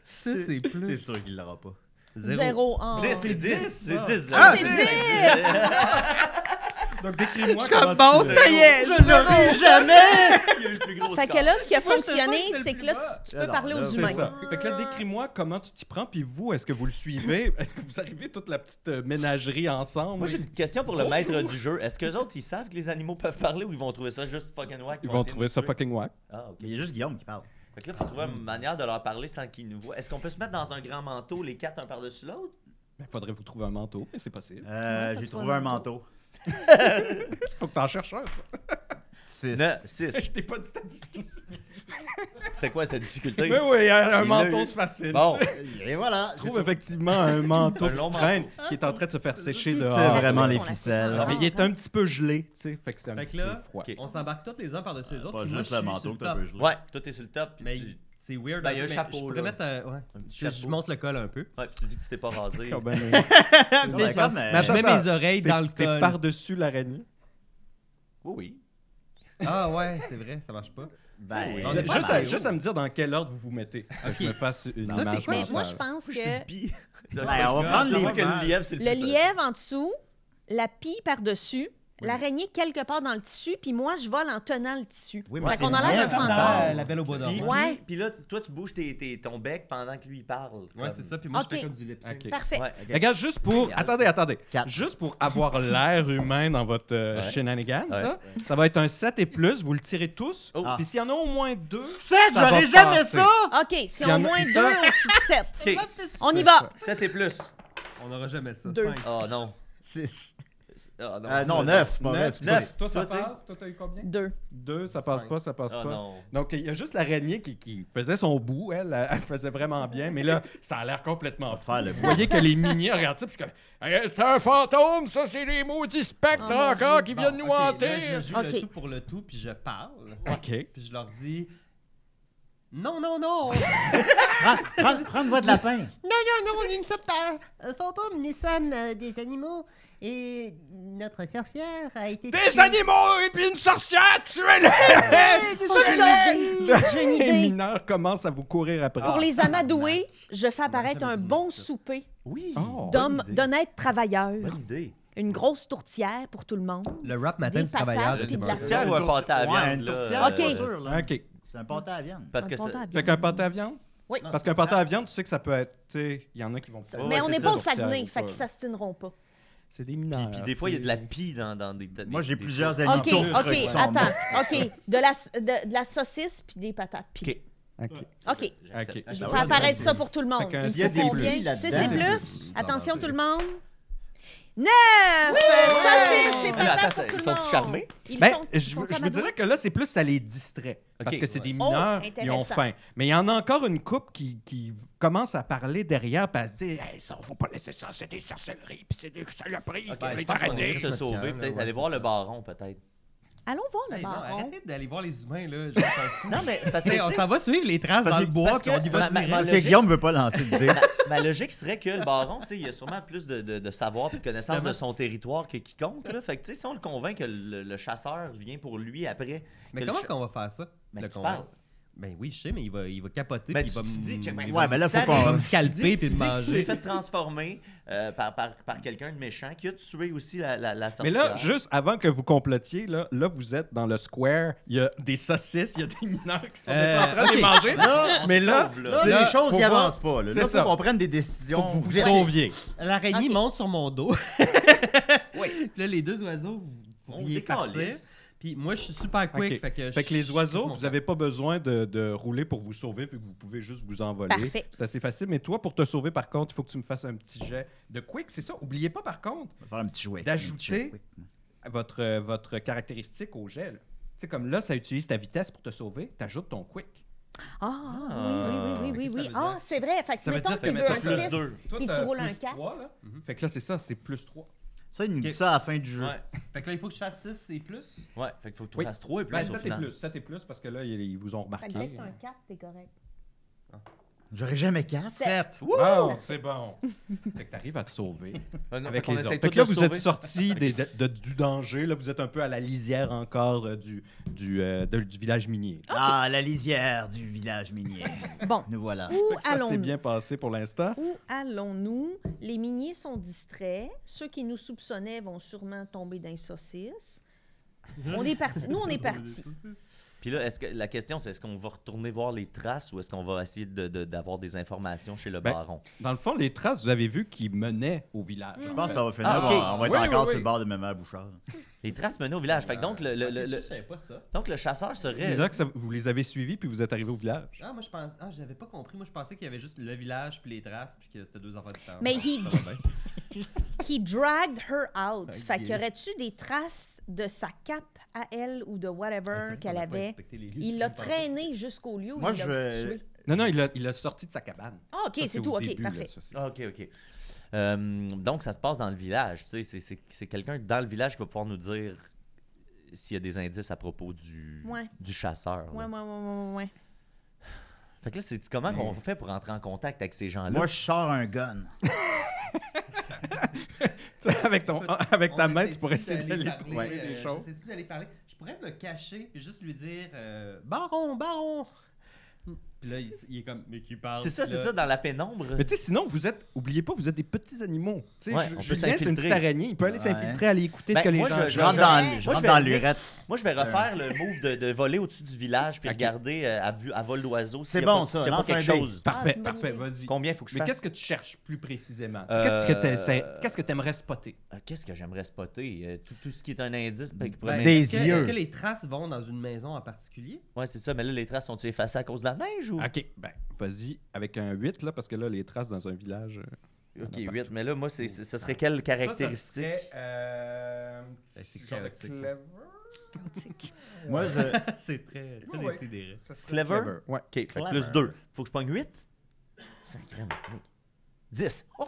[SPEAKER 4] Ça, c'est
[SPEAKER 2] C'est
[SPEAKER 4] plus.
[SPEAKER 2] sûr qu'il l'aura pas.
[SPEAKER 5] Zéro en.
[SPEAKER 3] 10, c'est 10, c'est 10.
[SPEAKER 6] Ah,
[SPEAKER 5] c'est
[SPEAKER 6] Donc, décris-moi
[SPEAKER 4] comme
[SPEAKER 6] comment tu
[SPEAKER 4] bon,
[SPEAKER 6] le-
[SPEAKER 4] ça y est,
[SPEAKER 2] Je ne l'aurai jamais.
[SPEAKER 3] Il y a eu le plus gros
[SPEAKER 5] Fait que
[SPEAKER 3] score.
[SPEAKER 5] là, ce qui a
[SPEAKER 4] Moi, je te
[SPEAKER 5] fonctionné,
[SPEAKER 4] sens que c'était le
[SPEAKER 5] c'est
[SPEAKER 4] plus
[SPEAKER 5] que là,
[SPEAKER 4] bas. Ah
[SPEAKER 5] tu, tu
[SPEAKER 2] Alors,
[SPEAKER 5] peux parler
[SPEAKER 2] là,
[SPEAKER 5] aux
[SPEAKER 2] c'est
[SPEAKER 5] humains.
[SPEAKER 6] C'est ça. Fait que là, décris-moi comment tu t'y prends, puis vous, est-ce que vous le suivez? Est-ce que vous arrivez toute la petite euh, ménagerie ensemble?
[SPEAKER 3] Moi, j'ai une question pour le maître du jeu. Est-ce qu'eux autres, ils savent que les animaux peuvent parler ou ils vont trouver ça juste fucking whack?
[SPEAKER 6] Ils vont
[SPEAKER 3] essayer de
[SPEAKER 6] trouver
[SPEAKER 3] nous
[SPEAKER 6] ça
[SPEAKER 3] tuer?
[SPEAKER 6] fucking whack.
[SPEAKER 3] Ah, ok.
[SPEAKER 2] Mais il y a juste Guillaume qui parle.
[SPEAKER 3] Fait que là, faut trouver une manière de leur parler sans qu'ils nous voient. Est-ce qu'on peut se mettre dans un grand manteau, les quatre, un par-dessus l'autre?
[SPEAKER 6] Il Ben, faudrait vous trouver un manteau, mais c'est possible.
[SPEAKER 2] Euh,
[SPEAKER 5] parce
[SPEAKER 2] j'ai
[SPEAKER 5] qu'on
[SPEAKER 2] trouvé
[SPEAKER 5] a
[SPEAKER 2] un
[SPEAKER 5] un
[SPEAKER 2] manteau.
[SPEAKER 6] Faut que t'en cherches un, toi.
[SPEAKER 2] Six.
[SPEAKER 3] 6.
[SPEAKER 6] Je t'ai pas dit ta difficulté.
[SPEAKER 3] C'était quoi cette difficulté?
[SPEAKER 6] Mais oui, un
[SPEAKER 3] Il
[SPEAKER 6] manteau,
[SPEAKER 3] l'a eu.
[SPEAKER 6] c'est facile.
[SPEAKER 3] Bon,
[SPEAKER 2] Et voilà.
[SPEAKER 6] Tu trouves effectivement un manteau
[SPEAKER 3] Un
[SPEAKER 6] qui
[SPEAKER 3] long
[SPEAKER 6] traîne, qui est en train de se faire sécher
[SPEAKER 2] C'est
[SPEAKER 6] dehors.
[SPEAKER 2] vraiment
[SPEAKER 5] Attends,
[SPEAKER 2] les
[SPEAKER 5] on la
[SPEAKER 2] ficelles.
[SPEAKER 5] fait.
[SPEAKER 6] Mais il est un petit peu gelé, tu sais, fait que c'est un
[SPEAKER 4] Fait que
[SPEAKER 6] petit
[SPEAKER 4] là,
[SPEAKER 6] peu froid.
[SPEAKER 3] ok.
[SPEAKER 4] On s'embarque tous les uns par-dessus les autres.
[SPEAKER 2] Euh, Pas
[SPEAKER 4] puis moi,
[SPEAKER 2] juste
[SPEAKER 4] je
[SPEAKER 2] le
[SPEAKER 4] suis
[SPEAKER 2] manteau
[SPEAKER 4] sur le
[SPEAKER 2] que t'as
[SPEAKER 4] top.
[SPEAKER 2] peu gelé.
[SPEAKER 3] ouais, toi, t'es sur le top, puis
[SPEAKER 4] Mais
[SPEAKER 3] tu...
[SPEAKER 4] c'est weird.
[SPEAKER 3] Ben, il y a un
[SPEAKER 4] mais
[SPEAKER 3] chapeau,
[SPEAKER 4] Je
[SPEAKER 3] là.
[SPEAKER 4] pourrais mettre un. Ouais.
[SPEAKER 3] Un petit
[SPEAKER 4] Je, je
[SPEAKER 3] chapeau.
[SPEAKER 4] monte le col un peu.
[SPEAKER 3] Ouais, puis tu dis que tu t'es pas rasé.
[SPEAKER 6] Ah ben,
[SPEAKER 2] Non,
[SPEAKER 4] Mais
[SPEAKER 2] d'accord,
[SPEAKER 4] je-
[SPEAKER 2] mais-
[SPEAKER 4] mais je mets
[SPEAKER 6] Attends,
[SPEAKER 4] mes oreilles dans le
[SPEAKER 6] t'es- T'es
[SPEAKER 4] col.
[SPEAKER 6] par-dessus l'araignée.
[SPEAKER 3] Oui, oui.
[SPEAKER 4] Ah ouais, c'est vrai, ça marche pas.
[SPEAKER 2] Ben,
[SPEAKER 4] On est pas
[SPEAKER 6] Juste
[SPEAKER 4] mal.
[SPEAKER 6] à, juste à me dire dans quel ordre vous vous mettez. Que Ah, Je me fasse une
[SPEAKER 4] t'es
[SPEAKER 6] image
[SPEAKER 4] quoi?
[SPEAKER 5] Mais moi,
[SPEAKER 6] mentale.
[SPEAKER 5] je pense que
[SPEAKER 3] J'étais une pie. C'est
[SPEAKER 2] Ben,
[SPEAKER 3] ça,
[SPEAKER 2] on
[SPEAKER 3] c'est
[SPEAKER 2] va prendre
[SPEAKER 3] ça.
[SPEAKER 2] les-
[SPEAKER 3] C'est sûr que le lièvre, c'est le
[SPEAKER 5] le
[SPEAKER 3] plus-
[SPEAKER 5] lièvre en dessous, la pie par-dessus, l'araignée quelque part dans le tissu, puis moi, je vole en tenant le tissu.
[SPEAKER 2] Oui, mais
[SPEAKER 5] fait
[SPEAKER 2] c'est
[SPEAKER 5] qu'on a
[SPEAKER 2] une
[SPEAKER 5] l'air d'un
[SPEAKER 2] lièvre.
[SPEAKER 5] fantôme.
[SPEAKER 4] Ah, la belle au bois
[SPEAKER 3] Puis,
[SPEAKER 4] dormant.
[SPEAKER 5] Ouais.
[SPEAKER 3] puis, puis là, toi, tu bouges tes, tes- ton bec pendant que lui, il parle.
[SPEAKER 4] Ouais,
[SPEAKER 3] comme-
[SPEAKER 4] c'est ça. Puis moi,
[SPEAKER 5] Ok.
[SPEAKER 4] je fais comme du lip sync.
[SPEAKER 6] Ok.
[SPEAKER 5] Parfait.
[SPEAKER 3] Ouais.
[SPEAKER 2] Ok.
[SPEAKER 6] Regarde, juste pour.
[SPEAKER 3] Génial,
[SPEAKER 6] Attendez, attendez.
[SPEAKER 2] Quatre.
[SPEAKER 6] Juste pour avoir l'air humain dans votre euh,
[SPEAKER 3] Ouais.
[SPEAKER 6] shenanigan,
[SPEAKER 3] Ouais.
[SPEAKER 6] ça, ça va être un 7 et plus. Vous le tirez tous.
[SPEAKER 3] Oh.
[SPEAKER 6] Puis s'il y en a au moins deux.
[SPEAKER 2] Sept,
[SPEAKER 6] Ça
[SPEAKER 2] j'aurais
[SPEAKER 6] va
[SPEAKER 2] jamais
[SPEAKER 6] passer.
[SPEAKER 2] ça.
[SPEAKER 5] OK, c'est
[SPEAKER 6] y
[SPEAKER 5] au
[SPEAKER 6] en a-
[SPEAKER 5] moins
[SPEAKER 6] puis
[SPEAKER 5] deux
[SPEAKER 6] ça-
[SPEAKER 5] au-dessus de sept.
[SPEAKER 3] Ok.
[SPEAKER 5] On y va.
[SPEAKER 3] 7 et plus.
[SPEAKER 4] On n'aura jamais ça.
[SPEAKER 5] Deux.
[SPEAKER 4] Cinq.
[SPEAKER 3] Oh non.
[SPEAKER 2] Six.
[SPEAKER 3] Ah
[SPEAKER 2] Euh, non, neuf. pas vrai,
[SPEAKER 6] Neuf.
[SPEAKER 2] excusez.
[SPEAKER 3] Neuf.
[SPEAKER 6] Toi, ça
[SPEAKER 3] Toi, tu sais.
[SPEAKER 6] passe. Toi, t'as eu combien
[SPEAKER 5] Deux.
[SPEAKER 6] Deux, ça passe
[SPEAKER 4] Cinq.
[SPEAKER 6] pas, ça passe
[SPEAKER 3] Ah
[SPEAKER 6] pas.
[SPEAKER 3] non.
[SPEAKER 6] Donc, il y a juste l'araignée qui, qui faisait son bout. Elle, elle, elle faisait vraiment bien. Mais là, ça a l'air complètement fou.
[SPEAKER 2] Faire le
[SPEAKER 6] Vous
[SPEAKER 2] bout.
[SPEAKER 6] voyez que les miniers regardent ça. Puis que. Hey, c'est un fantôme, ça, c'est les maudits spectres
[SPEAKER 5] Oh, mon
[SPEAKER 6] encore qui
[SPEAKER 4] Bon,
[SPEAKER 6] viennent nous
[SPEAKER 4] ok, là,
[SPEAKER 6] hanter.
[SPEAKER 4] Je joue
[SPEAKER 5] Ok.
[SPEAKER 4] le tout pour le tout, puis je parle.
[SPEAKER 6] OK.
[SPEAKER 4] Puis je leur dis. Non, non, non!
[SPEAKER 2] Prends- Prends prends une voix de lapin.
[SPEAKER 9] Non, non, non, nous ne sommes pas euh, fantômes, nous sommes euh, des animaux. Et notre sorcière a été.
[SPEAKER 6] Des
[SPEAKER 9] tuée.
[SPEAKER 6] animaux et puis une sorcière, tuez-les!
[SPEAKER 9] Eh, nous
[SPEAKER 5] Oh,
[SPEAKER 9] sommes
[SPEAKER 5] j'ai
[SPEAKER 9] gentils.
[SPEAKER 5] une idée, j'ai une
[SPEAKER 6] Les
[SPEAKER 5] idée. Ah.
[SPEAKER 6] mineurs commencent à vous courir après.
[SPEAKER 5] Pour les amadoués, je fais
[SPEAKER 4] On a
[SPEAKER 5] apparaître
[SPEAKER 4] jamais
[SPEAKER 5] un
[SPEAKER 4] dit
[SPEAKER 5] bon
[SPEAKER 4] ça.
[SPEAKER 5] souper
[SPEAKER 3] Oui.
[SPEAKER 6] Oh,
[SPEAKER 5] d'hommes-
[SPEAKER 3] bonne idée.
[SPEAKER 5] d'honnêtes travailleurs.
[SPEAKER 3] Bonne idée.
[SPEAKER 5] une grosse tourtière pour tout le monde.
[SPEAKER 8] Le rap matin
[SPEAKER 5] Des
[SPEAKER 8] du travailleur de
[SPEAKER 5] patates puis de la
[SPEAKER 8] Tim Burton.
[SPEAKER 5] sauce.
[SPEAKER 3] Tiens, ou un
[SPEAKER 2] tourti-
[SPEAKER 3] pâté à
[SPEAKER 2] ouais,
[SPEAKER 3] viande,
[SPEAKER 2] une
[SPEAKER 3] là,
[SPEAKER 2] tourtière,
[SPEAKER 5] Ok.
[SPEAKER 2] c'est sûr, là.
[SPEAKER 6] OK.
[SPEAKER 2] C'est un pâté à viande.
[SPEAKER 3] Parce que
[SPEAKER 5] Un
[SPEAKER 3] ça-
[SPEAKER 5] ponton à
[SPEAKER 6] Fait
[SPEAKER 5] viande.
[SPEAKER 6] qu'un pâté à viande?
[SPEAKER 5] Oui.
[SPEAKER 6] Parce qu'un pâté à viande, tu sais que ça peut être. Tu sais, il y en a qui vont pas.
[SPEAKER 5] Mais
[SPEAKER 3] Ouais,
[SPEAKER 5] on
[SPEAKER 3] c'est
[SPEAKER 5] n'est
[SPEAKER 3] ça,
[SPEAKER 5] pas au
[SPEAKER 3] donc ça
[SPEAKER 5] Saguenay,
[SPEAKER 3] arrive
[SPEAKER 5] fait
[SPEAKER 3] pas.
[SPEAKER 5] qu'ils s'astineront pas.
[SPEAKER 6] C'est des
[SPEAKER 3] Puis,
[SPEAKER 6] mineurs.
[SPEAKER 3] puis des fois, il y a de
[SPEAKER 6] tu sais.
[SPEAKER 3] la pie dans, dans des, des-
[SPEAKER 2] Moi, j'ai
[SPEAKER 3] des-
[SPEAKER 2] plusieurs amis
[SPEAKER 5] OK,
[SPEAKER 2] tourtes
[SPEAKER 5] OK,
[SPEAKER 2] qui sont
[SPEAKER 5] attends.
[SPEAKER 2] morts.
[SPEAKER 5] OK, de la, de, de la saucisse puis des patates pilées.
[SPEAKER 6] OK.
[SPEAKER 5] OK.
[SPEAKER 3] J'accepte.
[SPEAKER 6] Ok.
[SPEAKER 5] Je vais
[SPEAKER 2] Ah
[SPEAKER 5] faire
[SPEAKER 2] ouais,
[SPEAKER 5] apparaître
[SPEAKER 2] c'est-
[SPEAKER 5] ça pour tout le monde.
[SPEAKER 6] Fait qu'un
[SPEAKER 5] Ils
[SPEAKER 2] six
[SPEAKER 5] se font
[SPEAKER 2] et
[SPEAKER 5] bien.
[SPEAKER 2] plus là-dedans.
[SPEAKER 5] Six et plus.
[SPEAKER 3] Non, non,
[SPEAKER 5] Attention
[SPEAKER 3] c'est-
[SPEAKER 5] tout le monde. Neuf! Saucisses et
[SPEAKER 3] Mais là,
[SPEAKER 5] patates
[SPEAKER 3] attends,
[SPEAKER 5] pour tout
[SPEAKER 3] ils
[SPEAKER 5] le
[SPEAKER 3] sont
[SPEAKER 5] monde.
[SPEAKER 3] charmés?
[SPEAKER 5] Ils
[SPEAKER 6] Ben,
[SPEAKER 5] sont-
[SPEAKER 6] je,
[SPEAKER 5] ils sont
[SPEAKER 6] je vous
[SPEAKER 5] amadoués?
[SPEAKER 6] dirais que là, c'est plus ça les distrait. Parce
[SPEAKER 3] Ok,
[SPEAKER 6] que c'est des
[SPEAKER 3] ouais.
[SPEAKER 6] mineurs, ils ont
[SPEAKER 5] intéressant.
[SPEAKER 6] faim. Mais il y en a encore une couple qui, qui commence à parler derrière et à se dire Hey, ça, faut pas laisser ça, c'est des sorcelleries, puis c'est des saloperies.
[SPEAKER 3] Ok,
[SPEAKER 6] puis on
[SPEAKER 3] je
[SPEAKER 6] est
[SPEAKER 3] pense qu'on
[SPEAKER 6] arrêtés.
[SPEAKER 3] devrait se sauver,
[SPEAKER 8] Ouais,
[SPEAKER 3] peut-être
[SPEAKER 8] c'est
[SPEAKER 3] aller voir
[SPEAKER 8] ça.
[SPEAKER 3] le baron, peut-être.
[SPEAKER 5] Allons voir le
[SPEAKER 8] Hey, non,
[SPEAKER 5] baron.
[SPEAKER 8] arrêtez d'aller voir les humains, là. je m'en fous.
[SPEAKER 3] Non, mais c'est parce que,
[SPEAKER 8] Hey, on
[SPEAKER 3] tu sais,
[SPEAKER 8] s'en va suivre les traces
[SPEAKER 3] parce
[SPEAKER 8] dans
[SPEAKER 3] que-
[SPEAKER 8] le bois,
[SPEAKER 3] parce
[SPEAKER 8] puis on y
[SPEAKER 3] que-
[SPEAKER 8] va
[SPEAKER 3] ma- ma-
[SPEAKER 8] direct.
[SPEAKER 3] ma-
[SPEAKER 2] Parce que Guillaume veut pas lancer de dé.
[SPEAKER 3] ma logique serait que le baron, tu sais, il a sûrement plus de, de, de savoir et de connaissance de son territoire que quiconque. Là. Fait que, tu sais, si on le convainc que le, le chasseur vient pour lui après.
[SPEAKER 8] Mais
[SPEAKER 3] que le
[SPEAKER 8] comment
[SPEAKER 3] cha-
[SPEAKER 8] qu'on va faire ça?
[SPEAKER 3] Ben,
[SPEAKER 8] le
[SPEAKER 3] tu
[SPEAKER 8] combat?
[SPEAKER 3] parles.
[SPEAKER 8] Ben oui, je sais, mais il va, il va capoter.
[SPEAKER 3] Ben,
[SPEAKER 8] puis
[SPEAKER 3] tu-
[SPEAKER 8] il va
[SPEAKER 3] tu
[SPEAKER 8] me-
[SPEAKER 3] dis, check my
[SPEAKER 8] il
[SPEAKER 3] son,
[SPEAKER 8] va
[SPEAKER 2] Ouais, mais là,
[SPEAKER 3] tu
[SPEAKER 2] faut
[SPEAKER 3] t'arrives.
[SPEAKER 8] il va
[SPEAKER 2] qu'on.
[SPEAKER 8] me scalper puis me
[SPEAKER 3] Tu dis que tu t'es
[SPEAKER 8] manger.
[SPEAKER 3] fait transformer euh, par, par, par quelqu'un de méchant qui a tué aussi la, la, la
[SPEAKER 6] Mais
[SPEAKER 3] sorcière.
[SPEAKER 6] là, juste avant que vous complotiez, là, là, vous êtes dans le square, il y a des saucisses, il y a des mineurs qui sont
[SPEAKER 8] Euh,
[SPEAKER 6] déjà en train de les
[SPEAKER 8] ok.
[SPEAKER 6] manger.
[SPEAKER 2] Là,
[SPEAKER 3] On
[SPEAKER 6] mais
[SPEAKER 3] se
[SPEAKER 6] là,
[SPEAKER 3] sauve,
[SPEAKER 2] là,
[SPEAKER 6] Là,
[SPEAKER 2] les choses
[SPEAKER 6] faut
[SPEAKER 2] qui
[SPEAKER 6] voir-
[SPEAKER 2] avancent pas. Là,
[SPEAKER 6] C'est
[SPEAKER 2] là faut
[SPEAKER 6] ça.
[SPEAKER 2] qu'on prenne des
[SPEAKER 6] Faut
[SPEAKER 2] décisions.
[SPEAKER 6] que vous vous
[SPEAKER 2] vite.
[SPEAKER 6] sauviez.
[SPEAKER 8] L'araignée
[SPEAKER 5] Ok.
[SPEAKER 8] monte sur mon dos.
[SPEAKER 3] Oui.
[SPEAKER 8] Puis là, les deux oiseaux,
[SPEAKER 3] On
[SPEAKER 8] vous pourriez partir.
[SPEAKER 3] décalisse.
[SPEAKER 8] Puis moi, je suis super quick.
[SPEAKER 6] Ok.
[SPEAKER 8] Fait, que
[SPEAKER 6] Fait que les
[SPEAKER 8] je-
[SPEAKER 6] oiseaux,
[SPEAKER 8] je-
[SPEAKER 6] vous n'avez pas besoin de, de rouler pour vous sauver, vu que vous pouvez juste vous envoler.
[SPEAKER 5] Parfait.
[SPEAKER 6] C'est assez facile. Mais toi, pour te sauver, par contre, il faut que tu me fasses un petit jet de quick. C'est ça. Oubliez pas, par contre,
[SPEAKER 2] On va faire un petit jouet.
[SPEAKER 6] D'ajouter-
[SPEAKER 2] Un petit jouet, oui.
[SPEAKER 6] votre, euh, votre caractéristique au gel. Tu sais, comme là, ça utilise ta vitesse pour te sauver. T'ajoutes ton quick.
[SPEAKER 5] Ah,
[SPEAKER 3] Ah,
[SPEAKER 5] oui, oui, oui, oui,
[SPEAKER 8] qu'est-ce que
[SPEAKER 5] oui.
[SPEAKER 8] ça veut
[SPEAKER 5] Ah,
[SPEAKER 8] dire?
[SPEAKER 5] c'est vrai. Fait que
[SPEAKER 6] Ça veut
[SPEAKER 5] mettons
[SPEAKER 6] dire
[SPEAKER 5] que
[SPEAKER 6] que
[SPEAKER 5] tu veux
[SPEAKER 6] mettons
[SPEAKER 5] un
[SPEAKER 6] plus
[SPEAKER 5] 6.
[SPEAKER 6] deux.
[SPEAKER 5] puis
[SPEAKER 6] t'as
[SPEAKER 5] tu roules
[SPEAKER 6] plus
[SPEAKER 5] un quatre.
[SPEAKER 6] trois, là.
[SPEAKER 8] Mhm.
[SPEAKER 6] Fait que là, c'est ça, c'est plus 3.
[SPEAKER 2] Ça, il nous dit
[SPEAKER 8] Ok.
[SPEAKER 2] ça à la fin du jeu.
[SPEAKER 3] Ouais,
[SPEAKER 8] Fait que là, il faut que je fasse 6 et plus.
[SPEAKER 3] ouais. Fait qu'il faut que tu
[SPEAKER 6] Oui.
[SPEAKER 3] fasses trois et plus.
[SPEAKER 6] Ben,
[SPEAKER 3] au
[SPEAKER 6] 7 et
[SPEAKER 3] final.
[SPEAKER 6] plus. 7 et plus, parce que là, ils ils vous ont
[SPEAKER 5] Fait
[SPEAKER 6] remarqué.
[SPEAKER 5] que dès que t'as un 4, t'es correct.
[SPEAKER 2] J'aurais jamais casse.
[SPEAKER 5] Sept.
[SPEAKER 6] Bon, c'est bon. fait que t'arrives à te sauver
[SPEAKER 3] Ouais, non,
[SPEAKER 6] avec
[SPEAKER 3] qu'on
[SPEAKER 6] les
[SPEAKER 3] essaye
[SPEAKER 6] autres. Ah
[SPEAKER 3] tous
[SPEAKER 6] Fait que là,
[SPEAKER 3] de le
[SPEAKER 6] vous êtes
[SPEAKER 3] sauver.
[SPEAKER 6] sortis des- de- de- du danger. Là, vous êtes un peu à la lisière encore euh, du, du, euh, de- du village minier.
[SPEAKER 2] Ah, la lisière du village minier.
[SPEAKER 5] Bon.
[SPEAKER 2] Nous voilà.
[SPEAKER 5] Où
[SPEAKER 6] Fait que ça s'est
[SPEAKER 5] allons-nous?
[SPEAKER 6] bien passé pour l'instant.
[SPEAKER 5] Où allons-nous? Les miniers sont distraits. Ceux qui nous soupçonnaient vont sûrement tomber dans les saucisses. On est parti. Nous, on est parti.
[SPEAKER 3] Puis là, est-ce que, la question, c'est est-ce qu'on va retourner voir les traces ou est-ce qu'on va essayer de- de- d'avoir des informations chez le
[SPEAKER 6] Ben,
[SPEAKER 3] baron?
[SPEAKER 6] Dans le fond, les traces, vous avez vu qui menaient au village.
[SPEAKER 2] Je
[SPEAKER 5] Mm.
[SPEAKER 6] en
[SPEAKER 2] pense que
[SPEAKER 6] fait.
[SPEAKER 2] ça va finir.
[SPEAKER 3] Ah, ok.
[SPEAKER 2] On va être
[SPEAKER 6] Oui,
[SPEAKER 2] encore
[SPEAKER 6] oui,
[SPEAKER 2] sur
[SPEAKER 6] oui.
[SPEAKER 2] le bord de ma mère Bouchard.
[SPEAKER 3] Les traces menées au village. Fait que donc, le, le-
[SPEAKER 8] Ah, Ok,
[SPEAKER 3] le-
[SPEAKER 8] je
[SPEAKER 3] le-
[SPEAKER 8] savais pas ça.
[SPEAKER 3] donc, le chasseur serait.
[SPEAKER 6] C'est là que ça- vous les avez suivis, puis vous êtes arrivés au village.
[SPEAKER 8] Ah, moi, je pense. Ah, j'avais pas compris. Moi, je pensais qu'il y avait juste le village puis les traces puis que c'était deux Ah, enfants différents.
[SPEAKER 5] Mais he-
[SPEAKER 8] Ça va bien.
[SPEAKER 5] He dragged her out. Fait
[SPEAKER 8] Ok.
[SPEAKER 5] qu'il y aurait-tu des traces de sa cape à elle ou de
[SPEAKER 8] Ah, c'est
[SPEAKER 5] whatever
[SPEAKER 8] vrai qu'on
[SPEAKER 5] qu'elle
[SPEAKER 8] a pas
[SPEAKER 5] avait?
[SPEAKER 8] inspecté les lieux
[SPEAKER 5] Il
[SPEAKER 8] du
[SPEAKER 5] l'a
[SPEAKER 8] crime,
[SPEAKER 5] traînée jusqu'au lieu où
[SPEAKER 2] Moi,
[SPEAKER 5] il
[SPEAKER 2] je
[SPEAKER 5] l'a
[SPEAKER 2] vais-
[SPEAKER 5] tué.
[SPEAKER 6] Non, non, il l'a- il l'a sorti de sa cabane.
[SPEAKER 5] Ah, OK,
[SPEAKER 6] Ça,
[SPEAKER 5] c'est
[SPEAKER 6] au
[SPEAKER 5] tout. OK,
[SPEAKER 6] début, là,
[SPEAKER 5] parfait.
[SPEAKER 6] ça, c'est-
[SPEAKER 3] Ah, ok, ok. Euh, donc, ça se passe dans le village. tu sais, c'est- C'est c'est quelqu'un dans le village qui va pouvoir nous dire s'il y a des indices à propos du,
[SPEAKER 5] Ouais.
[SPEAKER 3] du chasseur.
[SPEAKER 5] Ouais,
[SPEAKER 3] là.
[SPEAKER 5] ouais, ouais, ouais, ouais.
[SPEAKER 3] Fait que là, c'est comment qu'on fait pour entrer en contact avec ces gens-là?
[SPEAKER 2] Moi, je sors un gun.
[SPEAKER 6] Tu sais, avec ton, avec ta
[SPEAKER 8] On
[SPEAKER 6] main, tu
[SPEAKER 8] essaie-tu
[SPEAKER 6] pourrais essayer
[SPEAKER 8] d'aller
[SPEAKER 6] d'aller
[SPEAKER 8] parler,
[SPEAKER 6] trouver
[SPEAKER 8] euh,
[SPEAKER 6] des choses.
[SPEAKER 8] j'essaie-tu d'aller parler. Je pourrais me cacher puis juste lui dire euh, Baron,
[SPEAKER 5] bah,
[SPEAKER 8] Baron. Puis là, il, il est comme mais qui parle.
[SPEAKER 3] C'est ça,
[SPEAKER 8] puis
[SPEAKER 3] c'est
[SPEAKER 8] là-
[SPEAKER 3] ça, dans la pénombre.
[SPEAKER 6] Mais tu sais, sinon, vous êtes, oubliez pas, vous êtes des petits animaux. Tu sais,
[SPEAKER 3] Ouais,
[SPEAKER 6] Ju-
[SPEAKER 3] on peut
[SPEAKER 6] Julien, c'est une
[SPEAKER 3] s'infiltrer.
[SPEAKER 6] petite araignée. Il peut aller
[SPEAKER 2] Ouais.
[SPEAKER 6] s'infiltrer, aller écouter
[SPEAKER 3] Ben,
[SPEAKER 6] ce que les
[SPEAKER 3] moi,
[SPEAKER 6] gens.
[SPEAKER 2] Je
[SPEAKER 3] Je-
[SPEAKER 2] rentre
[SPEAKER 3] je-
[SPEAKER 2] dans,
[SPEAKER 5] je-
[SPEAKER 2] le- je
[SPEAKER 3] moi, je
[SPEAKER 2] rentre
[SPEAKER 3] vais
[SPEAKER 2] dans
[SPEAKER 3] venir.
[SPEAKER 2] l'urette.
[SPEAKER 3] Moi, je vais refaire le move de, de voler au-dessus du village puis
[SPEAKER 6] Ok.
[SPEAKER 3] regarder euh, à, vue, à vol d'oiseau
[SPEAKER 2] C'est
[SPEAKER 3] s'il y a
[SPEAKER 2] bon,
[SPEAKER 3] pas-
[SPEAKER 2] ça,
[SPEAKER 3] s'il y a pas
[SPEAKER 2] lance un
[SPEAKER 3] quelque
[SPEAKER 2] dé.
[SPEAKER 3] chose.
[SPEAKER 5] Ah,
[SPEAKER 6] Parfait,
[SPEAKER 5] c'est une bonne
[SPEAKER 6] parfait,
[SPEAKER 5] idée.
[SPEAKER 6] vas-y.
[SPEAKER 3] Combien faut que je
[SPEAKER 6] Mais
[SPEAKER 3] fasse?
[SPEAKER 6] qu'est-ce que tu cherches plus précisément?
[SPEAKER 3] Euh,
[SPEAKER 6] Qu'est-ce que t'essaies- Qu'est-ce que tu aimerais spotter?
[SPEAKER 3] Euh, Qu'est-ce que j'aimerais spotter? Euh, tout, tout ce qui est un indice. ben, qui pourrait
[SPEAKER 8] Ben,
[SPEAKER 3] m'aider.
[SPEAKER 2] Des
[SPEAKER 8] est-ce que-
[SPEAKER 2] yeux.
[SPEAKER 8] Est-ce que les traces vont dans une maison en particulier
[SPEAKER 3] Ouais, c'est ça, mais là, les traces sont-tu effacées à cause de la neige ou?
[SPEAKER 6] Ok, ben, vas-y avec un 8, là, parce que là, les traces dans un village. euh,
[SPEAKER 3] Ok, 8, mais là, moi, c'est, c'est- ce serait
[SPEAKER 2] Ah.
[SPEAKER 3] quelle caractéristique?
[SPEAKER 8] Ben, c'est genre de chaotique, clever.
[SPEAKER 2] Moi, je.
[SPEAKER 8] C'est très, très
[SPEAKER 6] Ouais.
[SPEAKER 8] décidé.
[SPEAKER 3] Clever?
[SPEAKER 6] Ouais.
[SPEAKER 3] Ok, fait que
[SPEAKER 2] Clever.
[SPEAKER 3] plus 2. Faut que je pogne 8? 5 10.
[SPEAKER 2] Oh!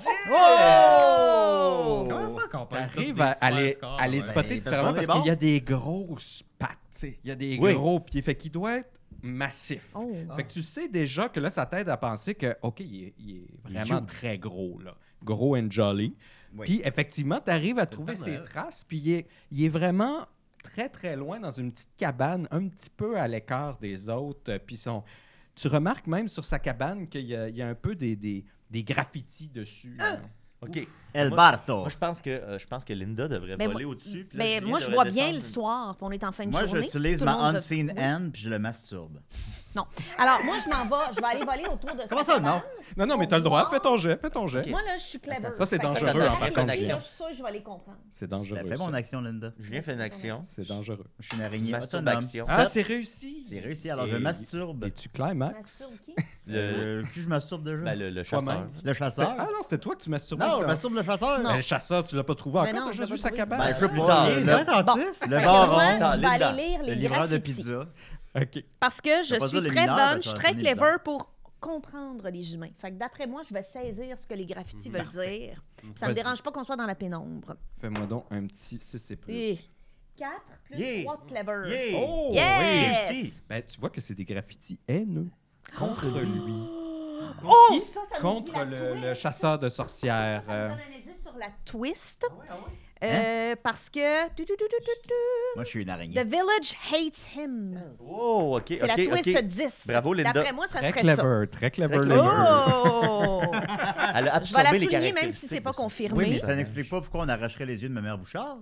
[SPEAKER 8] Comment ça qu'on parle
[SPEAKER 6] T'arrives à aller, aller
[SPEAKER 2] ouais.
[SPEAKER 6] spotter
[SPEAKER 2] Ben,
[SPEAKER 6] différemment
[SPEAKER 2] parce
[SPEAKER 6] parce
[SPEAKER 2] qu'on est
[SPEAKER 6] qu'il y a des grosses pattes, tu sais. Il y a des
[SPEAKER 3] Oui.
[SPEAKER 6] gros pieds. Fait qu'il doit être massif.
[SPEAKER 5] Oh.
[SPEAKER 2] Ah.
[SPEAKER 6] Fait que tu sais déjà que là, ça t'aide à penser que, OK, il est, il est vraiment très gros, là. Gros and jolly.
[SPEAKER 2] Oui.
[SPEAKER 6] Puis effectivement, tu arrives à trouver
[SPEAKER 8] Père
[SPEAKER 6] ses
[SPEAKER 8] Noël.
[SPEAKER 6] traces, puis il est, il est vraiment très, très loin dans une petite cabane, un petit peu à l'écart des autres. euh, Puis son...
[SPEAKER 2] Ah!
[SPEAKER 6] tu remarques même sur sa cabane qu'il y a, il y a un peu des, des, des graffitis dessus. là.
[SPEAKER 3] OK.
[SPEAKER 2] El
[SPEAKER 3] Moi-
[SPEAKER 2] Barto.
[SPEAKER 3] Moi, je pense que, euh, je pense que Linda devrait
[SPEAKER 5] Ben,
[SPEAKER 3] voler
[SPEAKER 5] moi-
[SPEAKER 3] au-dessus. puis là,
[SPEAKER 5] Mais
[SPEAKER 3] Julien
[SPEAKER 5] moi, je
[SPEAKER 3] devrait
[SPEAKER 5] vois bien le
[SPEAKER 3] descendre.
[SPEAKER 5] soir, puis on est en fin de
[SPEAKER 2] Moi,
[SPEAKER 5] journée.
[SPEAKER 2] j'utilise
[SPEAKER 5] Tout le
[SPEAKER 2] ma
[SPEAKER 5] monde va-
[SPEAKER 2] unseen
[SPEAKER 5] Oui.
[SPEAKER 2] hand puis je le masturbe.
[SPEAKER 5] Non. Alors, moi, je m'en vais. Je vais aller voler autour de
[SPEAKER 2] Comment
[SPEAKER 5] sa
[SPEAKER 2] ça, non?
[SPEAKER 5] cabane.
[SPEAKER 6] Non, non, mais
[SPEAKER 2] Oh
[SPEAKER 6] t'as le droit. Fais ton jet, fais ton jet.
[SPEAKER 5] Moi, là, je suis clever.
[SPEAKER 3] Attends,
[SPEAKER 6] ça, c'est
[SPEAKER 5] Fait que
[SPEAKER 6] dangereux,
[SPEAKER 5] dans
[SPEAKER 3] hein,
[SPEAKER 5] la
[SPEAKER 3] par contre,
[SPEAKER 5] réflexion,
[SPEAKER 3] Julien.
[SPEAKER 5] Je suis sûre que je vais les comprendre.
[SPEAKER 6] C'est
[SPEAKER 2] Je
[SPEAKER 6] dangereux.
[SPEAKER 2] Ben, fais mon
[SPEAKER 6] ça.
[SPEAKER 2] action, Linda.
[SPEAKER 3] Julien fait une action.
[SPEAKER 6] C'est dangereux.
[SPEAKER 2] Je suis une araignée autonome.
[SPEAKER 3] Masturbation.
[SPEAKER 6] Ah, c'est réussi.
[SPEAKER 2] C'est réussi, alors je
[SPEAKER 6] Et-
[SPEAKER 2] masturbe.
[SPEAKER 6] Et tu climax.
[SPEAKER 5] Masturbe qui?
[SPEAKER 3] Le,
[SPEAKER 2] Euh, qui je masturbe déjà?
[SPEAKER 3] ben, le, le chasseur.
[SPEAKER 6] Toi-même.
[SPEAKER 2] Le
[SPEAKER 6] C'était-
[SPEAKER 2] chasseur?
[SPEAKER 6] Ah non, c'était toi que tu masturbais.
[SPEAKER 2] Non, je
[SPEAKER 6] T'as-
[SPEAKER 2] masturbe le chasseur.
[SPEAKER 6] Ben, le chasseur, tu l'as pas trouvé
[SPEAKER 5] Mais
[SPEAKER 6] encore.
[SPEAKER 5] non,
[SPEAKER 6] T'as
[SPEAKER 5] je
[SPEAKER 6] juste
[SPEAKER 5] l'ai pas
[SPEAKER 6] vu sa
[SPEAKER 5] trouvé.
[SPEAKER 6] cabane.
[SPEAKER 2] Ben, je sais
[SPEAKER 3] plus
[SPEAKER 2] pas.
[SPEAKER 3] tard,
[SPEAKER 2] Le,
[SPEAKER 3] là.
[SPEAKER 8] attentif.
[SPEAKER 2] le
[SPEAKER 5] Fait que
[SPEAKER 2] baron,
[SPEAKER 5] moi, je vais
[SPEAKER 3] Linda,
[SPEAKER 5] aller lire
[SPEAKER 2] hein? le
[SPEAKER 5] les
[SPEAKER 2] livreur de
[SPEAKER 5] graffitis.
[SPEAKER 2] pizza.
[SPEAKER 6] OK.
[SPEAKER 5] Parce que je
[SPEAKER 2] pas
[SPEAKER 5] suis
[SPEAKER 2] ça, les
[SPEAKER 5] très
[SPEAKER 2] mineurs,
[SPEAKER 5] bonne,
[SPEAKER 2] ben,
[SPEAKER 5] je suis
[SPEAKER 2] ça
[SPEAKER 5] très
[SPEAKER 2] sonne bizarre.
[SPEAKER 5] clever pour comprendre les humains. Fait que d'après moi, je vais saisir ce que les graffitis veulent dire.
[SPEAKER 3] Mm-hmm.
[SPEAKER 5] Ça me
[SPEAKER 6] Vas-y.
[SPEAKER 5] dérange pas qu'on soit dans la pénombre.
[SPEAKER 6] Fais-moi donc un petit 6 et plus.
[SPEAKER 5] 4 plus
[SPEAKER 3] Mm. Yeah.
[SPEAKER 5] 3 clever.
[SPEAKER 3] Yeah!
[SPEAKER 6] Oh,
[SPEAKER 5] Yes!
[SPEAKER 6] oui, réussi. Ben, tu vois que c'est des graffitis haineux contre lui.
[SPEAKER 5] Oh,
[SPEAKER 6] Qui?
[SPEAKER 5] ça, ça me dit
[SPEAKER 6] contre
[SPEAKER 5] la
[SPEAKER 6] le,
[SPEAKER 5] twist.
[SPEAKER 6] le chasseur de sorcières.
[SPEAKER 5] Ça me
[SPEAKER 6] euh, Hein?
[SPEAKER 5] donne un indice sur la twist.
[SPEAKER 3] Ah
[SPEAKER 5] Euh, Parce que tu, tu, tu, tu, tu,
[SPEAKER 2] Moi, je suis une
[SPEAKER 5] tu,
[SPEAKER 2] araignée.
[SPEAKER 5] The Village hates him.
[SPEAKER 3] Oh, OK,
[SPEAKER 5] C'est
[SPEAKER 3] OK,
[SPEAKER 5] la twist
[SPEAKER 3] OK.
[SPEAKER 5] 10.
[SPEAKER 3] Bravo, Linda.
[SPEAKER 5] D'après moi, ça
[SPEAKER 6] très,
[SPEAKER 5] serait ça.
[SPEAKER 6] clever, très clever,
[SPEAKER 3] Très clever.
[SPEAKER 6] Linda.
[SPEAKER 5] Oh!
[SPEAKER 3] Ah, Elle a
[SPEAKER 5] Je vais
[SPEAKER 3] absorbé
[SPEAKER 5] la
[SPEAKER 3] les
[SPEAKER 5] souligner
[SPEAKER 3] caractéristiques
[SPEAKER 5] même si c'est pas
[SPEAKER 3] de son-
[SPEAKER 5] confirmé.
[SPEAKER 2] Oui, mais ça n'explique pas pourquoi on arracherait les yeux de ma mère Bouchard.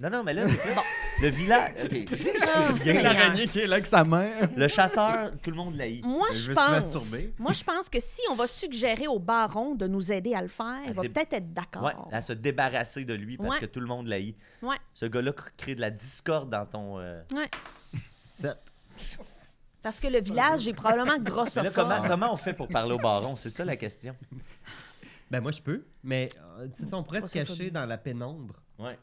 [SPEAKER 3] Non, non, mais là, c'est que le village... OK.
[SPEAKER 5] Oh, Seigneur.
[SPEAKER 6] qui est là avec sa mère.
[SPEAKER 3] Le chasseur, tout le monde l'haït.
[SPEAKER 5] Moi,
[SPEAKER 2] Je
[SPEAKER 5] je,
[SPEAKER 2] me suis
[SPEAKER 5] pense.
[SPEAKER 2] masturbé.
[SPEAKER 5] Moi, je pense que si on va suggérer au baron de nous aider à le faire, il va
[SPEAKER 3] dé-
[SPEAKER 5] peut-être être d'accord.
[SPEAKER 3] Ouais, à se débarrasser de lui parce
[SPEAKER 5] Ouais.
[SPEAKER 3] que tout le monde l'haït.
[SPEAKER 5] Ouais.
[SPEAKER 3] Ce gars-là cr- crée de la discorde dans ton... euh,
[SPEAKER 2] Sept.
[SPEAKER 5] Parce que le village est probablement
[SPEAKER 3] Mais là,
[SPEAKER 5] grossophobe.
[SPEAKER 3] comment, comment on fait pour parler au baron? C'est ça la question.
[SPEAKER 8] Ben moi je peux, mais euh, tu sais, si on pourrait
[SPEAKER 5] pas
[SPEAKER 8] se
[SPEAKER 5] ça,
[SPEAKER 8] cacher
[SPEAKER 5] Fabi.
[SPEAKER 8] dans la pénombre,
[SPEAKER 3] Ouais.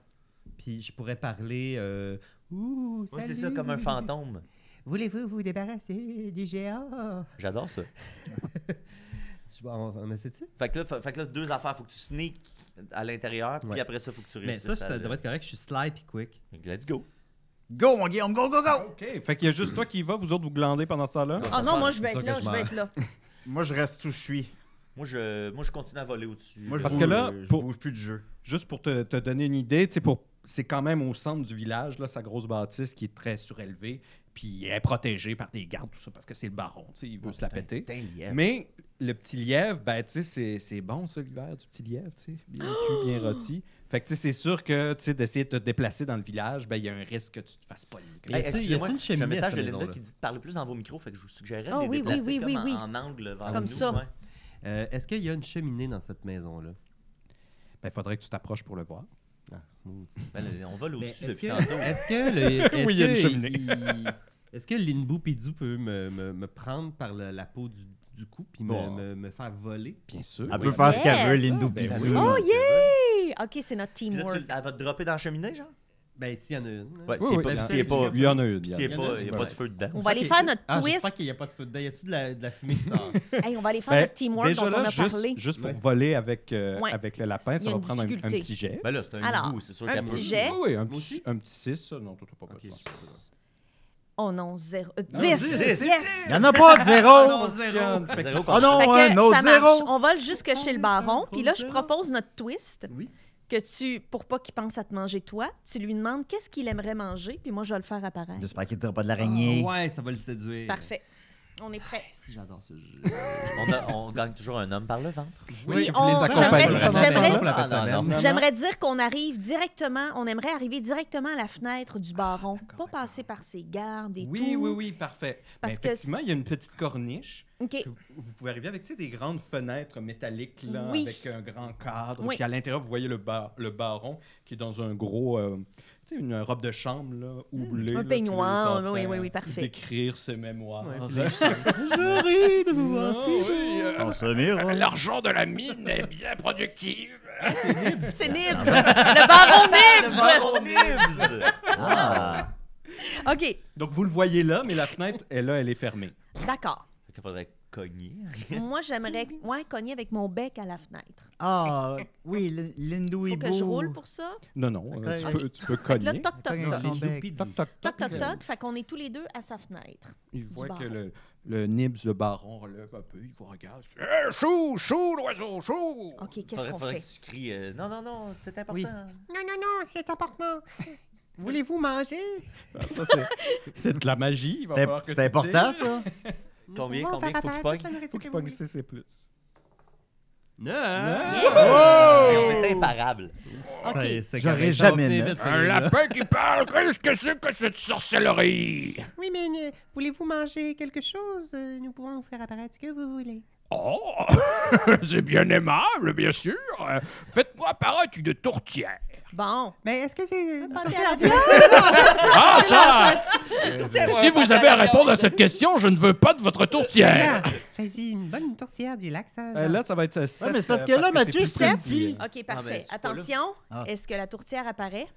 [SPEAKER 8] puis je pourrais parler. euh, Ouh,
[SPEAKER 3] Ouais, c'est
[SPEAKER 8] salut.
[SPEAKER 3] ça, comme un fantôme.
[SPEAKER 9] Voulez-vous vous débarrasser du géant
[SPEAKER 3] J'adore ça.
[SPEAKER 8] Tu vois, On, on essaie-tu?
[SPEAKER 3] Fait que là, fa- fait que là, deux affaires. Faut que tu sneak à l'intérieur, puis
[SPEAKER 8] Ouais.
[SPEAKER 3] après ça, faut que tu
[SPEAKER 8] Mais
[SPEAKER 3] réussisses.
[SPEAKER 8] ça, ça,
[SPEAKER 3] à le-
[SPEAKER 8] devrait être correct, je suis sly puis quick.
[SPEAKER 3] Fait que Let's go.
[SPEAKER 2] Go, mon Guillaume, go, go, go!
[SPEAKER 6] OK, fait qu'il y a juste toi qui y va, vous autres, vous glandez pendant ce temps-là.
[SPEAKER 5] Ah non, moi, je vais
[SPEAKER 8] C'est sûr
[SPEAKER 5] être là,
[SPEAKER 8] que je
[SPEAKER 5] je vais
[SPEAKER 8] meurs.
[SPEAKER 5] être là.
[SPEAKER 2] Moi, je reste où je suis.
[SPEAKER 3] Moi, je, moi, je continue à voler au-dessus.
[SPEAKER 2] Moi, je
[SPEAKER 6] Parce
[SPEAKER 2] bouge,
[SPEAKER 6] que là,
[SPEAKER 2] euh, je
[SPEAKER 6] pour-
[SPEAKER 2] bouge plus de jeu.
[SPEAKER 6] Juste pour te, te donner une idée, tu sais, pour c'est quand même au centre du village, là, sa grosse bâtisse qui est très surélevée, puis elle est protégée par des gardes, tout ça, parce que c'est le baron, tu sais, il veut se la péter.
[SPEAKER 3] Putain, lièvre.
[SPEAKER 6] Mais le petit lièvre, ben, tu sais, c'est- c'est bon, ça, l'hiver, du petit lièvre, tu sais, bien cuit, bien rôti. Fait que, tu sais, c'est sûr que, tu sais, d'essayer de te déplacer dans le village, ben, il y a un risque que tu te fasses pas
[SPEAKER 8] Y a-t-il-
[SPEAKER 3] Hey,
[SPEAKER 8] y a-t-il
[SPEAKER 3] excusez-moi,
[SPEAKER 8] une
[SPEAKER 3] j'ai un
[SPEAKER 8] cheminée à
[SPEAKER 3] message
[SPEAKER 8] cette
[SPEAKER 3] de Linda
[SPEAKER 8] maison-là?
[SPEAKER 3] qui dit de parler plus dans vos micros, fait que je vous suggérerais
[SPEAKER 5] Ah
[SPEAKER 3] de les
[SPEAKER 5] oui, oui,
[SPEAKER 3] déplacer
[SPEAKER 5] oui, oui,
[SPEAKER 3] comme
[SPEAKER 5] oui.
[SPEAKER 3] En, en angle vers
[SPEAKER 5] Comme
[SPEAKER 3] nous.
[SPEAKER 5] ça.
[SPEAKER 3] ouais.
[SPEAKER 8] Euh, Est-ce qu'il y a une cheminée dans cette maison-là?
[SPEAKER 6] Ben, faudrait que tu t'approches pour le voir.
[SPEAKER 8] Ah, maudit.
[SPEAKER 3] Ben, le- on vole
[SPEAKER 8] Mais
[SPEAKER 3] au-dessus
[SPEAKER 8] Est-ce
[SPEAKER 3] depuis
[SPEAKER 8] que,
[SPEAKER 3] tantôt.
[SPEAKER 8] est-ce que, le- est-ce
[SPEAKER 6] Oui, il y a
[SPEAKER 8] que
[SPEAKER 6] une cheminée.
[SPEAKER 8] il- est-ce que Linbu Pidou peut me, me- me prendre par le- la peau du, du cou puis me,
[SPEAKER 6] Oh.
[SPEAKER 2] Bon.
[SPEAKER 8] me- me faire voler?
[SPEAKER 6] Bien sûr.
[SPEAKER 2] Elle
[SPEAKER 6] oui.
[SPEAKER 2] peut faire ce qu'elle veut,
[SPEAKER 5] Yes.
[SPEAKER 2] Lindou
[SPEAKER 6] Ben,
[SPEAKER 2] Pidou.
[SPEAKER 5] Oh, yeah! OK, c'est notre
[SPEAKER 3] Puis là, tu,
[SPEAKER 5] teamwork.
[SPEAKER 3] elle va te dropper dans la cheminée, genre?
[SPEAKER 8] Ben, s'il y en a une.
[SPEAKER 3] Ouais,
[SPEAKER 6] Oui,
[SPEAKER 3] c'est
[SPEAKER 6] oui,
[SPEAKER 3] pas-
[SPEAKER 6] il y en a-
[SPEAKER 3] c'est pas-
[SPEAKER 6] Il y en a une. il
[SPEAKER 3] Puis
[SPEAKER 6] y en a une.
[SPEAKER 3] s'il n'y a, pas, il y a pas de
[SPEAKER 8] Ouais.
[SPEAKER 3] feu dedans.
[SPEAKER 5] On va aller faire notre
[SPEAKER 8] ah,
[SPEAKER 5] twist.
[SPEAKER 8] J'espère qu'il n'y a pas de feu dedans. Y a-tu de la, de la fumée qui sort?
[SPEAKER 5] Hey, on va aller faire
[SPEAKER 6] Ben,
[SPEAKER 5] notre teamwork
[SPEAKER 6] déjà
[SPEAKER 5] dont
[SPEAKER 6] là,
[SPEAKER 5] on a
[SPEAKER 6] juste,
[SPEAKER 5] parlé.
[SPEAKER 6] Juste pour
[SPEAKER 8] Ouais.
[SPEAKER 6] voler avec, euh,
[SPEAKER 5] Ouais.
[SPEAKER 6] avec le lapin,
[SPEAKER 5] Il y a
[SPEAKER 6] ça va
[SPEAKER 5] une
[SPEAKER 6] prendre un, un
[SPEAKER 5] difficulté.
[SPEAKER 6] petit jet.
[SPEAKER 3] Ben là, c'est un
[SPEAKER 5] Alors,
[SPEAKER 3] goût, c'est sûr
[SPEAKER 5] un
[SPEAKER 3] qu'elle
[SPEAKER 5] petit
[SPEAKER 3] peut-
[SPEAKER 5] jet.
[SPEAKER 6] Oui, oui, un
[SPEAKER 8] Moi
[SPEAKER 6] petit,
[SPEAKER 8] aussi.
[SPEAKER 6] un petit 6, ça. Non, toi, t'as pas
[SPEAKER 8] Ok,
[SPEAKER 6] besoin.
[SPEAKER 8] super.
[SPEAKER 5] Oh non, 0.
[SPEAKER 6] Non,
[SPEAKER 5] 10.
[SPEAKER 6] dix,
[SPEAKER 5] Yes!
[SPEAKER 6] dix,
[SPEAKER 2] Il en a pas de
[SPEAKER 8] Ah,
[SPEAKER 2] zéro!
[SPEAKER 6] Ça fonctionne. Fait que-
[SPEAKER 3] Zéro
[SPEAKER 2] Oh
[SPEAKER 3] par-
[SPEAKER 5] Fait
[SPEAKER 2] non,
[SPEAKER 5] que
[SPEAKER 2] un autre
[SPEAKER 5] ça marche.
[SPEAKER 2] zéro!
[SPEAKER 5] On vole jusque chez le baron. Puis là, je
[SPEAKER 8] zéro.
[SPEAKER 5] propose notre twist.
[SPEAKER 8] Oui.
[SPEAKER 5] Que tu, pour pas qu'il pense à te manger toi, tu lui demandes qu'est-ce qu'il aimerait manger, puis moi, je vais le faire apparaître.
[SPEAKER 2] J'espère qu'il ne dira pas de l'araignée.
[SPEAKER 8] Ah, ouais, ça va le séduire.
[SPEAKER 5] Parfait. On est prêts.
[SPEAKER 8] Si j'adore ce jeu.
[SPEAKER 3] On, a- on gagne toujours un homme par le ventre.
[SPEAKER 5] Oui,
[SPEAKER 6] vous
[SPEAKER 5] on-
[SPEAKER 6] les accompagnez.
[SPEAKER 5] j'aimerais-
[SPEAKER 6] Vraiment,
[SPEAKER 5] j'aimerais-
[SPEAKER 6] c'est pour la fin de
[SPEAKER 3] Ah, non,
[SPEAKER 6] semaine.
[SPEAKER 3] non.
[SPEAKER 6] Vraiment.
[SPEAKER 5] J'aimerais dire qu'on arrive directement, on aimerait arriver directement à la fenêtre du baron,
[SPEAKER 3] Ah,
[SPEAKER 5] pas passer par ses gardes et
[SPEAKER 6] Oui,
[SPEAKER 5] tout.
[SPEAKER 6] oui, oui, parfait.
[SPEAKER 5] Parce
[SPEAKER 6] Ben,
[SPEAKER 5] que
[SPEAKER 6] effectivement, il y a une petite corniche.
[SPEAKER 5] OK.
[SPEAKER 6] que vous- Vous pouvez arriver avec tu sais, des grandes fenêtres métalliques là,
[SPEAKER 5] Oui.
[SPEAKER 6] avec un grand cadre.
[SPEAKER 5] Oui.
[SPEAKER 6] Puis à l'intérieur, vous voyez le, bar- le baron qui est dans un gros. euh, tu sais, une robe de chambre, là, oublée.
[SPEAKER 5] Hmm, Un
[SPEAKER 6] là, puis il est
[SPEAKER 5] peignoir,
[SPEAKER 6] en train
[SPEAKER 5] oui, oui, oui, parfait.
[SPEAKER 6] D'écrire ses mémoires. Ah,
[SPEAKER 8] Ouais, puis
[SPEAKER 6] Je ris de vous voir
[SPEAKER 5] oh,
[SPEAKER 2] On se mire.
[SPEAKER 6] L'argent de la mine est bien productif.
[SPEAKER 5] C'est Nibs! le baron
[SPEAKER 3] Le
[SPEAKER 5] Nibs!
[SPEAKER 3] baron Nibs!
[SPEAKER 2] Ah!
[SPEAKER 5] OK,
[SPEAKER 6] Donc vous le voyez là, mais la fenêtre est là, elle est fermée.
[SPEAKER 5] d'accord.
[SPEAKER 3] Fait qu'il faudrait cogner.
[SPEAKER 5] Moi, j'aimerais ouais, cogner avec mon bec à la fenêtre.
[SPEAKER 2] Ah, oui, Lin- Lindou
[SPEAKER 5] Faut
[SPEAKER 2] est
[SPEAKER 5] que je roule
[SPEAKER 2] beau.
[SPEAKER 5] pour ça.
[SPEAKER 6] Non, non,
[SPEAKER 2] Ok.
[SPEAKER 6] euh, tu, peux, tu peux
[SPEAKER 5] Fait que là,
[SPEAKER 6] cogner.
[SPEAKER 5] toc, toc,
[SPEAKER 2] Cogne
[SPEAKER 5] toc.
[SPEAKER 2] aussi.
[SPEAKER 6] Toc, toc,
[SPEAKER 5] Toc,
[SPEAKER 6] toc.
[SPEAKER 5] toc, toc. Fait qu'on est tous les deux à sa fenêtre.
[SPEAKER 6] Il voit
[SPEAKER 5] Du
[SPEAKER 6] que
[SPEAKER 5] baron.
[SPEAKER 6] le, le Nibs, le baron, relève un peu, il vous regarde. Eh, chou, chou, l'oiseau, chou!
[SPEAKER 5] OK, qu'est-ce
[SPEAKER 3] Oh, Faudrait,
[SPEAKER 5] qu'on
[SPEAKER 3] faudrait
[SPEAKER 5] fait?
[SPEAKER 3] que tu cries euh, Non, non, non, c'est important.
[SPEAKER 8] Oui.
[SPEAKER 9] Non, non, non, c'est important. Voulez-vous manger
[SPEAKER 6] Ah, ça, c'est- c'est de la magie. il va
[SPEAKER 2] C'était-
[SPEAKER 6] falloir que
[SPEAKER 2] C'était
[SPEAKER 6] tu tires.
[SPEAKER 2] important, ça?
[SPEAKER 3] Combien,
[SPEAKER 9] On va
[SPEAKER 3] combien faut
[SPEAKER 9] faire
[SPEAKER 3] qu'il
[SPEAKER 9] apparaître
[SPEAKER 3] pogne
[SPEAKER 9] toute la nourriture
[SPEAKER 6] Faut
[SPEAKER 9] que
[SPEAKER 6] qu'il
[SPEAKER 9] vous
[SPEAKER 6] pogne
[SPEAKER 9] voulez.
[SPEAKER 6] CC+.
[SPEAKER 8] Neuf!
[SPEAKER 3] Mais on est imparable.
[SPEAKER 5] OK.
[SPEAKER 8] C'est
[SPEAKER 2] J'aurais
[SPEAKER 8] correct, ça va
[SPEAKER 2] jamais
[SPEAKER 8] venir
[SPEAKER 2] neuf.
[SPEAKER 8] vite, celui-là.
[SPEAKER 6] qui parle, qu'est-ce que c'est que cette sorcellerie?
[SPEAKER 9] Oui, mais euh, voulez-vous manger quelque chose Euh, Nous pouvons vous faire apparaître ce que vous voulez.
[SPEAKER 6] Oh, c'est bien aimable, bien sûr. Euh, Faites-moi apparaître une tourtière.
[SPEAKER 5] Bon.
[SPEAKER 9] Mais est-ce que c'est...
[SPEAKER 6] Ah, ça! Si vous avez à répondre à cette question, je ne veux pas de votre tourtière.
[SPEAKER 9] Ah, Vas-y, une bonne tourtière du lac, Euh, ça. genre.
[SPEAKER 6] Euh, là, ça va être 7.
[SPEAKER 2] Ouais, mais c'est parce que là, Mathieu, c'est dit.
[SPEAKER 5] OK,
[SPEAKER 3] Ah, ben,
[SPEAKER 5] parfait.
[SPEAKER 3] c'est pas là.
[SPEAKER 5] Attention,
[SPEAKER 2] Ah.
[SPEAKER 5] est-ce que la tourtière apparaît?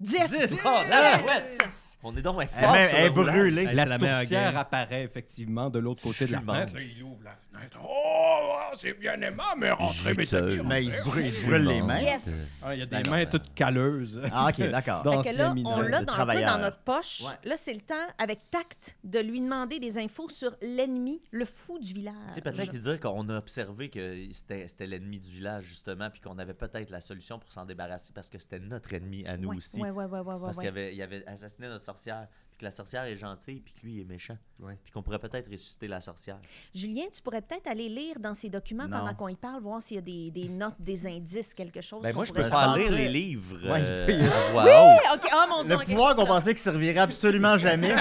[SPEAKER 5] 10!
[SPEAKER 3] Oh,
[SPEAKER 6] Ah!
[SPEAKER 3] la barouette! On est donc bien
[SPEAKER 2] Elle est
[SPEAKER 3] fort.
[SPEAKER 2] même-
[SPEAKER 3] sur
[SPEAKER 2] elle est
[SPEAKER 3] le roulage.
[SPEAKER 2] brûlée.
[SPEAKER 4] Hey, c'est
[SPEAKER 6] La
[SPEAKER 4] la meilleure
[SPEAKER 6] tourtière
[SPEAKER 4] game.
[SPEAKER 6] apparaît effectivement de l'autre côté de la
[SPEAKER 3] Suivante.
[SPEAKER 6] fenêtre. il ouvre la fenêtre. Oh, c'est bien aimable, mais rentrez, mes amis.
[SPEAKER 2] Mais il se brûle, il se brûle les mains.
[SPEAKER 5] Yes!
[SPEAKER 6] Ah, il y a des
[SPEAKER 3] Ben non,
[SPEAKER 6] mains
[SPEAKER 3] ben-
[SPEAKER 6] toutes calleuses.
[SPEAKER 2] Ah, OK, d'accord.
[SPEAKER 6] Dans-
[SPEAKER 5] Fait que là, on
[SPEAKER 2] mineurs,
[SPEAKER 5] l'a
[SPEAKER 2] de
[SPEAKER 5] dans, un peu
[SPEAKER 2] travailleurs.
[SPEAKER 5] dans notre poche.
[SPEAKER 3] Ouais.
[SPEAKER 5] Là, c'est le temps, avec tact, de lui demander des infos sur l'ennemi, le fou du village.
[SPEAKER 3] Tu sais, peut-être qu'il dirait qu'on a observé que c'était c'était l'ennemi du village, justement, puis qu'on avait peut-être la solution pour s'en débarrasser parce que c'était notre ennemi à nous
[SPEAKER 5] Ouais,
[SPEAKER 3] aussi.
[SPEAKER 5] Ouais, ouais, ouais, ouais, ouais,
[SPEAKER 3] Parce
[SPEAKER 5] ouais.
[SPEAKER 3] qu'il avait, il avait assassiné notre sorcière, puis que la sorcière est gentille, puis que lui il est méchant.
[SPEAKER 8] Ouais.
[SPEAKER 3] Puis qu'on pourrait peut-être ressusciter la sorcière.
[SPEAKER 5] Julien, tu pourrais peut-être aller lire dans ces documents
[SPEAKER 2] Non.
[SPEAKER 5] pendant qu'on y parle, voir s'il y a des, des notes, des indices, quelque chose.
[SPEAKER 3] Ben
[SPEAKER 5] qu'on
[SPEAKER 3] moi, je peux
[SPEAKER 5] pourrait
[SPEAKER 3] faire
[SPEAKER 5] savoir.
[SPEAKER 3] lire les livres
[SPEAKER 2] Ouais,
[SPEAKER 3] euh,
[SPEAKER 2] il peut y-
[SPEAKER 3] à voix haute.
[SPEAKER 5] Eh, OK, ah, mon Dieu,
[SPEAKER 2] Le
[SPEAKER 5] ok,
[SPEAKER 2] pouvoir
[SPEAKER 5] je suis
[SPEAKER 2] qu'on
[SPEAKER 5] là.
[SPEAKER 2] pensait qu'il servirait absolument jamais.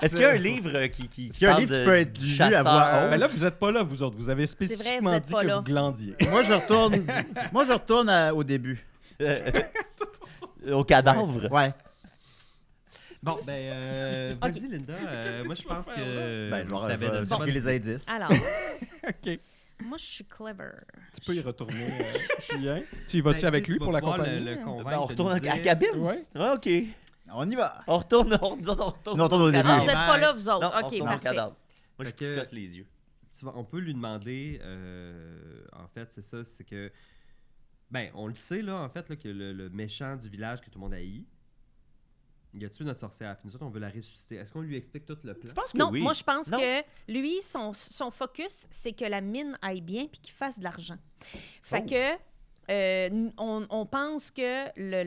[SPEAKER 3] Est-ce qu'il y a un livre euh, qui, qui,
[SPEAKER 2] qu'il y a un
[SPEAKER 3] parle
[SPEAKER 2] livre qui
[SPEAKER 3] de-
[SPEAKER 2] peut être
[SPEAKER 3] du
[SPEAKER 2] lu à voix
[SPEAKER 3] chasseur?
[SPEAKER 2] haute?
[SPEAKER 6] Mais ben là, vous n'êtes pas là, vous autres. Vous avez
[SPEAKER 5] vrai, vous
[SPEAKER 6] spécifiquement
[SPEAKER 5] êtes
[SPEAKER 6] dit
[SPEAKER 5] pas
[SPEAKER 6] que
[SPEAKER 5] là.
[SPEAKER 6] vous glandiez.
[SPEAKER 2] moi, je retourne, moi, je retourne à- au début.
[SPEAKER 3] Euh, Au cadavre.
[SPEAKER 2] Ouais.
[SPEAKER 8] Bon, ben, euh,
[SPEAKER 5] Ok.
[SPEAKER 8] vas-y, Linda. euh, moi, je pense que.
[SPEAKER 2] Ben, je vais-
[SPEAKER 8] t'avais
[SPEAKER 2] je vais
[SPEAKER 8] le
[SPEAKER 2] checker
[SPEAKER 8] bon-
[SPEAKER 2] les indices.
[SPEAKER 5] Alors,
[SPEAKER 6] OK.
[SPEAKER 5] moi, je suis clever.
[SPEAKER 6] Tu peux y retourner, euh, Julien. Tu y
[SPEAKER 8] Ben,
[SPEAKER 6] vas-tu avec
[SPEAKER 8] tu
[SPEAKER 6] lui
[SPEAKER 8] vas
[SPEAKER 6] pour la
[SPEAKER 8] pouvoir le-
[SPEAKER 6] compagnie?
[SPEAKER 8] le convaincre
[SPEAKER 3] Ben, on
[SPEAKER 8] de
[SPEAKER 3] retourne
[SPEAKER 8] nous
[SPEAKER 3] à la
[SPEAKER 8] dire-
[SPEAKER 3] cabine.
[SPEAKER 6] Ouais.
[SPEAKER 3] Ouais, OK.
[SPEAKER 2] On y va.
[SPEAKER 3] On retourne, on, nous autres, on retourne.
[SPEAKER 2] Nous, on retourne au début.
[SPEAKER 5] Ah,
[SPEAKER 3] cadavre.
[SPEAKER 5] vous n'êtes pas là, vous
[SPEAKER 3] ben, Non,
[SPEAKER 5] autres.
[SPEAKER 3] on
[SPEAKER 5] OK,
[SPEAKER 3] retourne au
[SPEAKER 5] parfait.
[SPEAKER 3] cadavre. Moi, je
[SPEAKER 8] Fait que-
[SPEAKER 3] cosse les yeux.
[SPEAKER 8] tu vois, on peut lui demander, euh, en fait, c'est ça, c'est que, ben, on le sait, là, en fait, là, que le, le méchant du village que tout le monde haït, il a tué notre sorcière, puis nous autres, on veut la ressusciter. Est-ce qu'on lui explique tout le plan?
[SPEAKER 3] Je pense que
[SPEAKER 5] Non,
[SPEAKER 3] oui.
[SPEAKER 5] moi, je pense
[SPEAKER 3] Non.
[SPEAKER 5] que lui, son, son focus, c'est que la mine aille bien puis qu'il fasse de l'argent. Fait
[SPEAKER 3] Oh.
[SPEAKER 5] que. euh, n- on, on pense que le,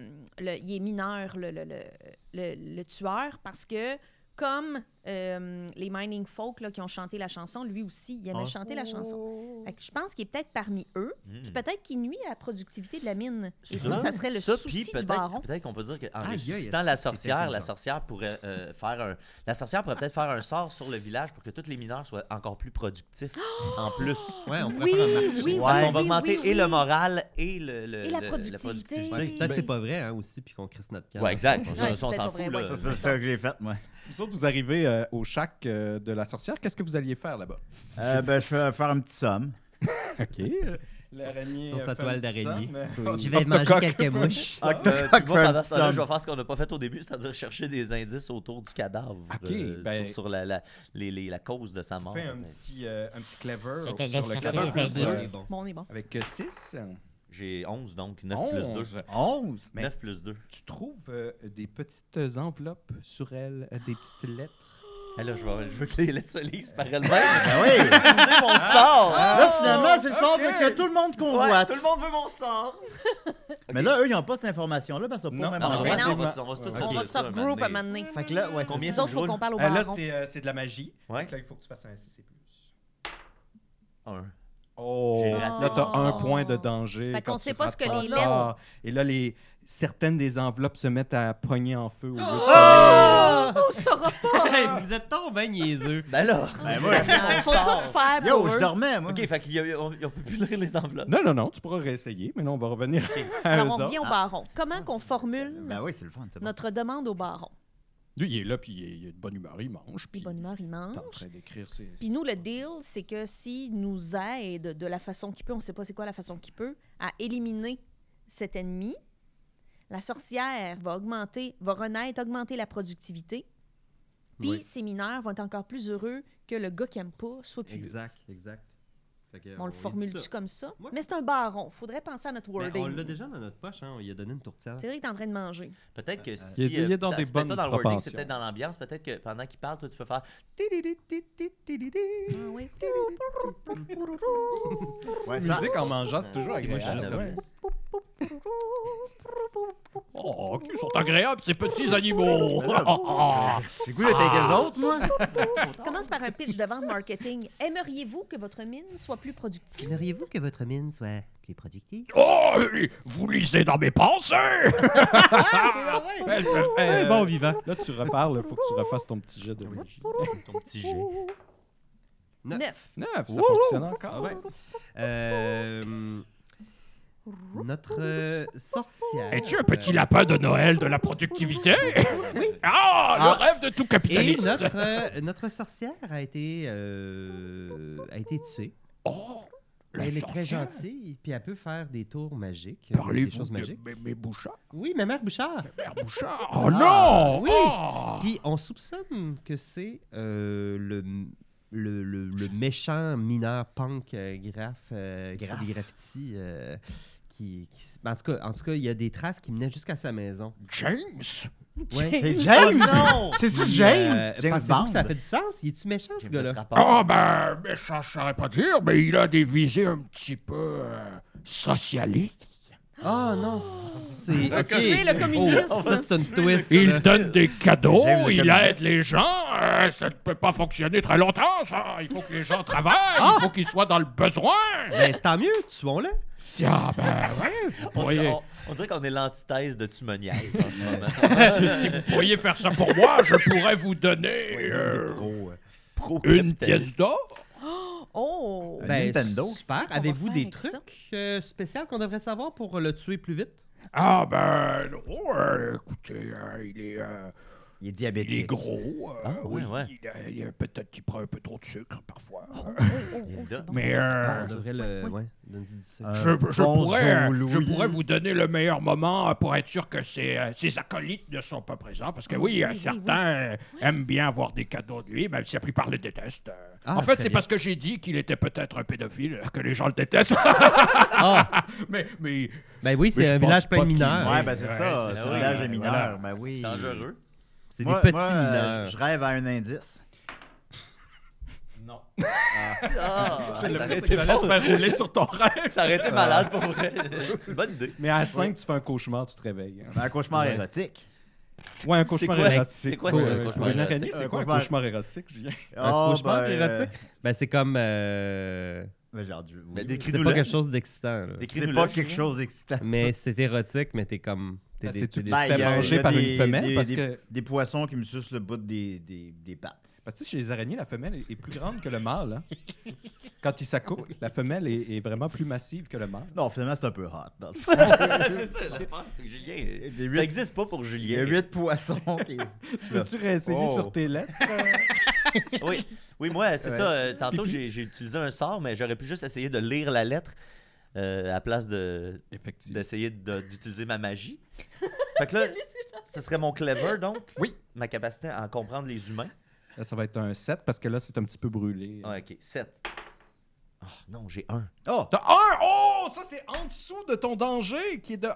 [SPEAKER 5] le, le- il est mineur, le, le, le- le- le tueur, parce que comme euh, les mining folk là, qui ont chanté la chanson, lui aussi, il aimait
[SPEAKER 2] Ah.
[SPEAKER 5] chanter la chanson. Fait que je pense qu'il est peut-être parmi eux,
[SPEAKER 3] Oh. Hmm.
[SPEAKER 5] puis peut-être qu'il nuit à la productivité de la mine. Et
[SPEAKER 3] Ça,
[SPEAKER 5] ça, ça serait le
[SPEAKER 3] ça, puis
[SPEAKER 5] souci du
[SPEAKER 3] peut-être-
[SPEAKER 5] baron.
[SPEAKER 3] Peut-être qu'on peut dire qu'en
[SPEAKER 8] aïe,
[SPEAKER 3] ressuscitant
[SPEAKER 8] est-ce
[SPEAKER 3] la
[SPEAKER 8] que c'est
[SPEAKER 3] sorcière, la
[SPEAKER 8] intelligent.
[SPEAKER 3] sorcière pourrait euh, faire un, la sorcière pourrait peut-être faire un sort sur le village pour que tous les mineurs soient encore plus productifs. en plus,
[SPEAKER 8] Ouais, on pourrait
[SPEAKER 5] Oui,
[SPEAKER 8] faire un
[SPEAKER 5] oui,
[SPEAKER 8] marché.
[SPEAKER 5] oui,
[SPEAKER 3] Donc,
[SPEAKER 2] Ouais.
[SPEAKER 3] on va
[SPEAKER 5] oui,
[SPEAKER 3] augmenter
[SPEAKER 5] oui,
[SPEAKER 3] et le
[SPEAKER 5] oui.
[SPEAKER 3] moral et le, le-
[SPEAKER 5] Et la
[SPEAKER 3] le-
[SPEAKER 5] productivité.
[SPEAKER 8] Ouais,
[SPEAKER 5] Oui.
[SPEAKER 8] peut-être que c'est pas vrai, hein, aussi, puis qu'on crisse notre hein, camp.
[SPEAKER 3] Ouais, exact. Ça,
[SPEAKER 5] Ouais,
[SPEAKER 3] ça, on
[SPEAKER 5] c'est
[SPEAKER 3] s'en
[SPEAKER 5] pas vrai,
[SPEAKER 3] fout là.
[SPEAKER 5] ouais.
[SPEAKER 2] Ça, c'est ça que j'ai fait, moi.
[SPEAKER 6] Vous autres, vous arrivez euh, au chac euh, de la sorcière. Qu'est-ce que vous alliez faire là-bas?
[SPEAKER 2] Euh, ben, je vais faire un petit somme.
[SPEAKER 6] OK. L'araignée.
[SPEAKER 8] Sur
[SPEAKER 6] euh,
[SPEAKER 8] sa
[SPEAKER 6] fait
[SPEAKER 8] toile
[SPEAKER 6] un petit
[SPEAKER 8] d'araignée.
[SPEAKER 6] somme, euh,
[SPEAKER 8] Je vais manger quelques mouches.
[SPEAKER 2] Ah,
[SPEAKER 3] Euh,
[SPEAKER 2] t'as
[SPEAKER 3] puis
[SPEAKER 2] coq,
[SPEAKER 3] moi,
[SPEAKER 2] fait un
[SPEAKER 3] pendant
[SPEAKER 2] petit
[SPEAKER 3] ce temps-là, je vais
[SPEAKER 2] somme.
[SPEAKER 3] faire ce qu'on n'a pas fait au début, c'est-à-dire chercher des indices autour du cadavre
[SPEAKER 6] Ok,
[SPEAKER 3] euh,
[SPEAKER 6] ben-
[SPEAKER 3] sur, sur la, la, les- les- la cause de sa mort.
[SPEAKER 6] Fais un
[SPEAKER 3] Ben,
[SPEAKER 6] petit, euh, un petit clever
[SPEAKER 9] Je te
[SPEAKER 6] sur
[SPEAKER 9] laisse
[SPEAKER 6] le
[SPEAKER 9] chercher
[SPEAKER 6] clever
[SPEAKER 9] les
[SPEAKER 6] plus deux.
[SPEAKER 9] indices.
[SPEAKER 8] bon.
[SPEAKER 5] Bon, on est bon.
[SPEAKER 6] Avec 6,
[SPEAKER 3] J'ai 11 donc, 9 plus 2.
[SPEAKER 6] 11.
[SPEAKER 2] 11.
[SPEAKER 6] Mais
[SPEAKER 3] 9 plus 2.
[SPEAKER 6] tu trouves euh, des petites enveloppes sur elle, euh, des petites lettres.
[SPEAKER 3] Ah là, je, vais, je veux que les lettres se lisent par elles-mêmes.
[SPEAKER 2] Ben oui.
[SPEAKER 3] C'est mon sort!
[SPEAKER 2] Là, finalement, c'est le sort de- que Ah, tout le monde
[SPEAKER 3] Ah! Ouais,
[SPEAKER 2] convoite.
[SPEAKER 3] tout le monde veut mon sort!
[SPEAKER 2] Mais là, eux, ils n'ont pas cette information-là parce qu'ils sont
[SPEAKER 6] Non.
[SPEAKER 2] pas au même
[SPEAKER 3] Non, non,
[SPEAKER 2] endroit.
[SPEAKER 5] mais
[SPEAKER 3] Ah,
[SPEAKER 5] non.
[SPEAKER 3] on va, se- on va se tout
[SPEAKER 6] On
[SPEAKER 3] se
[SPEAKER 5] On
[SPEAKER 3] dire
[SPEAKER 5] va
[SPEAKER 3] ça un moment
[SPEAKER 5] subgroup à un
[SPEAKER 3] donné.
[SPEAKER 5] moment donné.
[SPEAKER 2] Fait que là, ouais, c'est
[SPEAKER 3] Combien
[SPEAKER 5] Nous
[SPEAKER 3] faut
[SPEAKER 5] autres,
[SPEAKER 3] que
[SPEAKER 5] faut
[SPEAKER 3] je
[SPEAKER 5] qu'on parle au
[SPEAKER 6] Euh, là,
[SPEAKER 5] baron.
[SPEAKER 6] c'est euh, c'est de la magie.
[SPEAKER 3] Ouais.
[SPEAKER 6] Donc là, il faut que tu fasses un 6 et plus.
[SPEAKER 3] Un.
[SPEAKER 6] Oh,
[SPEAKER 3] J'ai raté.
[SPEAKER 6] là, t'as
[SPEAKER 5] Oh.
[SPEAKER 6] un point de danger.
[SPEAKER 5] Fait
[SPEAKER 6] quand
[SPEAKER 5] qu'on
[SPEAKER 6] tu
[SPEAKER 5] sait pas ce que
[SPEAKER 6] rapproches
[SPEAKER 5] les
[SPEAKER 6] ça.
[SPEAKER 5] lettres-
[SPEAKER 6] Et là, les... certaines des enveloppes se mettent à pogner en feu. Au lieu de
[SPEAKER 5] Oh! On saura pas!
[SPEAKER 8] Hey, vous êtes tombés niaiseux.
[SPEAKER 3] Ah. Ben là!
[SPEAKER 2] Ben ouais.
[SPEAKER 5] Faut tout faire pour
[SPEAKER 2] Yo,
[SPEAKER 5] eux.
[SPEAKER 2] je dormais, moi.
[SPEAKER 3] Ok, fait qu'il y a- on, on peut plus lire les enveloppes.
[SPEAKER 6] Non, non, non, tu pourras réessayer, mais là, on va revenir à eux
[SPEAKER 5] Alors, on
[SPEAKER 6] autres.
[SPEAKER 5] revient au baron. Comment qu'on formule
[SPEAKER 2] Ben oui, c'est le fun, c'est bon.
[SPEAKER 5] notre demande au baron?
[SPEAKER 6] Lui, il est là, puis il est, il est de bonne humeur, il mange,
[SPEAKER 5] Puis
[SPEAKER 6] puis
[SPEAKER 5] bonne humeur, il
[SPEAKER 6] il est en
[SPEAKER 5] mange.
[SPEAKER 6] train d'écrire ses...
[SPEAKER 5] Puis nous, le deal, c'est que s'il nous aide de la façon qu'il peut, on ne sait pas c'est quoi la façon qu'il peut, à éliminer cet ennemi, la sorcière va augmenter, va renaître, augmenter la productivité. Puis
[SPEAKER 8] Oui.
[SPEAKER 5] ces mineurs vont être encore plus heureux que le gars qui aime pas soit plus. là.
[SPEAKER 8] Exact, exact. Fait que,
[SPEAKER 5] On le
[SPEAKER 8] lui dit
[SPEAKER 5] formule-tu
[SPEAKER 8] ça.
[SPEAKER 5] comme ça?
[SPEAKER 8] Ouais.
[SPEAKER 5] Mais c'est un baron. faudrait penser à notre
[SPEAKER 8] Ben,
[SPEAKER 5] wording.
[SPEAKER 8] on l'a déjà dans notre poche, hein. On lui a donné une tourtière.
[SPEAKER 5] C'est vrai que t'es en train de manger.
[SPEAKER 3] Peut-être que
[SPEAKER 6] Il
[SPEAKER 3] si.
[SPEAKER 6] est- il est
[SPEAKER 3] euh,
[SPEAKER 6] dans
[SPEAKER 3] c'est
[SPEAKER 6] des
[SPEAKER 3] peut-être
[SPEAKER 6] bonnes
[SPEAKER 3] pas dans le wording, c'est
[SPEAKER 6] proportions.
[SPEAKER 3] peut-être dans l'ambiance. Peut-être que pendant qu'il parle, toi, tu peux faire.
[SPEAKER 5] Ah oui.
[SPEAKER 2] Ouais, ça-
[SPEAKER 6] musique en mangeant, c'est toujours
[SPEAKER 8] Et moi, je suis
[SPEAKER 6] agréable.
[SPEAKER 8] juste comme-
[SPEAKER 6] ouais. Oh, qu'ils sont agréables, ces petits animaux!
[SPEAKER 2] J'ai le goût d'être avec les autres, moi.
[SPEAKER 5] Commence par un pitch de vente marketing. Aimeriez-vous que votre mine soit plus productive?
[SPEAKER 9] Aimeriez-vous que votre mine soit plus productive
[SPEAKER 6] Oh, vous lisez dans mes pensées!
[SPEAKER 8] euh,
[SPEAKER 4] bon vivant.
[SPEAKER 6] Là, tu reparles, il faut que tu refasses ton petit jet de magie.
[SPEAKER 3] Ton petit jet.
[SPEAKER 8] Neuf.
[SPEAKER 5] Neuf.
[SPEAKER 6] Neuf, ça fonctionne encore.
[SPEAKER 8] Ah ouais. Euh, notre euh, sorcière. euh,
[SPEAKER 6] lapin de Noël de la productivité?
[SPEAKER 8] Oui.
[SPEAKER 6] Ah,
[SPEAKER 2] le Ah.
[SPEAKER 6] rêve de tout
[SPEAKER 8] Et notre, euh, notre sorcière a été, euh, a été tuée.
[SPEAKER 6] Oh,
[SPEAKER 8] elle est très gentille, puis elle peut faire des tours magiques, euh, des
[SPEAKER 6] Parlez-vous
[SPEAKER 8] choses
[SPEAKER 6] de
[SPEAKER 8] magiques.
[SPEAKER 6] Mémé Bouchard?
[SPEAKER 8] Oui, ma mère Bouchard.
[SPEAKER 6] Mère Bouchard? Oh non!
[SPEAKER 8] oui.
[SPEAKER 6] Oh!
[SPEAKER 8] Puis on soupçonne que c'est euh, le, le, le- le méchant mineur punk euh, graphe euh, qui fait des graffitis. euh, qui, qui- ben, en, tout cas, en tout cas, il y a des traces qui menaient jusqu'à sa maison.
[SPEAKER 6] James?
[SPEAKER 2] C'est James!
[SPEAKER 8] Oh
[SPEAKER 2] C'est-tu James?
[SPEAKER 8] Euh,
[SPEAKER 2] James
[SPEAKER 8] pensez-vous
[SPEAKER 2] Bond?
[SPEAKER 8] que Ça fait du sens? Il est-tu méchant, ce gars-là?
[SPEAKER 6] Ah, ben, méchant, je saurais pas dire, mais il a des visées un petit peu euh, socialistes.
[SPEAKER 8] Ah non, c'est.
[SPEAKER 5] Tu es le communiste.
[SPEAKER 8] Oh, ça, c'est une twist.
[SPEAKER 6] Il
[SPEAKER 8] là.
[SPEAKER 6] donne des cadeaux,
[SPEAKER 2] James le
[SPEAKER 6] il
[SPEAKER 2] communiste.
[SPEAKER 6] aide les gens. euh, ça ne peut pas fonctionner très longtemps, ça. Il faut que les gens travaillent, il faut qu'ils soient dans le besoin.
[SPEAKER 8] Ben, tant mieux, tuons-le.
[SPEAKER 6] Si, ah, ben, ouais, vous
[SPEAKER 3] On
[SPEAKER 6] pourriez,
[SPEAKER 3] dirait, on- on dirait qu'on est l'antithèse de Tumoniaise hein, en ce moment.
[SPEAKER 6] si, si vous pourriez faire ça pour moi, je pourrais vous donner euh, une pièce d'or.
[SPEAKER 5] Oh!
[SPEAKER 8] Ben,
[SPEAKER 2] Un Nintendo.
[SPEAKER 5] C'est
[SPEAKER 8] Super.
[SPEAKER 5] qu'on
[SPEAKER 8] Avez-vous
[SPEAKER 5] va
[SPEAKER 8] des
[SPEAKER 5] faire avec
[SPEAKER 8] trucs euh, spéciaux qu'on devrait savoir pour le tuer plus vite?
[SPEAKER 6] Ah, ben, non, euh, écoutez, euh, il est. euh,
[SPEAKER 2] Il est
[SPEAKER 6] Il est
[SPEAKER 2] diabétique.
[SPEAKER 6] gros. euh,
[SPEAKER 8] Hein?
[SPEAKER 6] oui,
[SPEAKER 3] ouais, ouais.
[SPEAKER 6] il a- il a- peut-être qu'il prend un peu trop de sucre parfois.
[SPEAKER 5] Oh, oh, oh,
[SPEAKER 3] Linda.
[SPEAKER 5] c'est bon.
[SPEAKER 6] mais euh,
[SPEAKER 8] on devrait le. Ouais, donner du sucre.
[SPEAKER 2] Euh,
[SPEAKER 6] je, je
[SPEAKER 2] Bonjour,
[SPEAKER 6] pourrais, euh, je
[SPEAKER 2] Louis.
[SPEAKER 6] pourrais vous donner le meilleur moment euh, pour être sûr que ses, euh, ses acolytes ne sont pas présents. Parce que oui, euh,
[SPEAKER 5] oui,
[SPEAKER 6] certains euh, aiment bien avoir des cadeaux de lui, même si la plupart le détestent. euh.
[SPEAKER 8] Ah,
[SPEAKER 6] en fait,
[SPEAKER 8] très
[SPEAKER 6] c'est
[SPEAKER 8] bien.
[SPEAKER 6] parce que j'ai dit qu'il était peut-être un pédophile euh, que les gens le détestent.
[SPEAKER 8] Ah,
[SPEAKER 6] mais, mais
[SPEAKER 8] ben oui,
[SPEAKER 6] Mais
[SPEAKER 8] c'est
[SPEAKER 6] je
[SPEAKER 8] un
[SPEAKER 6] pense
[SPEAKER 8] village
[SPEAKER 6] pas
[SPEAKER 8] plein de
[SPEAKER 6] qu'il-
[SPEAKER 8] mineurs.
[SPEAKER 2] Ouais, ben c'est ça,
[SPEAKER 3] c'est
[SPEAKER 2] c'est
[SPEAKER 3] ça,
[SPEAKER 2] le village
[SPEAKER 3] ouais,
[SPEAKER 2] des mineurs, ben oui.
[SPEAKER 3] Dangereux.
[SPEAKER 8] C'est
[SPEAKER 2] Moi-
[SPEAKER 8] des petits
[SPEAKER 2] moi, euh,
[SPEAKER 8] mineurs.
[SPEAKER 2] Je rêve à un indice.
[SPEAKER 3] Ah, ça, aurait été,
[SPEAKER 6] rouler sur ton rêve.
[SPEAKER 3] ça aurait été malade pour vrai. C'est une bonne idée.
[SPEAKER 6] Mais à 5, tu fais un cauchemar, tu te réveilles.
[SPEAKER 2] Un cauchemar érotique.
[SPEAKER 6] Ouais, un
[SPEAKER 3] cauchemar quoi- érotique. c'est quoi, Ouais, un ouais. cauchemar Une araignée,
[SPEAKER 2] érotique? c'est quoi un cauchemar
[SPEAKER 6] érotique, Julien?
[SPEAKER 8] Un cauchemar
[SPEAKER 2] ben, euh,
[SPEAKER 8] érotique? Ben c'est comme. euh,
[SPEAKER 2] ben, genre du- oui.
[SPEAKER 3] Mais
[SPEAKER 8] C'est
[SPEAKER 3] des- Écris-nous-le.
[SPEAKER 8] pas quelque chose d'excitant. là.
[SPEAKER 2] C'est pas quelque chose d'excitant.
[SPEAKER 8] Mais c'est érotique, mais t'es comme. T'es
[SPEAKER 6] Ah,
[SPEAKER 8] des-
[SPEAKER 6] c'est-tu
[SPEAKER 8] t'es des-
[SPEAKER 6] que tu te fais
[SPEAKER 2] Ben, il y a-
[SPEAKER 6] manger
[SPEAKER 2] il y a
[SPEAKER 6] par
[SPEAKER 2] des-
[SPEAKER 6] une femelle
[SPEAKER 2] des-
[SPEAKER 6] parce
[SPEAKER 2] des-
[SPEAKER 6] que-
[SPEAKER 2] Des poissons qui me sucent le bout des, des, des pattes.
[SPEAKER 6] Parce que tu sais, chez les araignées, la femelle est- est plus grande que le mâle. hein. Quand ils s'accouplent, la femelle est, est vraiment plus massive que le mâle.
[SPEAKER 2] Non, finalement, c'est un peu hot. dans le fond.
[SPEAKER 3] c'est ça, l'affaire, c'est que Julien.
[SPEAKER 2] Il y a
[SPEAKER 3] Ça
[SPEAKER 2] huit-
[SPEAKER 3] existe pas pour
[SPEAKER 2] il y a
[SPEAKER 3] Julien.
[SPEAKER 2] huit poissons. qui-
[SPEAKER 6] Tu peux-tu réessayer
[SPEAKER 2] Oh.
[SPEAKER 6] sur tes lettres?
[SPEAKER 3] Oui, oui moi, c'est
[SPEAKER 2] Ouais.
[SPEAKER 3] ça. euh, tantôt,
[SPEAKER 6] pipi.
[SPEAKER 3] j'ai j'ai utilisé un sort, mais j'aurais pu juste essayer de lire la lettre euh, à place de
[SPEAKER 6] Effectivement.
[SPEAKER 3] d'essayer de- d'utiliser ma magie. Fait que là, ce serait mon clever, donc.
[SPEAKER 6] Oui.
[SPEAKER 3] Ma capacité à en comprendre les humains.
[SPEAKER 6] Là, ça va être un 7 parce que là, c'est un petit peu brûlé.
[SPEAKER 3] Ah, ok, 7. Oh non, j'ai 1.
[SPEAKER 2] Oh!
[SPEAKER 6] T'as un! Oh! Ça, c'est en dessous de ton danger qui est de 1!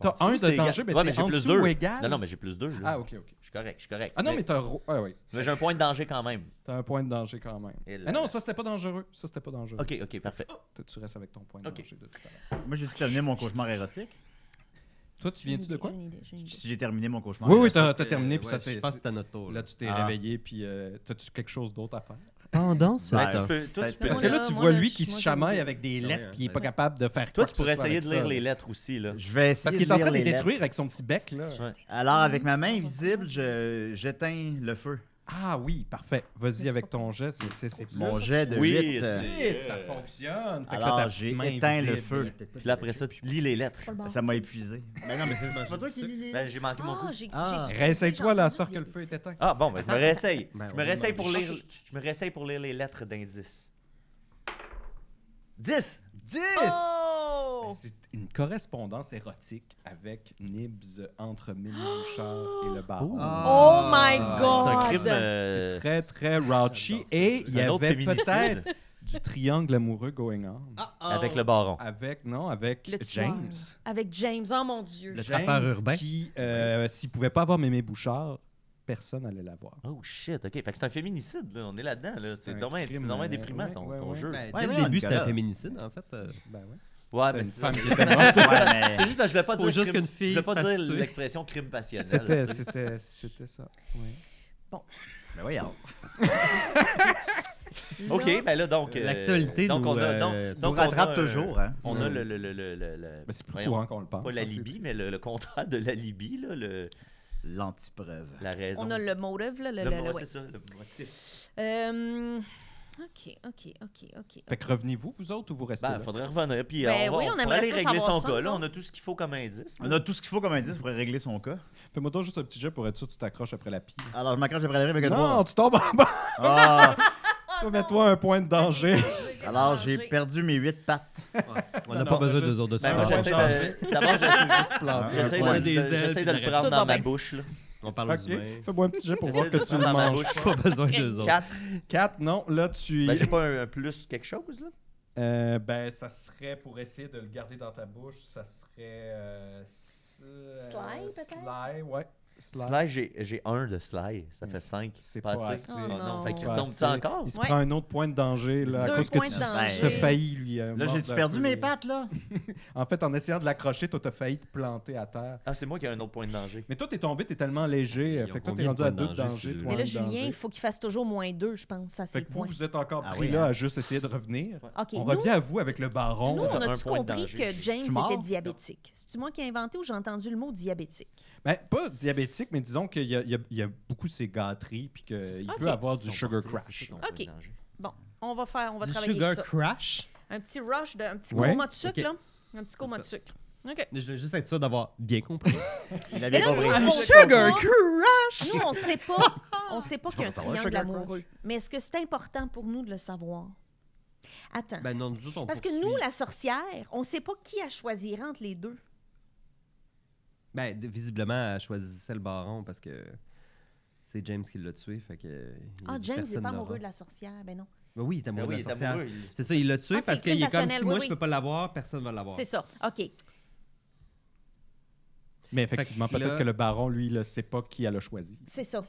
[SPEAKER 6] T'as un de danger, mais c'est en dessous ou égal?
[SPEAKER 3] Non, non, mais j'ai plus 2.
[SPEAKER 6] Ah, ok, ok.
[SPEAKER 3] Je suis correct, je suis correct.
[SPEAKER 6] Ah non, mais t'as un... ro- Ah oui,
[SPEAKER 3] mais j'ai un point de danger quand même.
[SPEAKER 6] t'as un point de danger quand même.
[SPEAKER 3] Et là-
[SPEAKER 6] Ah non, ça, c'était pas dangereux. Ça, c'était pas dangereux.
[SPEAKER 3] Ok, ok, parfait.
[SPEAKER 6] Toi, tu restes avec ton point de
[SPEAKER 3] Ok.
[SPEAKER 6] danger de tout à l'heure.
[SPEAKER 2] Moi, j'ai-tu terminé mon cauchemar érotique?
[SPEAKER 6] Toi, tu viens-tu de quoi?
[SPEAKER 5] J'ai une idée, j'ai une idée.
[SPEAKER 2] Si j'ai terminé mon cauchemar
[SPEAKER 6] Oui, oui,
[SPEAKER 2] érotique.
[SPEAKER 6] t'as t'as terminé, puis
[SPEAKER 8] Ouais,
[SPEAKER 6] ça, c'est...
[SPEAKER 8] Je pense que c'est à notre tour.
[SPEAKER 6] Là, tu t'es
[SPEAKER 2] Ah.
[SPEAKER 6] réveillé, puis euh, t'as-tu quelque chose d'autre à faire?
[SPEAKER 8] Pendant ce
[SPEAKER 2] Ben,
[SPEAKER 8] temps.
[SPEAKER 3] Tu peux- toi, tu
[SPEAKER 2] Peut-être
[SPEAKER 3] peux-
[SPEAKER 6] Parce
[SPEAKER 5] Moi,
[SPEAKER 6] que là,
[SPEAKER 5] là,
[SPEAKER 6] tu
[SPEAKER 5] moi,
[SPEAKER 6] vois
[SPEAKER 5] là,
[SPEAKER 6] lui
[SPEAKER 5] je-
[SPEAKER 6] qui
[SPEAKER 5] moi,
[SPEAKER 6] se
[SPEAKER 5] j'ai
[SPEAKER 6] chamaille
[SPEAKER 5] des-
[SPEAKER 6] avec des
[SPEAKER 8] Ah
[SPEAKER 6] lettres,
[SPEAKER 8] oui, hein,
[SPEAKER 6] puis il est
[SPEAKER 8] ouais.
[SPEAKER 6] pas capable de faire quoi
[SPEAKER 3] Toi, tu
[SPEAKER 6] que ce
[SPEAKER 3] pourrais
[SPEAKER 6] soit
[SPEAKER 3] essayer
[SPEAKER 6] avec
[SPEAKER 3] de lire
[SPEAKER 6] ça.
[SPEAKER 3] les lettres aussi, là.
[SPEAKER 2] Je vais essayer
[SPEAKER 6] Parce
[SPEAKER 2] de
[SPEAKER 6] qu'il est en
[SPEAKER 2] lire
[SPEAKER 6] train de les
[SPEAKER 2] les lettres.
[SPEAKER 6] détruire avec son petit bec, là.
[SPEAKER 3] Ouais.
[SPEAKER 2] Alors, avec ma main invisible, je- j'éteins le feu.
[SPEAKER 6] Ah oui, parfait. Vas-y avec ton jet, c'est- c'est c'est plus.
[SPEAKER 2] Mon jet de
[SPEAKER 3] Oui,
[SPEAKER 2] 8. euh,
[SPEAKER 3] tu-
[SPEAKER 6] Vite, ça fonctionne. Fait que là,
[SPEAKER 2] Alors,
[SPEAKER 6] ta petite
[SPEAKER 2] j'ai
[SPEAKER 6] main
[SPEAKER 2] éteint le
[SPEAKER 6] invisible.
[SPEAKER 2] feu.
[SPEAKER 3] Puis là, après ça, tu lis les lettres.
[SPEAKER 5] Pas le bord.
[SPEAKER 2] Ça m'a épuisé.
[SPEAKER 6] Euh,
[SPEAKER 2] Mais Ben non, mais c'est c'est pas toi qui lis les
[SPEAKER 3] Ben, j'ai manqué mon
[SPEAKER 5] Ah,
[SPEAKER 3] coup.
[SPEAKER 5] j'ai-
[SPEAKER 2] Ah.
[SPEAKER 5] j'ai-
[SPEAKER 6] Réessaye-toi,
[SPEAKER 5] j'ai
[SPEAKER 6] là, à
[SPEAKER 5] entendu
[SPEAKER 6] cette heure que
[SPEAKER 5] dire-
[SPEAKER 6] le feu est éteint.
[SPEAKER 3] Ah bon, ben, je me réessaye.
[SPEAKER 8] Ben,
[SPEAKER 3] je, me
[SPEAKER 8] on
[SPEAKER 3] réessaye
[SPEAKER 8] demande.
[SPEAKER 3] pour lire, je me réessaye pour lire les lettres d'indices. 10!
[SPEAKER 6] 10!
[SPEAKER 5] Oh!
[SPEAKER 6] C'est une correspondance érotique avec Nibs entre Mimi Bouchard et le baron.
[SPEAKER 5] Oh my
[SPEAKER 8] Ah,
[SPEAKER 3] C'est un
[SPEAKER 5] God!
[SPEAKER 3] crime. euh,
[SPEAKER 6] C'est très, très raunchy. Et il y
[SPEAKER 3] C'est un autre
[SPEAKER 6] avait
[SPEAKER 3] féminicide.
[SPEAKER 6] peut-être Oh. du triangle amoureux going on.
[SPEAKER 3] Avec le baron.
[SPEAKER 6] Avec, non, avec
[SPEAKER 5] Ah. Le tueur.
[SPEAKER 6] James.
[SPEAKER 5] Avec James, oh mon Dieu.
[SPEAKER 8] Le
[SPEAKER 6] James
[SPEAKER 8] trappeur urbain.
[SPEAKER 6] qui, euh, s'il pouvait pas avoir Mémé Bouchard, personne allait la voir.
[SPEAKER 3] Oh shit, ok. Fait que c'est un féminicide, là. On est là-dedans, là.
[SPEAKER 6] C'est
[SPEAKER 3] C'est
[SPEAKER 6] un
[SPEAKER 3] dommage
[SPEAKER 6] crime,
[SPEAKER 3] c'est dommage
[SPEAKER 6] euh,
[SPEAKER 3] déprimant
[SPEAKER 6] ouais,
[SPEAKER 3] ton,
[SPEAKER 6] ouais,
[SPEAKER 3] ton
[SPEAKER 6] ouais.
[SPEAKER 3] jeu.
[SPEAKER 8] Ben,
[SPEAKER 2] Ouais,
[SPEAKER 8] dès le
[SPEAKER 2] ouais,
[SPEAKER 8] début, c'était
[SPEAKER 2] Nicolas.
[SPEAKER 8] un féminicide, en fait. euh.
[SPEAKER 6] Ben ouais.
[SPEAKER 3] Ouais,
[SPEAKER 6] C'est
[SPEAKER 3] mais
[SPEAKER 6] une
[SPEAKER 3] Ah, c'est ça.
[SPEAKER 6] femme qui
[SPEAKER 3] C'est
[SPEAKER 6] était morte.
[SPEAKER 2] Ouais, mais-
[SPEAKER 3] juste parce que je voulais pas
[SPEAKER 8] Faut
[SPEAKER 3] dire.
[SPEAKER 8] juste
[SPEAKER 3] crime-
[SPEAKER 8] qu'une fille
[SPEAKER 3] Je voulais
[SPEAKER 8] se
[SPEAKER 3] pas
[SPEAKER 8] fasse
[SPEAKER 3] dire
[SPEAKER 8] tuer.
[SPEAKER 3] l'expression crime passionnel.
[SPEAKER 6] C'était,
[SPEAKER 3] tu sais.
[SPEAKER 6] c'était, c'était ça. ouais.
[SPEAKER 2] Ben voyons.
[SPEAKER 3] OK, ben là, donc. euh,
[SPEAKER 8] L'actualité
[SPEAKER 3] Donc,
[SPEAKER 8] nous,
[SPEAKER 3] on a.
[SPEAKER 8] euh,
[SPEAKER 3] Donc,
[SPEAKER 8] nous
[SPEAKER 3] donc
[SPEAKER 2] on rattrape
[SPEAKER 3] a, euh,
[SPEAKER 2] toujours, hein.
[SPEAKER 3] On a
[SPEAKER 8] Mm.
[SPEAKER 3] le. le, le, le, le- le-
[SPEAKER 6] Ben, c'est plus
[SPEAKER 3] voyons,
[SPEAKER 6] courant qu'on le pense.
[SPEAKER 3] Pas la
[SPEAKER 6] ça, c'est-
[SPEAKER 3] Libye, mais le, le contrat de la Libye, là, le,
[SPEAKER 2] L'antipreuve.
[SPEAKER 3] la raison.
[SPEAKER 5] On a le motive, là. Le, le-
[SPEAKER 3] Le-
[SPEAKER 5] le-
[SPEAKER 3] ouais,
[SPEAKER 5] ouais.
[SPEAKER 3] c'est ça, le motif.
[SPEAKER 5] Euh, OK, OK, OK, OK.
[SPEAKER 6] Fait que revenez-vous, vous autres, ou vous restez
[SPEAKER 3] Ben,
[SPEAKER 6] là?
[SPEAKER 3] faudrait revenir. Puis euh,
[SPEAKER 5] Ben
[SPEAKER 3] on va
[SPEAKER 5] oui, on
[SPEAKER 3] pourrait
[SPEAKER 5] aimerait
[SPEAKER 3] aller
[SPEAKER 5] ça
[SPEAKER 3] régler
[SPEAKER 5] savoir
[SPEAKER 3] son
[SPEAKER 5] ça,
[SPEAKER 3] cas,
[SPEAKER 5] nous
[SPEAKER 3] là. On
[SPEAKER 5] autres.
[SPEAKER 3] a tout ce qu'il faut comme indice.
[SPEAKER 2] On a tout ce qu'il faut comme indice pour régler son cas.
[SPEAKER 6] Fais-moi donc juste un petit jet pour être sûr que tu t'accroches après la pile.
[SPEAKER 3] Ah,
[SPEAKER 2] Alors, je m'accroche après la avec un
[SPEAKER 6] Non,
[SPEAKER 2] trois.
[SPEAKER 6] tu tombes en bas.
[SPEAKER 2] Ah,
[SPEAKER 5] Oh,
[SPEAKER 6] Mets-toi un point de danger.
[SPEAKER 3] Ah.
[SPEAKER 2] alors, j'ai perdu mes huit pattes.
[SPEAKER 8] On
[SPEAKER 6] Non,
[SPEAKER 8] n'a pas
[SPEAKER 6] non,
[SPEAKER 8] besoin
[SPEAKER 6] juste-
[SPEAKER 8] de deux autres de
[SPEAKER 3] Ben,
[SPEAKER 8] ça.
[SPEAKER 3] moi,
[SPEAKER 6] Ah,
[SPEAKER 3] j'essaie
[SPEAKER 6] ouais,
[SPEAKER 3] de. D'abord, j'essaie-
[SPEAKER 2] Ah, un
[SPEAKER 3] j'essaie de,
[SPEAKER 2] point.
[SPEAKER 3] le-
[SPEAKER 8] Des ailes,
[SPEAKER 3] j'essaie de
[SPEAKER 8] puis
[SPEAKER 3] le
[SPEAKER 8] la
[SPEAKER 3] prendre
[SPEAKER 5] reste.
[SPEAKER 3] dans ma
[SPEAKER 5] Tout va
[SPEAKER 3] bouche, là.
[SPEAKER 8] On parle aux humains.
[SPEAKER 6] Ok, fais-moi un petit jet pour voir
[SPEAKER 3] Ah, J'essaie de
[SPEAKER 6] que
[SPEAKER 3] le
[SPEAKER 6] tu
[SPEAKER 3] prendre
[SPEAKER 6] le
[SPEAKER 3] dans ma
[SPEAKER 6] manges.
[SPEAKER 3] bouche.
[SPEAKER 8] Pas besoin de deux autres.
[SPEAKER 3] 4.
[SPEAKER 6] 4, non, là tu.
[SPEAKER 3] Ben, j'ai pas un, un plus quelque chose, là.
[SPEAKER 6] Euh, ben, ça serait pour essayer de le garder dans ta bouche, ça serait. Euh, s- euh,
[SPEAKER 5] Sly, peut-être?
[SPEAKER 6] Sly, ouais. Sly.
[SPEAKER 3] Sly, j'ai- j'ai un de Sly. Ça
[SPEAKER 6] Mais c'est-
[SPEAKER 3] fait 5.
[SPEAKER 6] C'est pas assez.
[SPEAKER 5] Oh
[SPEAKER 6] c'est
[SPEAKER 5] non.
[SPEAKER 6] pas
[SPEAKER 3] Fait qu'il
[SPEAKER 6] assez.
[SPEAKER 3] retombe ça encore?
[SPEAKER 6] Il se
[SPEAKER 5] Ouais.
[SPEAKER 6] prend un autre point de danger là, à
[SPEAKER 5] Deux
[SPEAKER 6] cause que
[SPEAKER 5] points
[SPEAKER 6] tu
[SPEAKER 5] de
[SPEAKER 2] Ben,
[SPEAKER 6] t'as
[SPEAKER 5] danger.
[SPEAKER 6] failli lui. euh,
[SPEAKER 2] Là,
[SPEAKER 6] mordre
[SPEAKER 2] j'ai
[SPEAKER 6] un
[SPEAKER 2] perdu
[SPEAKER 6] peu.
[SPEAKER 2] mes pattes, là.
[SPEAKER 6] En fait, en essayant de l'accrocher, toi, t'as failli te planter à terre.
[SPEAKER 3] Ah, c'est moi qui ai un autre point de danger.
[SPEAKER 6] Mais toi, t'es tombé, t'es tellement léger.
[SPEAKER 8] Ils
[SPEAKER 6] euh,
[SPEAKER 8] ont
[SPEAKER 6] Fait que toi, t'es
[SPEAKER 8] combien de
[SPEAKER 6] rendu à
[SPEAKER 8] points de
[SPEAKER 6] deux de
[SPEAKER 8] danger,
[SPEAKER 6] danger.
[SPEAKER 8] celui-là?
[SPEAKER 6] toi,
[SPEAKER 5] Mais là,
[SPEAKER 6] un
[SPEAKER 5] Julien,
[SPEAKER 6] danger.
[SPEAKER 5] il faut qu'il fasse toujours moins deux, je pense, à
[SPEAKER 6] Fait
[SPEAKER 5] ses
[SPEAKER 6] que vous,
[SPEAKER 5] points.
[SPEAKER 6] vous êtes encore
[SPEAKER 2] Ah
[SPEAKER 6] pris
[SPEAKER 2] oui,
[SPEAKER 6] là
[SPEAKER 2] hein.
[SPEAKER 6] à juste essayer de revenir.
[SPEAKER 5] OK,
[SPEAKER 6] On
[SPEAKER 5] nous,
[SPEAKER 6] revient à vous avec le baron.
[SPEAKER 5] nous,
[SPEAKER 3] on
[SPEAKER 5] on
[SPEAKER 3] a un
[SPEAKER 5] a-tu
[SPEAKER 3] point de
[SPEAKER 5] compris
[SPEAKER 3] danger.
[SPEAKER 5] que James
[SPEAKER 2] suis mort?
[SPEAKER 5] était diabétique? C'est-tu moi qui ai inventé ou j'ai entendu le mot diabétique?
[SPEAKER 6] Ben, pas diabétique, mais disons qu'il y a, il y a- il y a beaucoup ces gâteries, puis qu'il
[SPEAKER 5] Ok.
[SPEAKER 6] peut avoir
[SPEAKER 3] Ils
[SPEAKER 6] du
[SPEAKER 3] sont
[SPEAKER 6] sugar
[SPEAKER 3] partout, là, c'est
[SPEAKER 6] crash.
[SPEAKER 3] ça, ton point de
[SPEAKER 5] Ok.
[SPEAKER 3] danger.
[SPEAKER 5] On va faire, on va
[SPEAKER 8] Du
[SPEAKER 5] travailler
[SPEAKER 8] Sugar
[SPEAKER 5] avec ça.
[SPEAKER 8] Crash.
[SPEAKER 5] Un petit rush, de, un petit
[SPEAKER 6] Ouais.
[SPEAKER 5] coma de sucre,
[SPEAKER 8] OK.
[SPEAKER 5] là. Un petit coma de
[SPEAKER 8] ça.
[SPEAKER 5] sucre. OK.
[SPEAKER 8] Je voulais juste être sûr d'avoir bien compris.
[SPEAKER 2] Il a
[SPEAKER 5] Mais
[SPEAKER 2] bien
[SPEAKER 5] là,
[SPEAKER 2] compris.
[SPEAKER 5] nous, on sait
[SPEAKER 4] Sugar
[SPEAKER 5] pas- Nous, on sait pas, on sait pas qu'il y a un
[SPEAKER 2] Ça va,
[SPEAKER 5] triangle
[SPEAKER 2] Sugar
[SPEAKER 5] amoureux. Mais est-ce que c'est important pour nous de le savoir? Attends.
[SPEAKER 8] ben non, nous autres, on
[SPEAKER 5] Parce que
[SPEAKER 8] poursuit.
[SPEAKER 5] nous, la sorcière, on sait pas qui a choisi entre les deux.
[SPEAKER 8] Ben, d- visiblement, elle choisissait le baron parce que c'est James qui l'a tué. Fait que.
[SPEAKER 5] Ah, James n'est pas amoureux de la sorcière. Ben non.
[SPEAKER 8] Ben oui, il est
[SPEAKER 3] Ben
[SPEAKER 8] amoureux
[SPEAKER 3] oui, il
[SPEAKER 8] de la
[SPEAKER 3] est
[SPEAKER 8] sorcière.
[SPEAKER 3] amoureux. il-
[SPEAKER 8] C'est ça, il l'a tué
[SPEAKER 5] Ah, c'est
[SPEAKER 8] parce
[SPEAKER 5] crime
[SPEAKER 8] qu'il est comme
[SPEAKER 5] passionnel,
[SPEAKER 8] si
[SPEAKER 5] oui,
[SPEAKER 8] moi
[SPEAKER 5] oui.
[SPEAKER 8] je peux pas l'avoir, personne va l'avoir.
[SPEAKER 5] C'est ça. OK.
[SPEAKER 6] Mais effectivement,
[SPEAKER 8] Fait que
[SPEAKER 6] peut-être
[SPEAKER 8] là-
[SPEAKER 6] que le baron, lui, ne sait pas qui elle a choisi.
[SPEAKER 5] C'est ça.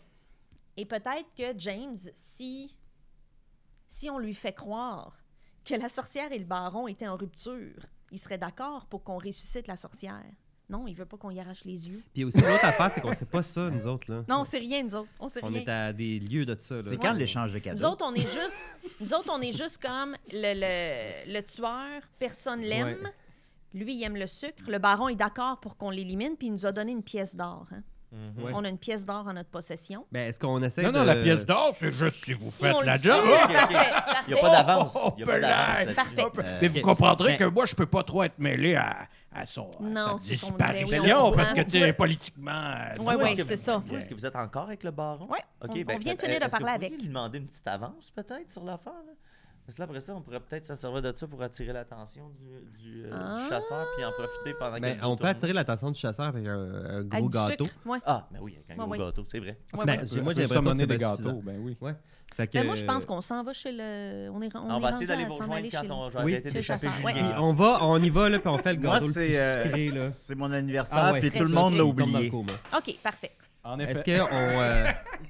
[SPEAKER 5] Et peut-être que James, si, si on lui fait croire que la sorcière et le baron étaient en rupture, il serait d'accord pour qu'on ressuscite la sorcière. Non, il veut pas qu'on y arrache les yeux.
[SPEAKER 8] Puis aussi, l'autre affaire, c'est qu'on sait pas ça, nous autres. là.
[SPEAKER 5] Non, on sait rien, nous autres. On sait
[SPEAKER 8] on
[SPEAKER 5] rien.
[SPEAKER 8] est à des lieux de ça. là.
[SPEAKER 2] C'est quand l'échange de cadeaux?
[SPEAKER 5] Nous autres, on est juste, nous autres, on est juste comme le, le- le tueur, personne l'aime. Lui, il aime le sucre. Le baron est d'accord pour qu'on l'élimine, puis il nous a donné une pièce d'or. hein.
[SPEAKER 3] Mhm.
[SPEAKER 8] Ouais.
[SPEAKER 5] On a une pièce d'or en notre possession.
[SPEAKER 8] Ben, est-ce qu'on essaie
[SPEAKER 6] Non,
[SPEAKER 8] de.
[SPEAKER 6] non, la pièce d'or, c'est juste si vous
[SPEAKER 5] Si on
[SPEAKER 6] faites la
[SPEAKER 5] le
[SPEAKER 6] job.
[SPEAKER 5] tue,
[SPEAKER 6] Ah!
[SPEAKER 5] parfait,
[SPEAKER 3] Il n'y a pas
[SPEAKER 5] parfait.
[SPEAKER 3] d'avance. Il y a pas d'avance. là-dessus.
[SPEAKER 5] Parfait.
[SPEAKER 6] Mais vous
[SPEAKER 8] ok.
[SPEAKER 6] comprendrez
[SPEAKER 8] Ben-
[SPEAKER 6] que moi, je peux pas trop être mêlé à, à son, à
[SPEAKER 5] Non,
[SPEAKER 6] sa
[SPEAKER 5] c'est son-
[SPEAKER 6] disparition,
[SPEAKER 5] ben oui, on
[SPEAKER 6] parce que,
[SPEAKER 5] comprend.
[SPEAKER 6] tu sais, politiquement... euh,
[SPEAKER 5] Ouais,
[SPEAKER 3] Vous,
[SPEAKER 5] ouais,
[SPEAKER 3] est-ce que
[SPEAKER 5] c'est
[SPEAKER 3] vous-
[SPEAKER 5] ça.
[SPEAKER 3] vous, Est-ce que vous êtes encore avec le baron?
[SPEAKER 5] Ouais,
[SPEAKER 3] Ok,
[SPEAKER 5] on-
[SPEAKER 3] ben,
[SPEAKER 5] on vient de
[SPEAKER 3] peut-être-
[SPEAKER 5] finir de
[SPEAKER 3] est-ce que
[SPEAKER 5] parler
[SPEAKER 3] vous
[SPEAKER 5] avec.
[SPEAKER 3] pourriez lui demander une petite avance, peut-être, sur l'affaire. là? Parce que là, après ça, on pourrait peut-être se servir de ça pour attirer l'attention du, du, euh, du
[SPEAKER 5] Ah.
[SPEAKER 3] chasseur puis en profiter pendant
[SPEAKER 8] Ben,
[SPEAKER 3] qu'elle
[SPEAKER 8] on peut
[SPEAKER 3] tourne.
[SPEAKER 8] attirer l'attention du chasseur avec un, un
[SPEAKER 5] Avec
[SPEAKER 8] gros
[SPEAKER 5] du
[SPEAKER 8] gâteau.
[SPEAKER 5] sucre, ouais.
[SPEAKER 3] Ah, ben oui, avec un
[SPEAKER 5] Ouais,
[SPEAKER 3] gros
[SPEAKER 5] ouais.
[SPEAKER 3] gâteau, c'est vrai.
[SPEAKER 5] Ouais,
[SPEAKER 8] Ben,
[SPEAKER 5] ouais.
[SPEAKER 8] j'ai- moi, j'ai
[SPEAKER 6] peut
[SPEAKER 8] l'impression que
[SPEAKER 6] summoner
[SPEAKER 8] c'est
[SPEAKER 6] des
[SPEAKER 8] bien
[SPEAKER 6] gâteaux,
[SPEAKER 8] suffisant.
[SPEAKER 6] ben oui.
[SPEAKER 8] Fait que-
[SPEAKER 5] Ben, moi, je pense qu'on s'en va chez le. On est, on
[SPEAKER 3] On,
[SPEAKER 5] est
[SPEAKER 3] va
[SPEAKER 5] rendu
[SPEAKER 3] essayer d'aller
[SPEAKER 5] à
[SPEAKER 3] vous
[SPEAKER 5] s'en
[SPEAKER 3] rejoindre
[SPEAKER 5] aller chez
[SPEAKER 3] quand
[SPEAKER 5] le-
[SPEAKER 3] on va
[SPEAKER 8] Oui,
[SPEAKER 3] arrêter
[SPEAKER 5] chez le
[SPEAKER 3] d'échapper
[SPEAKER 5] chasseur, ouais.
[SPEAKER 3] Julien.
[SPEAKER 8] Et on va, on y va, là, puis on fait le
[SPEAKER 2] Moi,
[SPEAKER 8] gâteau le plus
[SPEAKER 2] c'est euh,
[SPEAKER 8] sucré, là.
[SPEAKER 2] c'est mon anniversaire,
[SPEAKER 8] Ah ouais,
[SPEAKER 2] puis
[SPEAKER 5] très
[SPEAKER 2] tout le monde l'a
[SPEAKER 5] sucré,
[SPEAKER 2] oublié.
[SPEAKER 5] OK, parfait.
[SPEAKER 6] En
[SPEAKER 8] Est-ce
[SPEAKER 6] effet.
[SPEAKER 8] qu'on. Euh...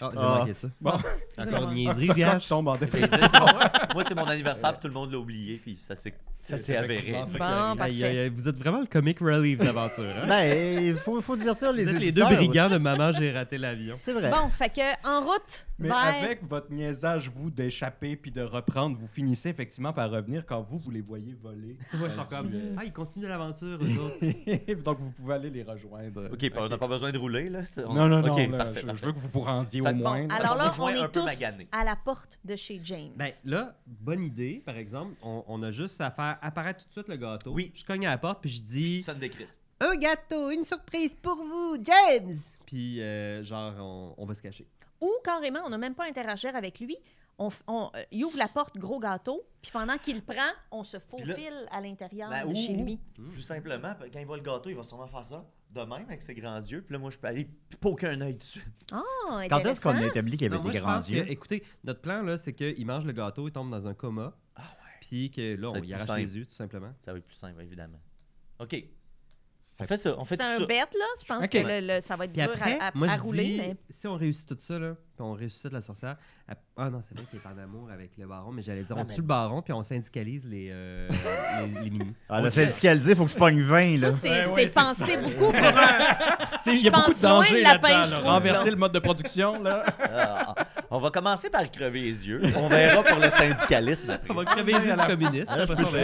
[SPEAKER 8] Ah, j'ai
[SPEAKER 2] Ah.
[SPEAKER 8] manqué ça.
[SPEAKER 6] Bon,
[SPEAKER 8] Encore
[SPEAKER 5] bon.
[SPEAKER 8] une niaiserie,
[SPEAKER 6] quand je
[SPEAKER 8] gage.
[SPEAKER 6] tombe en
[SPEAKER 3] Fait que
[SPEAKER 6] défense.
[SPEAKER 3] c'est mon- Moi, c'est mon anniversaire, puis tout le monde l'a oublié, puis ça s'est ça s'est avéré.
[SPEAKER 6] effectivement ça.
[SPEAKER 5] Bon,
[SPEAKER 3] euh,
[SPEAKER 8] Aïe, aïe,
[SPEAKER 5] parfait.
[SPEAKER 8] aïe, Vous êtes vraiment le comic relief d'aventure. Hein?
[SPEAKER 2] Ben, il faut, faut divertir les
[SPEAKER 8] Vous êtes les deux
[SPEAKER 2] éditeurs.
[SPEAKER 8] brigands de Maman, j'ai raté l'avion.
[SPEAKER 2] C'est vrai.
[SPEAKER 5] Bon, fait que en route
[SPEAKER 6] Mais
[SPEAKER 5] vers.
[SPEAKER 6] avec votre niaisage, vous, d'échapper puis de reprendre, vous finissez effectivement par revenir quand vous, vous les voyez voler.
[SPEAKER 8] Ouais, ils
[SPEAKER 6] sont
[SPEAKER 8] sont
[SPEAKER 6] comme,
[SPEAKER 8] comme. Ah, ils continuent l'aventure, eux autres.
[SPEAKER 6] Donc, vous pouvez aller les rejoindre.
[SPEAKER 3] OK, on n'a pas besoin de rouler, là. c'est- on-
[SPEAKER 6] Non, non, non.
[SPEAKER 3] OK,
[SPEAKER 6] là,
[SPEAKER 3] parfait,
[SPEAKER 6] je,
[SPEAKER 3] parfait.
[SPEAKER 6] je veux que vous vous rendiez
[SPEAKER 3] Fait
[SPEAKER 6] au
[SPEAKER 3] que bon,
[SPEAKER 6] moins. là.
[SPEAKER 5] Alors là, on
[SPEAKER 3] rejoint un
[SPEAKER 5] est
[SPEAKER 3] peu
[SPEAKER 5] tous
[SPEAKER 3] magané.
[SPEAKER 5] à la porte de chez James.
[SPEAKER 8] Ben là, bonne idée, par exemple. On, on a juste à faire apparaître tout de suite le gâteau. Oui. Je cogne à la porte, puis je
[SPEAKER 3] Puis
[SPEAKER 8] dis.
[SPEAKER 3] sonne des crises.
[SPEAKER 9] Un gâteau, une surprise pour vous, James.
[SPEAKER 8] Puis, euh, genre, on, on va se cacher.
[SPEAKER 5] Ou carrément, on n'a même pas à interagir avec lui. On, f- on, euh, il ouvre la porte, gros gâteau, puis pendant qu'il le prend, on se
[SPEAKER 3] là-
[SPEAKER 5] faufile à l'intérieur
[SPEAKER 3] Ben,
[SPEAKER 5] de
[SPEAKER 3] ou-
[SPEAKER 5] chez
[SPEAKER 3] ou,
[SPEAKER 5] lui.
[SPEAKER 3] Plus simplement, quand il voit le gâteau, il va sûrement faire ça de même avec ses grands yeux. Puis là, moi, je peux aller poker un œil dessus.
[SPEAKER 5] Ah,
[SPEAKER 2] Quand est-ce qu'on
[SPEAKER 5] intéressant.
[SPEAKER 2] a établi qu'il y
[SPEAKER 8] Non,
[SPEAKER 2] avait
[SPEAKER 8] moi,
[SPEAKER 2] des
[SPEAKER 8] je
[SPEAKER 2] grands
[SPEAKER 8] pense
[SPEAKER 2] yeux?
[SPEAKER 8] que, écoutez, notre plan, là, c'est qu'il mange le gâteau, il tombe dans un coma.
[SPEAKER 3] Ah
[SPEAKER 8] Puis que là,
[SPEAKER 3] Ça va
[SPEAKER 8] on
[SPEAKER 3] être
[SPEAKER 8] y
[SPEAKER 3] plus
[SPEAKER 8] arrache
[SPEAKER 3] simple.
[SPEAKER 8] les yeux, tout simplement.
[SPEAKER 3] Ça va être plus simple, évidemment. OK. On fait ça. On fait
[SPEAKER 5] C'est
[SPEAKER 3] tout
[SPEAKER 5] un
[SPEAKER 3] ça.
[SPEAKER 5] bet, là. Je pense
[SPEAKER 6] Ok.
[SPEAKER 5] que le- le- ça va être
[SPEAKER 8] Puis
[SPEAKER 5] dur
[SPEAKER 8] après,
[SPEAKER 5] à, à-
[SPEAKER 8] moi,
[SPEAKER 5] à
[SPEAKER 8] je
[SPEAKER 5] rouler,
[SPEAKER 8] dis,
[SPEAKER 5] mais
[SPEAKER 8] si on réussit tout ça, là, puis on ressuscite la sorcière... elle- Ah non, c'est vrai qu'il est en amour avec le baron, mais j'allais dire,
[SPEAKER 3] Ah,
[SPEAKER 8] on
[SPEAKER 3] mais-
[SPEAKER 8] tue le baron, puis on syndicalise les, euh, les, les minis.
[SPEAKER 2] Ah, là, c'est dit, faut que je pogne 20, là.
[SPEAKER 5] ça, c'est
[SPEAKER 10] Ouais, ouais,
[SPEAKER 5] c'est
[SPEAKER 10] c'est
[SPEAKER 5] pensé beaucoup pour un.
[SPEAKER 6] C'est- Il y a
[SPEAKER 5] pense
[SPEAKER 6] beaucoup de
[SPEAKER 5] loin de
[SPEAKER 6] dangers
[SPEAKER 5] la
[SPEAKER 6] là-dedans.
[SPEAKER 5] pêche,
[SPEAKER 6] là.
[SPEAKER 5] je trouve,
[SPEAKER 6] Renverser
[SPEAKER 5] là.
[SPEAKER 6] le mode de production, là.
[SPEAKER 3] Ah, ah. on va commencer par crever les yeux. On verra pour le syndicalisme après.
[SPEAKER 8] On va crever les yeux du communiste.
[SPEAKER 2] Ah, là, je
[SPEAKER 8] après ça, on
[SPEAKER 2] peux-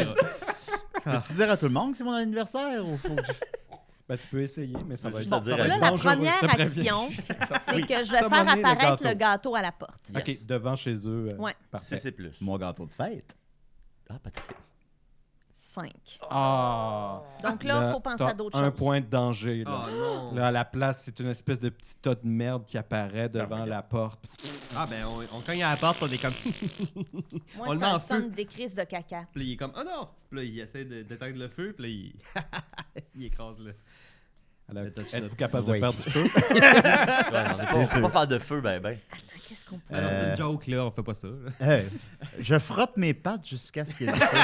[SPEAKER 8] verra.
[SPEAKER 2] Peux-tu dire à tout le monde que c'est mon anniversaire ou faut que je-
[SPEAKER 6] Ben, tu peux essayer, mais ça
[SPEAKER 3] Je
[SPEAKER 6] va
[SPEAKER 3] veux
[SPEAKER 6] être
[SPEAKER 3] juste te dire,
[SPEAKER 6] ça va
[SPEAKER 5] Là,
[SPEAKER 6] être
[SPEAKER 5] la
[SPEAKER 6] dangereux,
[SPEAKER 5] première
[SPEAKER 6] je te préviens.
[SPEAKER 5] action, c'est que je vais
[SPEAKER 6] Ça
[SPEAKER 5] faire
[SPEAKER 6] m'en est le
[SPEAKER 5] apparaître
[SPEAKER 6] gâteau.
[SPEAKER 5] le gâteau à la porte.
[SPEAKER 3] Yes.
[SPEAKER 6] OK, devant chez eux. euh,
[SPEAKER 5] Ouais.
[SPEAKER 6] Parfait.
[SPEAKER 3] Si c'est plus.
[SPEAKER 2] mon gâteau de fête?
[SPEAKER 3] Ah, peut-être.
[SPEAKER 5] 5.
[SPEAKER 6] Ah!
[SPEAKER 5] Donc là, faut penser à
[SPEAKER 6] t'as
[SPEAKER 5] d'autres
[SPEAKER 6] Un
[SPEAKER 5] choses.
[SPEAKER 6] point de danger, là.
[SPEAKER 8] Ah non.
[SPEAKER 6] Là, à la place, c'est une espèce de petit tas de merde qui apparaît devant la porte.
[SPEAKER 8] Ah ben, on, on cogne à la porte, on est comme...
[SPEAKER 5] Moi,
[SPEAKER 8] On le
[SPEAKER 5] c'est
[SPEAKER 8] met en
[SPEAKER 5] un
[SPEAKER 8] feu.
[SPEAKER 5] son de crise de caca.
[SPEAKER 8] Puis là, il est comme, oh non! Puis là, il essaie de- d'éteindre le feu, puis là, il, il écrase le.
[SPEAKER 6] Alors,
[SPEAKER 8] Le touch
[SPEAKER 6] êtes-vous
[SPEAKER 8] note.
[SPEAKER 6] capable
[SPEAKER 2] Oui.
[SPEAKER 6] de faire du feu?
[SPEAKER 3] Ouais, on ne peut pas faire de feu, ben ben.
[SPEAKER 5] Qu'est-ce qu'on peut
[SPEAKER 8] Ah non, C'est une joke, là, on fait pas ça.
[SPEAKER 2] Euh, je frotte mes pattes jusqu'à ce qu'il y ait du feu.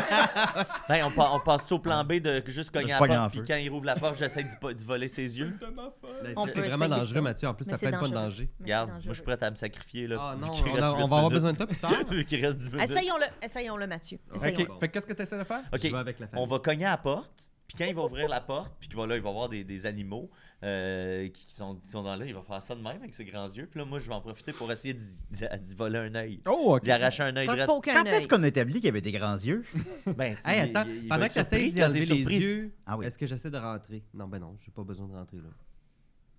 [SPEAKER 3] Ben, on, pa- on passe au plan B de juste cogner à
[SPEAKER 2] Pas
[SPEAKER 3] la
[SPEAKER 2] grand
[SPEAKER 3] porte, puis
[SPEAKER 2] feu.
[SPEAKER 3] quand il rouvre la porte, j'essaie d'y po- d'y voler ses yeux.
[SPEAKER 5] On
[SPEAKER 8] Ben, C'est
[SPEAKER 5] peut
[SPEAKER 8] vraiment
[SPEAKER 5] essayer
[SPEAKER 8] dangereux,
[SPEAKER 5] ça.
[SPEAKER 8] Mathieu. En plus,
[SPEAKER 5] Mais
[SPEAKER 8] t'as
[SPEAKER 5] c'est
[SPEAKER 8] plein de points de
[SPEAKER 5] dangereux.
[SPEAKER 8] danger.
[SPEAKER 5] Mais c'est
[SPEAKER 3] Regarde, moi, je
[SPEAKER 5] dangereux.
[SPEAKER 3] suis prêt à me sacrifier, là.
[SPEAKER 8] Ah
[SPEAKER 3] vu
[SPEAKER 8] non,
[SPEAKER 3] qu'il
[SPEAKER 8] on,
[SPEAKER 3] reste
[SPEAKER 8] a- on
[SPEAKER 3] huit
[SPEAKER 8] va avoir
[SPEAKER 3] minutes.
[SPEAKER 8] besoin de toi plus tard.
[SPEAKER 3] Vu qu'il reste 10 minutes.
[SPEAKER 5] Essayons-le, essayons-le, Mathieu. Essayons-le.
[SPEAKER 6] OK, fait qu'est-ce que tu essaies de faire?
[SPEAKER 3] OK,
[SPEAKER 8] Je vais avec la famille.
[SPEAKER 3] on va cogner à la porte. Puis quand il va ouvrir la porte, puis qu'il va là, il va voir des, des animaux euh, qui, qui sont, qui sont dans là, il va faire ça de même avec ses grands yeux. Puis là, moi, je vais en profiter pour essayer d'y- d'y d'y voler un œil.
[SPEAKER 6] Oh, OK.
[SPEAKER 3] D'y arracher un œil
[SPEAKER 5] Pas-
[SPEAKER 3] droit.
[SPEAKER 5] Pas aucun
[SPEAKER 2] Quand est-ce
[SPEAKER 5] œil.
[SPEAKER 2] qu'on a établi qu'il y avait des grands yeux?
[SPEAKER 3] Ben, c'est-
[SPEAKER 8] Hey, attends,
[SPEAKER 3] il- il- il va
[SPEAKER 8] pendant
[SPEAKER 3] être
[SPEAKER 8] que t'essayes
[SPEAKER 3] surpris
[SPEAKER 8] d'y
[SPEAKER 3] quand
[SPEAKER 8] enlever
[SPEAKER 3] t'es
[SPEAKER 8] les
[SPEAKER 3] surpris.
[SPEAKER 8] yeux,
[SPEAKER 2] Ah oui.
[SPEAKER 8] est-ce que j'essaie de rentrer? Non, ben non, j'ai pas besoin de rentrer, là.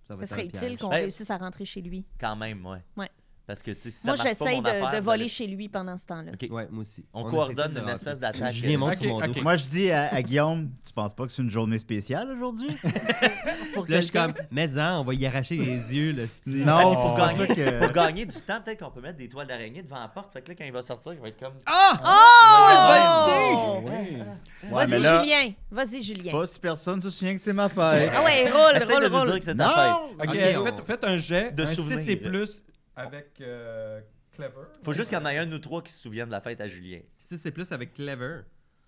[SPEAKER 8] Ça va
[SPEAKER 5] Ça
[SPEAKER 8] être un
[SPEAKER 5] serait utile
[SPEAKER 8] piège.
[SPEAKER 5] qu'on
[SPEAKER 3] Ben-
[SPEAKER 5] réussisse à rentrer chez lui.
[SPEAKER 3] Quand même, ouais.
[SPEAKER 5] Ouais.
[SPEAKER 3] Parce que, tu sais, si ça
[SPEAKER 5] Moi,
[SPEAKER 3] marche pas,
[SPEAKER 5] j'essaye
[SPEAKER 3] mon
[SPEAKER 5] de,
[SPEAKER 3] affaire,
[SPEAKER 5] de
[SPEAKER 3] vous
[SPEAKER 5] voler
[SPEAKER 3] allez-
[SPEAKER 5] chez lui pendant ce temps-là.
[SPEAKER 8] Ouais, moi aussi.
[SPEAKER 3] On,
[SPEAKER 8] essaie tous
[SPEAKER 3] coordonne
[SPEAKER 8] de
[SPEAKER 3] une
[SPEAKER 8] rentrer.
[SPEAKER 3] espèce d'attaque. euh,
[SPEAKER 8] Je viens monter
[SPEAKER 6] Ok,
[SPEAKER 8] sur mon dos.
[SPEAKER 6] ok.
[SPEAKER 2] Moi, je dis à, à Guillaume, tu penses pas que c'est une journée spéciale aujourd'hui? Pour
[SPEAKER 8] Là, je suis
[SPEAKER 2] quelqu'un?
[SPEAKER 8] comme, mais en, on va y arracher les yeux, le style.
[SPEAKER 2] Non,
[SPEAKER 3] Pour
[SPEAKER 2] c'est pour ça
[SPEAKER 3] gagner,
[SPEAKER 2] que...
[SPEAKER 3] pour gagner du temps, peut-être qu'on peut mettre des toiles d'araignée devant la porte. Fait que là, quand il va sortir, il va être comme.
[SPEAKER 5] Oh!
[SPEAKER 6] Oui.
[SPEAKER 2] Ouais, mais
[SPEAKER 5] Vas-y,
[SPEAKER 2] là,
[SPEAKER 5] Julien. Vas-y, Julien.
[SPEAKER 2] pas si personne se souvient que c'est ma fête.
[SPEAKER 5] Ah ouais, roule,
[SPEAKER 3] Essaye de
[SPEAKER 5] roule,
[SPEAKER 3] nous dire
[SPEAKER 5] roule.
[SPEAKER 3] que c'est ta fête.
[SPEAKER 2] Non!
[SPEAKER 6] OK,
[SPEAKER 8] Ok, on-
[SPEAKER 6] faites, faites un jet
[SPEAKER 3] De
[SPEAKER 6] de un
[SPEAKER 3] souvenir.
[SPEAKER 6] 6 et plus avec euh, Clever.
[SPEAKER 3] Faut juste qu'il y en ait un ou trois qui se souviennent de la fête à Julien.
[SPEAKER 8] Si c'est plus avec Clever,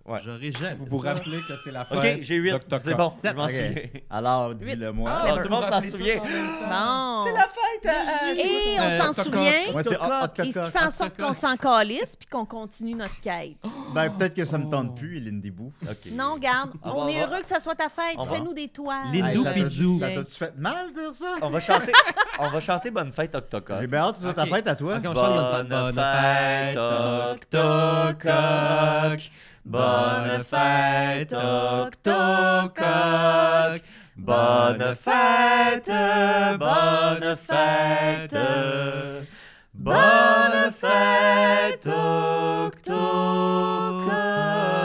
[SPEAKER 3] Ouais.
[SPEAKER 8] j'aurais jamais.
[SPEAKER 6] Vous vous
[SPEAKER 8] ça.
[SPEAKER 6] rappelez que c'est la fête.
[SPEAKER 3] Ok, j'ai 8.
[SPEAKER 6] d'Octocom.
[SPEAKER 3] C'est bon, je m'en
[SPEAKER 2] Ok.
[SPEAKER 3] souviens.
[SPEAKER 2] Alors, dis-le moi.
[SPEAKER 3] Ah, tout le monde s'en
[SPEAKER 6] Rappelez tout
[SPEAKER 3] souvient.
[SPEAKER 6] en même temps.
[SPEAKER 5] Bon.
[SPEAKER 3] fête à,
[SPEAKER 5] Et on
[SPEAKER 8] Euh,
[SPEAKER 5] s'en
[SPEAKER 8] toc-toc.
[SPEAKER 5] souvient.
[SPEAKER 2] Moi, c'est hot, hot,
[SPEAKER 5] Et ce qui
[SPEAKER 2] cocotte.
[SPEAKER 5] fait en sorte qu'on s'en calisse puis qu'on continue notre quête.
[SPEAKER 3] Oh.
[SPEAKER 2] Ben, peut-être que ça me
[SPEAKER 5] Oh.
[SPEAKER 2] tente plus, Lindy Boo.
[SPEAKER 5] Non, garde,
[SPEAKER 3] On
[SPEAKER 5] on
[SPEAKER 3] va-
[SPEAKER 5] est
[SPEAKER 3] on va-
[SPEAKER 5] heureux que ça soit ta fête.
[SPEAKER 3] On va-
[SPEAKER 5] Fais-nous des toiles.
[SPEAKER 8] Lindou
[SPEAKER 2] Hey, ça
[SPEAKER 5] Euh,
[SPEAKER 2] t'a-
[SPEAKER 8] Pidzou.
[SPEAKER 2] Ça
[SPEAKER 5] Julien.
[SPEAKER 2] t'a-tu fait mal dire ça?
[SPEAKER 3] On va chanter. on va chanter Bonne fête Octocom.
[SPEAKER 2] J'ai bien hâte que ce soit ta
[SPEAKER 8] Ok.
[SPEAKER 2] fête à toi.
[SPEAKER 8] Ok, on chante notre
[SPEAKER 3] Bonne, fête Octocom. Bonne fête Octocom. Bonne fête, bonne fête, bonne fête, Octocom.
[SPEAKER 6] À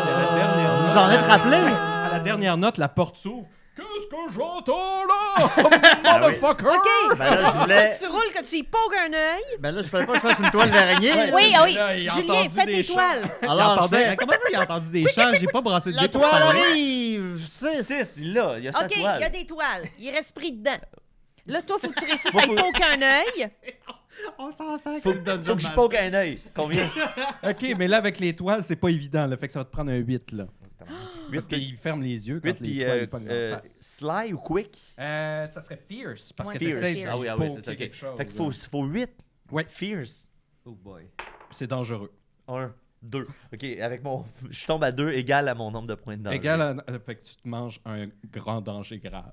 [SPEAKER 6] la dernière
[SPEAKER 2] Vous
[SPEAKER 6] note-
[SPEAKER 2] vous en êtes rappelé?
[SPEAKER 6] À la dernière note, la porte s'ouvre. Qu'est-ce que j'entends là?
[SPEAKER 3] Ah
[SPEAKER 6] Motherfucker!
[SPEAKER 5] OK.
[SPEAKER 2] Ben là, je voulais...
[SPEAKER 5] Tu roules que tu y pogues un œil.
[SPEAKER 2] Ben là, je fallais pas que je fasse une toile d'araignée. là.
[SPEAKER 5] Oui, ah
[SPEAKER 6] là,
[SPEAKER 5] oui.
[SPEAKER 6] il a
[SPEAKER 5] Julien,
[SPEAKER 6] entendu
[SPEAKER 5] fais
[SPEAKER 6] des
[SPEAKER 5] tes
[SPEAKER 6] chants.
[SPEAKER 5] toiles.
[SPEAKER 2] Alors, je fais-
[SPEAKER 5] hein,
[SPEAKER 8] Mais comment ça, il a entendu des chants? J'ai pas brassé de
[SPEAKER 2] La
[SPEAKER 8] dés pour
[SPEAKER 2] toile
[SPEAKER 8] parler.
[SPEAKER 2] arrive! 6!
[SPEAKER 3] 6, là, il y a sa
[SPEAKER 5] OK, il y
[SPEAKER 3] toile.
[SPEAKER 5] a des toiles. Il reste pris dedans. Là, toi, faut que tu réussisses
[SPEAKER 3] Moi,
[SPEAKER 5] à
[SPEAKER 3] faut-
[SPEAKER 5] y poguer un œil.
[SPEAKER 8] On s'en sert.
[SPEAKER 3] Faut, faut que je poke un œil. Combien?
[SPEAKER 6] OK, mais là, avec les toiles, c'est pas évident. Là, fait que ça va te prendre un 8, là. Parce qu'il ferme les yeux quand
[SPEAKER 3] 8
[SPEAKER 6] les
[SPEAKER 3] puis
[SPEAKER 6] toiles
[SPEAKER 3] euh,
[SPEAKER 6] lui pognent dans la
[SPEAKER 3] euh,
[SPEAKER 6] face.
[SPEAKER 3] Sly ou Quick?
[SPEAKER 6] Euh, ça serait Fierce, parce
[SPEAKER 5] Ouais,
[SPEAKER 6] que
[SPEAKER 5] Fierce.
[SPEAKER 6] t'essayes de
[SPEAKER 5] Fierce.
[SPEAKER 3] Ah oui, ah oui, c'est
[SPEAKER 6] poker
[SPEAKER 3] ça. ok.
[SPEAKER 6] quelque chose,
[SPEAKER 3] Fait qu'il faut,
[SPEAKER 6] là.
[SPEAKER 3] faut 8.
[SPEAKER 6] Ouais.
[SPEAKER 3] Fierce.
[SPEAKER 8] Oh boy.
[SPEAKER 6] C'est dangereux.
[SPEAKER 3] 1, 2. OK, avec mon... Je tombe à 2 égal à mon nombre de points de danger.
[SPEAKER 6] Égal à- euh, Fait que tu te manges un grand danger grave.